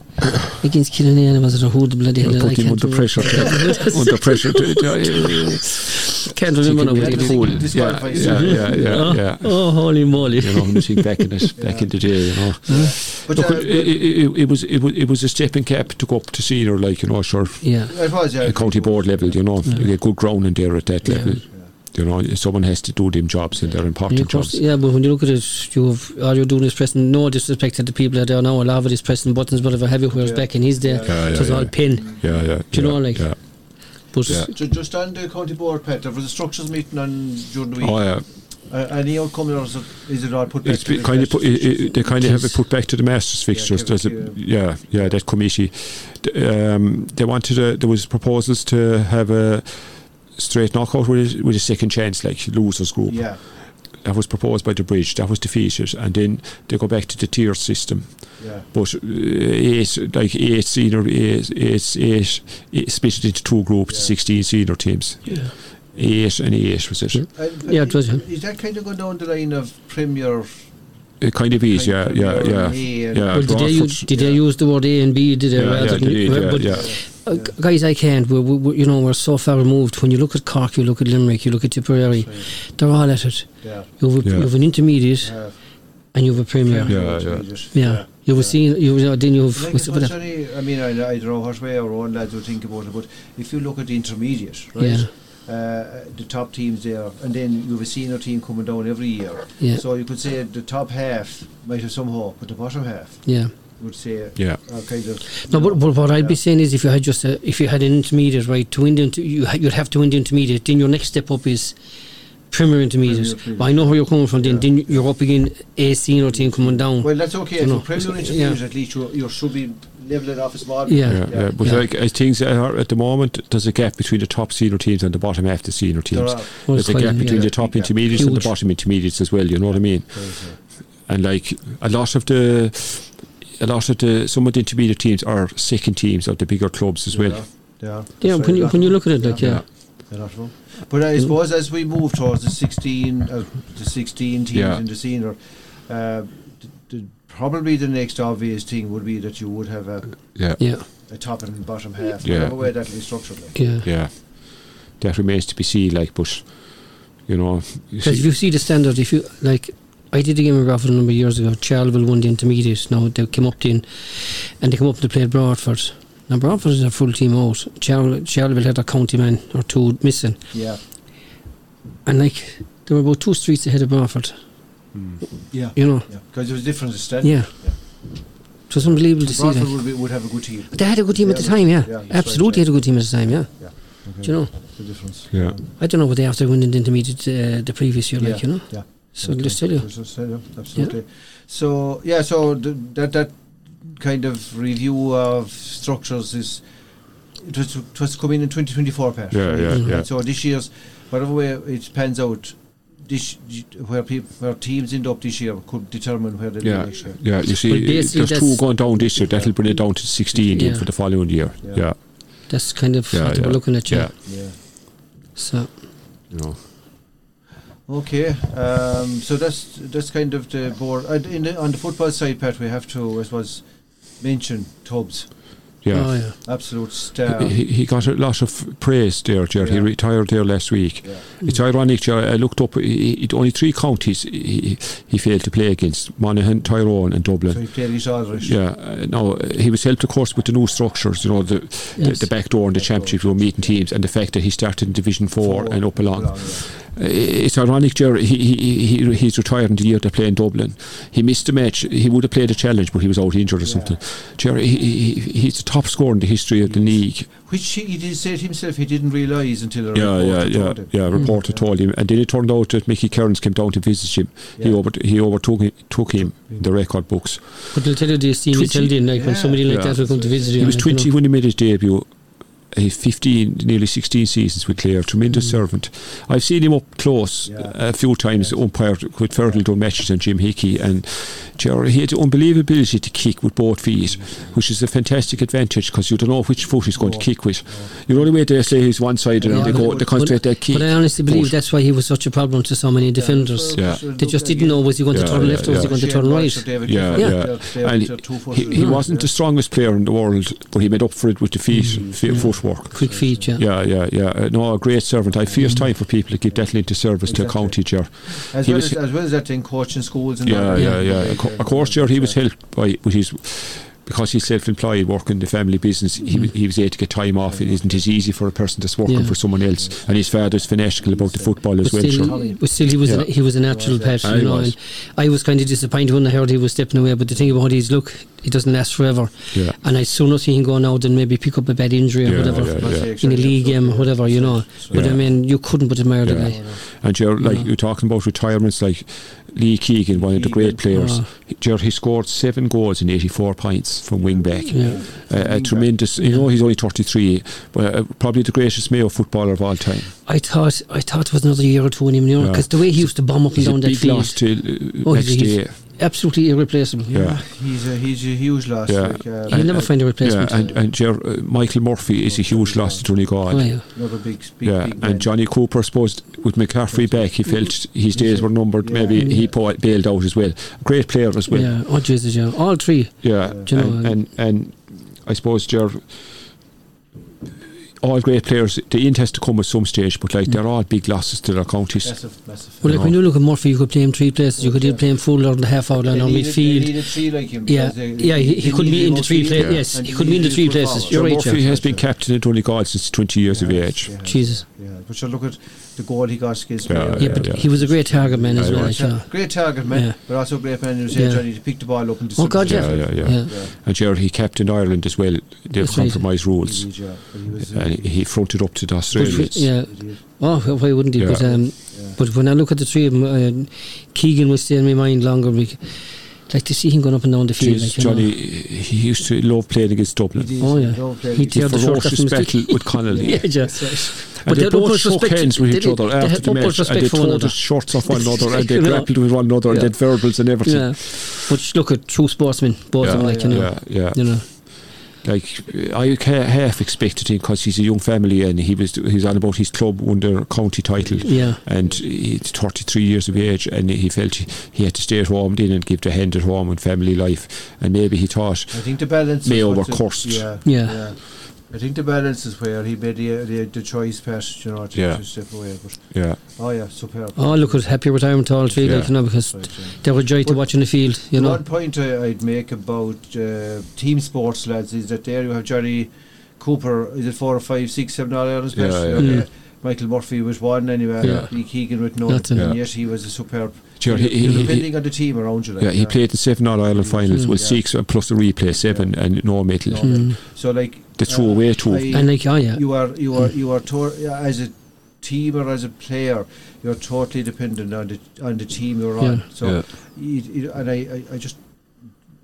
Speaker 2: against Killinane? Was it or who the bloody hell?
Speaker 3: Put
Speaker 2: I
Speaker 3: him
Speaker 2: can't
Speaker 3: under
Speaker 2: remember.
Speaker 3: pressure. to- under pressure. To,
Speaker 2: [laughs]
Speaker 3: to,
Speaker 2: Can't
Speaker 3: to
Speaker 2: remember now.
Speaker 3: give
Speaker 2: what
Speaker 3: him
Speaker 2: he did.
Speaker 3: the cool. Yeah,
Speaker 1: Disqualifies
Speaker 3: yeah,
Speaker 1: him.
Speaker 3: yeah, yeah,
Speaker 2: oh,
Speaker 3: yeah.
Speaker 2: oh, holy moly!
Speaker 3: You know, when you think back
Speaker 1: [laughs]
Speaker 3: in it, back in the day, you know.
Speaker 1: But
Speaker 3: Look,
Speaker 1: uh,
Speaker 3: it, it, it was it was it was a stepping cap to go up to senior, like you know, sure,
Speaker 2: [laughs] Yeah,
Speaker 1: I was, yeah.
Speaker 3: a county board level. You know, you get good ground in there at that
Speaker 2: Yeah.
Speaker 3: level. You know, someone has to do them jobs, and they're
Speaker 2: yeah,
Speaker 3: important
Speaker 2: of course,
Speaker 3: jobs.
Speaker 2: yeah. But when you look at it, you have all you're doing is pressing. No disrespect to the people that are now. A lot of it is pressing buttons, whatever have you. Whereas
Speaker 1: Yeah.
Speaker 2: back in his day,
Speaker 1: Yeah.
Speaker 3: Yeah,
Speaker 2: it
Speaker 3: yeah,
Speaker 2: was
Speaker 3: yeah.
Speaker 2: all pin.
Speaker 3: Yeah, yeah.
Speaker 2: Do you
Speaker 3: yeah,
Speaker 2: know, like-
Speaker 3: yeah,
Speaker 2: But
Speaker 3: Yeah.
Speaker 1: Ju- Just on the county board, Pat, there was a structures meeting on during the week.
Speaker 3: Oh, yeah.
Speaker 1: Uh, any outcome or is it, is it all put back
Speaker 3: It's
Speaker 1: to
Speaker 3: been
Speaker 1: the
Speaker 3: kind of put,
Speaker 1: Masters
Speaker 3: it, it, they kind of have it put back to the Masters fixtures.
Speaker 1: give
Speaker 3: There's a,
Speaker 1: it to-
Speaker 3: yeah, yeah, that committee. D- Um, they wanted a, there was proposals to have a straight knockout with a, with a second chance, like losers group.
Speaker 1: Yeah,
Speaker 3: That was proposed by the bridge. That was defeated, and then they go back to the tier system.
Speaker 1: yeah,
Speaker 3: But uh, eight, like eight senior, eight, eight, eight, eight split it into two groups,
Speaker 1: Yeah.
Speaker 3: sixteen senior teams,
Speaker 2: yeah.
Speaker 3: eight and eight was it.
Speaker 1: And,
Speaker 2: Yeah, it was, yeah.
Speaker 1: Is that kind of going down the line of Premier?
Speaker 3: It Uh, kind of is, yeah, yeah, yeah,
Speaker 1: yeah.
Speaker 3: yeah.
Speaker 2: Well, did they, use,
Speaker 3: Drawford-
Speaker 2: did they
Speaker 1: Yeah.
Speaker 2: use the word A and B? Did they?
Speaker 3: Yeah,
Speaker 2: rather
Speaker 3: yeah,
Speaker 2: than-
Speaker 3: they did, yeah,
Speaker 2: but
Speaker 3: yeah.
Speaker 2: Uh, g- guys, I can't. We're, we we- you know, we're so far removed. When you look at Cork, you look at Limerick, you look at Tipperary, they're all at it.
Speaker 1: Yeah.
Speaker 2: You have, a,
Speaker 3: Yeah.
Speaker 2: you have an intermediate
Speaker 1: Uh,
Speaker 2: and you have a premier. Yeah,
Speaker 3: Yeah, yeah.
Speaker 2: you have a senior. You have, then you have.
Speaker 1: Like
Speaker 2: what's
Speaker 1: it's
Speaker 2: the- what the-
Speaker 1: funny, I mean, I, I don't know what way our own lads would think about it, but if you look at the intermediate, right, uh, the top teams there, and then you have a senior team coming down every year.
Speaker 2: Yeah.
Speaker 1: So you could say the top half might have some hope, but the bottom half
Speaker 2: yeah.
Speaker 1: would say
Speaker 3: Yeah.
Speaker 1: are kind of.
Speaker 2: No,
Speaker 1: you
Speaker 2: but,
Speaker 1: know,
Speaker 2: but what I'd be
Speaker 1: yeah.
Speaker 2: saying is, if you had just a, if you had an intermediate, right, to win the inter- you ha- you'd have to win the intermediate. Then your next step up is premier intermediate.
Speaker 1: Premier,
Speaker 2: But I know where you're coming from. Then,
Speaker 1: Yeah.
Speaker 2: then you- you're up again, a senior team coming down.
Speaker 1: Well, that's okay.
Speaker 2: You
Speaker 1: If
Speaker 2: know,
Speaker 1: you're Premier
Speaker 2: it's-
Speaker 1: intermediate,
Speaker 2: yeah.
Speaker 1: at least you you should be leveling off a small. bit.
Speaker 2: Yeah.
Speaker 3: Yeah, yeah, but
Speaker 2: Yeah.
Speaker 3: like I think there are, at the moment there's a gap between the top senior teams and the bottom half the
Speaker 1: There
Speaker 3: senior teams.
Speaker 1: are.
Speaker 2: Well, it's
Speaker 3: There's a
Speaker 2: quite
Speaker 3: gap
Speaker 2: a-
Speaker 3: between
Speaker 2: yeah.
Speaker 3: the top intermediates and
Speaker 2: Huge.
Speaker 3: the bottom intermediates as well. You know what I mean? And like a lot of the, a lot of the some of the intermediate teams are second teams of the bigger clubs as well.
Speaker 1: Yeah. So
Speaker 2: yeah, when you
Speaker 1: lot
Speaker 2: when you
Speaker 1: of-
Speaker 2: look at it, like yeah,
Speaker 1: a
Speaker 3: Yeah.
Speaker 1: lot of them. But I suppose as we move towards the sixteen, uh, the sixteen teams
Speaker 3: Yeah.
Speaker 1: in the senior, uh, th- th- probably the next obvious thing would be that you would have a,
Speaker 3: Yeah, yeah,
Speaker 2: yeah,
Speaker 1: a top and bottom half.
Speaker 3: Yeah.
Speaker 1: Whatever way that'll be structured. like.
Speaker 2: yeah.
Speaker 3: That remains to be seen. Like, but you know, you
Speaker 2: Because if
Speaker 3: see,
Speaker 2: you see the standard, if you like, I did a game in Raffle a number of years ago. Charleville won the intermediate. Now they came up in, and they came up to play Bradford. Now Bradford is a full team out. Charle- Charleville had a county man or two missing,
Speaker 1: Yeah.
Speaker 2: and like they were about two streets ahead of Bradford.
Speaker 1: Yeah.
Speaker 2: You know,
Speaker 1: Because there was a difference in standard.
Speaker 2: yeah.
Speaker 1: Yeah.
Speaker 2: It was unbelievable to see
Speaker 1: Bradford
Speaker 2: that.
Speaker 1: would, be, would have a good team.
Speaker 2: But they had a good team at the
Speaker 1: Yeah,
Speaker 2: time, yeah.
Speaker 1: yeah, that's right,
Speaker 2: Absolutely
Speaker 1: yeah.
Speaker 2: had a good team at the time, yeah.
Speaker 1: Okay.
Speaker 2: Do you know?
Speaker 1: the difference?
Speaker 3: Yeah.
Speaker 2: I don't know what they after winning the intermediate uh, the previous year, like you know.
Speaker 1: Yeah.
Speaker 2: So I'll just tell you,
Speaker 1: Just tell you, Absolutely. So yeah, so th- that that kind of review of structures is it was it was coming in twenty twenty four Pat.
Speaker 3: Yeah, yeah,
Speaker 2: Mm-hmm.
Speaker 1: And
Speaker 3: yeah.
Speaker 1: So this year's whatever way it pans out, this where people where teams end up this year could determine where they
Speaker 3: yeah,
Speaker 1: end next year.
Speaker 3: yeah. You
Speaker 2: Well,
Speaker 3: see,
Speaker 2: basically
Speaker 3: there's two
Speaker 2: that's-
Speaker 3: going down this year. That'll bring it down to sixteen then
Speaker 2: Yeah.
Speaker 3: for the following year.
Speaker 1: Yeah.
Speaker 3: Yeah,
Speaker 2: that's kind of
Speaker 3: Yeah,
Speaker 2: what they
Speaker 3: yeah,
Speaker 2: we're looking at, yeah.
Speaker 3: yeah.
Speaker 1: Yeah.
Speaker 2: So
Speaker 3: you know.
Speaker 1: Okay, um, so that's that's kind of the board. And in the, on the football side, Pat, we have to, I suppose, mention Tubbs,
Speaker 3: Yeah.
Speaker 2: oh yeah.
Speaker 1: absolute star.
Speaker 3: he, he got a lot of praise there, Jared. He
Speaker 1: Yeah.
Speaker 3: retired there last week.
Speaker 1: Yeah.
Speaker 3: It's ironic, Ger- I looked up, he, he- only three counties he, he failed to play against Monaghan, Tyrone, and Dublin.
Speaker 1: So he played his Irish.
Speaker 3: Yeah, uh, no, he was helped, of course, with the new structures, you know, the,
Speaker 2: Yes.
Speaker 3: the, the back door in the championship, you were meeting teams, and the fact that he started in Division 4, and up along.
Speaker 1: Up along, yeah.
Speaker 3: Uh, It's ironic, Jared, he, he, he, he's retired in the year they play in Dublin. He missed the match, he would have played a challenge, but he was out injured or
Speaker 1: Yeah.
Speaker 3: something. Jared, he, he, he's the top scorer in the history of the league.
Speaker 1: Which he, he did say it himself he didn't realise until a
Speaker 3: Yeah, yeah,
Speaker 1: reporter
Speaker 3: yeah,
Speaker 1: told him.
Speaker 3: yeah. A reporter told him, and then it turned out that Mickey Kearns came down to visit him. He
Speaker 1: Yeah.
Speaker 3: over he overtook him, took him in the record books.
Speaker 2: But they'll tell you this thing,
Speaker 3: Twitchy.
Speaker 2: tell you, like when
Speaker 1: Yeah.
Speaker 2: somebody like
Speaker 3: Yeah.
Speaker 2: that will come to visit you.
Speaker 3: He was
Speaker 2: like, you know.
Speaker 3: twenty when he made his debut. A fifteen, nearly sixteen seasons with Clare. Tremendous servant. I've seen him up close
Speaker 1: Yeah.
Speaker 3: a few times. Umpire with Fergal done matches and Jim Hickey and Gerard. He had the unbelievable ability to kick with both feet, which is a fantastic advantage because you don't know which foot he's going
Speaker 1: No.
Speaker 3: to kick with. You know the way they say he's one sided
Speaker 2: Yeah,
Speaker 3: and they
Speaker 2: but-
Speaker 3: go they concentrate their kick.
Speaker 2: But I honestly believe
Speaker 3: Foot.
Speaker 2: that's why he was such a problem to so many defenders.
Speaker 3: Yeah.
Speaker 2: They just didn't know was he going to
Speaker 3: Yeah,
Speaker 2: turn
Speaker 3: yeah,
Speaker 2: left or was he
Speaker 3: yeah.
Speaker 2: going to turn right.
Speaker 3: Yeah,
Speaker 2: Yeah.
Speaker 3: yeah. And he, he
Speaker 2: No.
Speaker 3: wasn't the strongest player in the world, but he made up for it with the feet, feet footwork.
Speaker 2: Quick feet, yeah.
Speaker 3: Yeah, yeah, yeah. Uh, no, a great servant. I fear it's time for people to give that into service to a
Speaker 1: Exactly.
Speaker 3: county chair.
Speaker 1: as,
Speaker 3: he
Speaker 1: well
Speaker 3: was-
Speaker 1: as, as well as that in coaching schools and
Speaker 3: Mm. Yeah,
Speaker 1: that,
Speaker 3: yeah, yeah. Of cour- Of course, chair, he was helped by with his because he's self-employed, working the family business, he, was- he was able to get time off. It isn't as easy for a person that's working
Speaker 2: Yeah.
Speaker 3: for someone else. And his father's fanatical about the football as
Speaker 2: But
Speaker 3: well.
Speaker 2: still,
Speaker 3: sure.
Speaker 2: but still, he was
Speaker 3: Yeah.
Speaker 2: a, he was a natural pet.
Speaker 3: Ah,
Speaker 2: you
Speaker 3: he
Speaker 2: know,
Speaker 3: was.
Speaker 2: and I was kind of disappointed when I heard he was stepping away. But the thing about it is, look, it doesn't last forever.
Speaker 3: Yeah.
Speaker 2: And I'd sooner see him go now than maybe pick up a bad injury or
Speaker 3: Yeah,
Speaker 2: whatever
Speaker 3: yeah, yeah.
Speaker 2: in a league game, or whatever you know. But
Speaker 3: Yeah.
Speaker 2: I mean, you couldn't but admire the
Speaker 3: Yeah.
Speaker 2: guy.
Speaker 3: And Ger, like you're talking about retirements, like Lee Keegan, one of the great players.
Speaker 2: Oh.
Speaker 3: Ger, he scored seven goals and 84 points from wing back.
Speaker 2: Yeah.
Speaker 3: A, a tremendous, you know, he's only 33, but uh, probably the greatest Mayo footballer of all time.
Speaker 2: I thought I thought it was another year or two in him, you know,
Speaker 3: Yeah.
Speaker 2: because the way he used to bomb up and
Speaker 3: He's a
Speaker 2: down that
Speaker 3: big
Speaker 2: field,
Speaker 3: loss to uh,
Speaker 2: Oh,
Speaker 3: next
Speaker 2: he's- he's-
Speaker 3: day.
Speaker 2: absolutely irreplaceable.
Speaker 3: Yeah.
Speaker 1: He's a he's a huge loss.
Speaker 3: Yeah.
Speaker 1: Like, uh,
Speaker 2: You'll
Speaker 1: uh,
Speaker 2: never find a
Speaker 3: Yeah,
Speaker 2: replacement.
Speaker 3: and, and Ger, uh, Michael Murphy is a huge loss to Donegal.
Speaker 2: Oh, yeah.
Speaker 1: another big, big,
Speaker 3: Yeah,
Speaker 1: big man.
Speaker 3: and Johnny Cooper, I suppose, with McCaffrey back, he felt his days were numbered.
Speaker 1: Yeah.
Speaker 3: Maybe he pa- bailed out as well. Great player as well.
Speaker 2: yeah. Oh Jesus, yeah. All three.
Speaker 3: Yeah,
Speaker 2: Do you know,
Speaker 3: and,
Speaker 2: uh,
Speaker 3: and and I suppose Ger, all great players, the end has to come at some stage, but like
Speaker 2: Mm.
Speaker 3: they're all big losses to their counties.
Speaker 1: massive, massive.
Speaker 2: Well,
Speaker 3: You
Speaker 2: like when
Speaker 3: know.
Speaker 2: you look at Murphy, you could play him three places. You could
Speaker 1: Yeah.
Speaker 2: either play him full or the half out line
Speaker 1: They
Speaker 2: or
Speaker 1: needed-
Speaker 2: midfield.
Speaker 1: They needed three like him.
Speaker 2: Yeah,
Speaker 1: because they-
Speaker 2: yeah, he, he
Speaker 1: they
Speaker 2: could be
Speaker 1: needed
Speaker 2: in the
Speaker 1: more
Speaker 2: three
Speaker 1: field,
Speaker 2: places. Yes,
Speaker 1: and
Speaker 2: he
Speaker 1: they
Speaker 2: could be in the
Speaker 1: needed
Speaker 2: three
Speaker 1: good
Speaker 2: places.
Speaker 1: forwards.
Speaker 2: You're
Speaker 3: Ger
Speaker 2: right,
Speaker 3: Murphy
Speaker 2: yeah.
Speaker 3: has been captain of Donegal since 20 years of
Speaker 1: Yeah,
Speaker 3: age.
Speaker 1: yeah,
Speaker 2: Jesus.
Speaker 1: Yeah, but you look at the goal he got against
Speaker 3: Yeah,
Speaker 1: Mayo.
Speaker 2: Yeah,
Speaker 3: yeah,
Speaker 2: but
Speaker 3: yeah.
Speaker 2: he was a great target man as
Speaker 3: Yeah,
Speaker 2: well.
Speaker 1: Great,
Speaker 2: like, yeah.
Speaker 1: tar- great target man,
Speaker 2: Yeah.
Speaker 1: but also a great man who said
Speaker 2: Yeah.
Speaker 1: Johnny to pick the ball up and
Speaker 2: Oh God,
Speaker 1: distribute
Speaker 2: yeah.
Speaker 1: it.
Speaker 3: Yeah, yeah, yeah.
Speaker 2: Yeah.
Speaker 1: Yeah.
Speaker 3: And Ger, he captained Ireland as well. They've
Speaker 2: That's right.
Speaker 3: compromised rules.
Speaker 1: Huge, yeah. But he was, uh,
Speaker 3: And he fronted up to the
Speaker 2: But,
Speaker 3: Australians.
Speaker 2: yeah.
Speaker 1: he did.
Speaker 2: Oh, well, why wouldn't he?
Speaker 3: Yeah.
Speaker 2: But um,
Speaker 1: Yeah.
Speaker 2: but when I look at the three of them, uh, Keegan was still in my mind longer. Like, like to see him going up and down the field.
Speaker 3: Jeez,
Speaker 2: Like, you
Speaker 3: Johnny, he used to love playing against Dublin.
Speaker 1: He did.
Speaker 2: Oh, yeah.
Speaker 1: Don't play
Speaker 2: He
Speaker 1: this.
Speaker 2: did.
Speaker 3: The
Speaker 2: Yeah, the short
Speaker 3: ferocious
Speaker 2: customs
Speaker 3: battle with Connolly.
Speaker 2: know. [laughs] [laughs] yeah, yeah.
Speaker 3: And
Speaker 2: But
Speaker 3: they,
Speaker 2: they had
Speaker 3: both
Speaker 2: utmost
Speaker 3: shook
Speaker 2: respect-
Speaker 3: hands with
Speaker 2: they
Speaker 3: each
Speaker 2: did-
Speaker 3: other
Speaker 2: they
Speaker 3: after
Speaker 2: had
Speaker 3: the match,
Speaker 2: utmost
Speaker 3: and
Speaker 2: respect
Speaker 3: they
Speaker 2: for
Speaker 3: tore
Speaker 2: one
Speaker 3: the
Speaker 2: another.
Speaker 3: shorts off
Speaker 2: [laughs]
Speaker 3: one another, and they
Speaker 2: You know?
Speaker 3: grappled with one another,
Speaker 2: Yeah.
Speaker 3: and they verbals and everything.
Speaker 2: Yeah, but look at true sportsmen, both of them. Like you know,
Speaker 3: yeah, yeah.
Speaker 2: you know.
Speaker 3: Like I ca- half expected him because he's a young family, and he was he was on about his club won their county title.
Speaker 2: Yeah.
Speaker 3: And he's 33 years of age, and he felt he, he had to stay at home, didn't give the hand at home and family life, and maybe he thought
Speaker 1: I think the balance. is
Speaker 3: Mayo
Speaker 1: what
Speaker 3: were
Speaker 1: the-
Speaker 3: cursed.
Speaker 1: Yeah,
Speaker 2: Yeah.
Speaker 1: I think the balance is where he made the the, the choice pass, you know, to,
Speaker 3: Yeah.
Speaker 1: to step away. But
Speaker 3: yeah,
Speaker 1: oh yeah, superb.
Speaker 2: Oh, look at happy retirement to all three.
Speaker 3: Yeah.
Speaker 2: Like you know, because
Speaker 1: Right, yeah.
Speaker 2: they were joy to
Speaker 1: But-
Speaker 2: watch in the field.
Speaker 1: The
Speaker 2: You know.
Speaker 1: One point I, I'd make about uh, team sports lads is that there you have Johnny Cooper. Is it four or five, six, seven All Ireland?
Speaker 3: Yeah, yeah,
Speaker 2: yeah.
Speaker 1: Michael Murphy was one anyway.
Speaker 3: Yeah.
Speaker 1: Lee Keegan with none,
Speaker 2: Nothing.
Speaker 1: and
Speaker 3: Yeah.
Speaker 1: yet he was a superb.
Speaker 3: Sure, he- he-
Speaker 1: You're
Speaker 3: he-
Speaker 1: depending on the team around you. like,
Speaker 3: yeah. He played in seven All Ireland finals with
Speaker 1: Yeah.
Speaker 3: six uh, plus the replay seven and no medal.
Speaker 1: No. Mm. So like
Speaker 3: They threw away two.
Speaker 1: I-
Speaker 2: And like, oh yeah,
Speaker 1: you are you are you are tor- yeah, as a team or as a player you're totally dependent on the on the team you're on
Speaker 2: Yeah.
Speaker 1: so
Speaker 3: Yeah.
Speaker 1: you- you- and I, I I just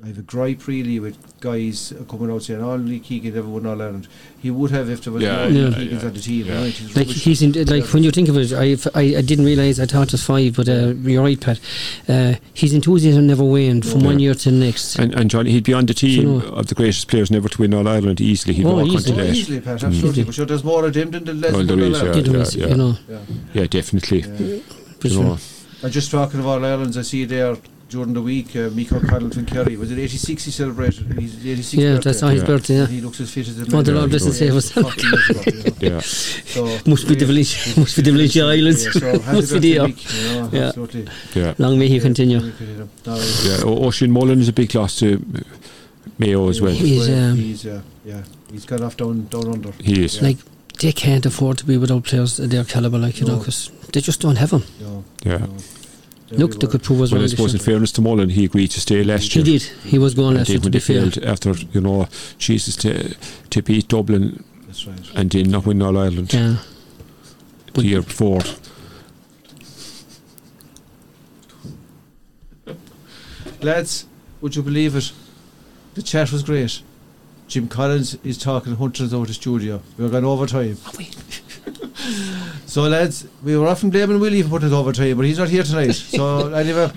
Speaker 1: I have a gripe really with guys coming out saying oh Lee Keegan never won All Ireland he would have if there was
Speaker 3: Yeah,
Speaker 1: no Lee
Speaker 2: yeah,
Speaker 1: Keegans on the team
Speaker 3: yeah.
Speaker 1: right? It's
Speaker 2: Like
Speaker 1: rubbish.
Speaker 2: he's in, like when you think of it, I, I, I didn't realize I thought it was five, but uh, you're right, Pat. Uh, his enthusiasm never waned from
Speaker 3: Yeah.
Speaker 2: one year to the next.
Speaker 3: And, and Johnny, he'd be on the team
Speaker 2: So no.
Speaker 3: of the greatest players never to win All Ireland easily. He'd
Speaker 2: Oh,
Speaker 3: walk
Speaker 2: easily.
Speaker 3: on
Speaker 1: Oh,
Speaker 3: to that.
Speaker 1: easily Pat absolutely but sure there's more of them than the less
Speaker 3: Well, there
Speaker 1: than
Speaker 3: is,
Speaker 1: All Ireland.
Speaker 2: Did
Speaker 3: yeah,
Speaker 2: was,
Speaker 3: yeah.
Speaker 2: You know,
Speaker 1: Yeah.
Speaker 3: Yeah, definitely.
Speaker 1: Yeah.
Speaker 2: for
Speaker 3: You know,
Speaker 2: sure.
Speaker 1: And just talking of All Irelands I see there during the week uh, Michael Connell from Kerry was it 86 he celebrated his 86
Speaker 2: yeah,
Speaker 1: birthday.
Speaker 2: that's on his
Speaker 3: Yeah.
Speaker 2: birthday. Yeah.
Speaker 1: He looks as fit as a
Speaker 2: Oh, the
Speaker 1: man.
Speaker 2: Lord
Speaker 3: bless his
Speaker 1: Yeah,
Speaker 2: soul.
Speaker 1: it's fucking miserable, you know.
Speaker 3: yeah.
Speaker 1: So,
Speaker 2: Must be the village, must be the village islands. [laughs]
Speaker 1: Yeah, so happy
Speaker 2: must be
Speaker 1: birthday,
Speaker 2: the.
Speaker 1: Mick, you know,
Speaker 2: Yeah.
Speaker 1: Absolutely.
Speaker 3: yeah,
Speaker 2: Long may he continue.
Speaker 1: No,
Speaker 3: yeah. O- Oisin Mullen is a big loss to Mayo as well.
Speaker 2: He He's, um,
Speaker 1: he's, uh, yeah, he's gone off down, down under.
Speaker 3: He is.
Speaker 2: Like they can't afford to be without players of their caliber, like you know,
Speaker 1: No.
Speaker 2: 'cause they just don't have them.
Speaker 1: No,
Speaker 3: Yeah.
Speaker 1: no.
Speaker 2: Look, they could prove us
Speaker 3: Well,
Speaker 2: wrong.
Speaker 3: I
Speaker 2: this
Speaker 3: suppose in
Speaker 2: year.
Speaker 3: fairness to Mullen, he agreed to stay last
Speaker 2: He
Speaker 3: year.
Speaker 2: did. He was going
Speaker 3: And
Speaker 2: last
Speaker 3: then
Speaker 2: year. To
Speaker 3: when
Speaker 2: be
Speaker 3: they
Speaker 2: fair.
Speaker 3: failed after, you know, Jesus, to, to beat Dublin
Speaker 1: That's right.
Speaker 3: and then not win All Ireland
Speaker 2: Yeah.
Speaker 3: the year before.
Speaker 1: Lads, would you believe it? The chat was great. Jim Collins is talking hundreds out of the studio. We're going overtime. [laughs] So lads, we were off from Damon Willie for putting it overtime, but he's not here tonight.
Speaker 2: [laughs]
Speaker 1: So anyway,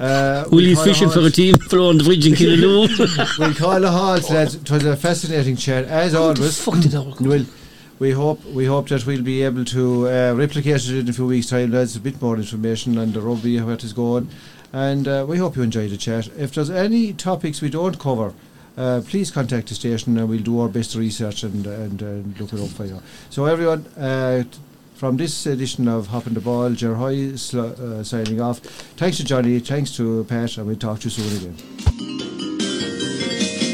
Speaker 1: uh,
Speaker 2: Willie's
Speaker 1: Conor
Speaker 2: fishing for a
Speaker 1: Howard-
Speaker 2: team below on the bridge in
Speaker 3: [laughs]
Speaker 2: Killaloe.
Speaker 1: We'll call a halt, lads. It was a fascinating chat, as always.
Speaker 2: fuck did that all come
Speaker 1: Well, we hope we hope that we'll be able to uh, replicate it in a few weeks' time, lads. A bit more information on the rugby, how it is going, and uh, we hope you enjoyed the chat. If there's any topics we don't cover. Uh, please contact the station and we'll do our best research and, and, uh look it up for you. So, everyone, uh, t- from this edition of Hopping the Ball, Ger Hoy sl- uh, signing off. Thanks to Johnny, thanks to Pat, and we'll talk to you soon again.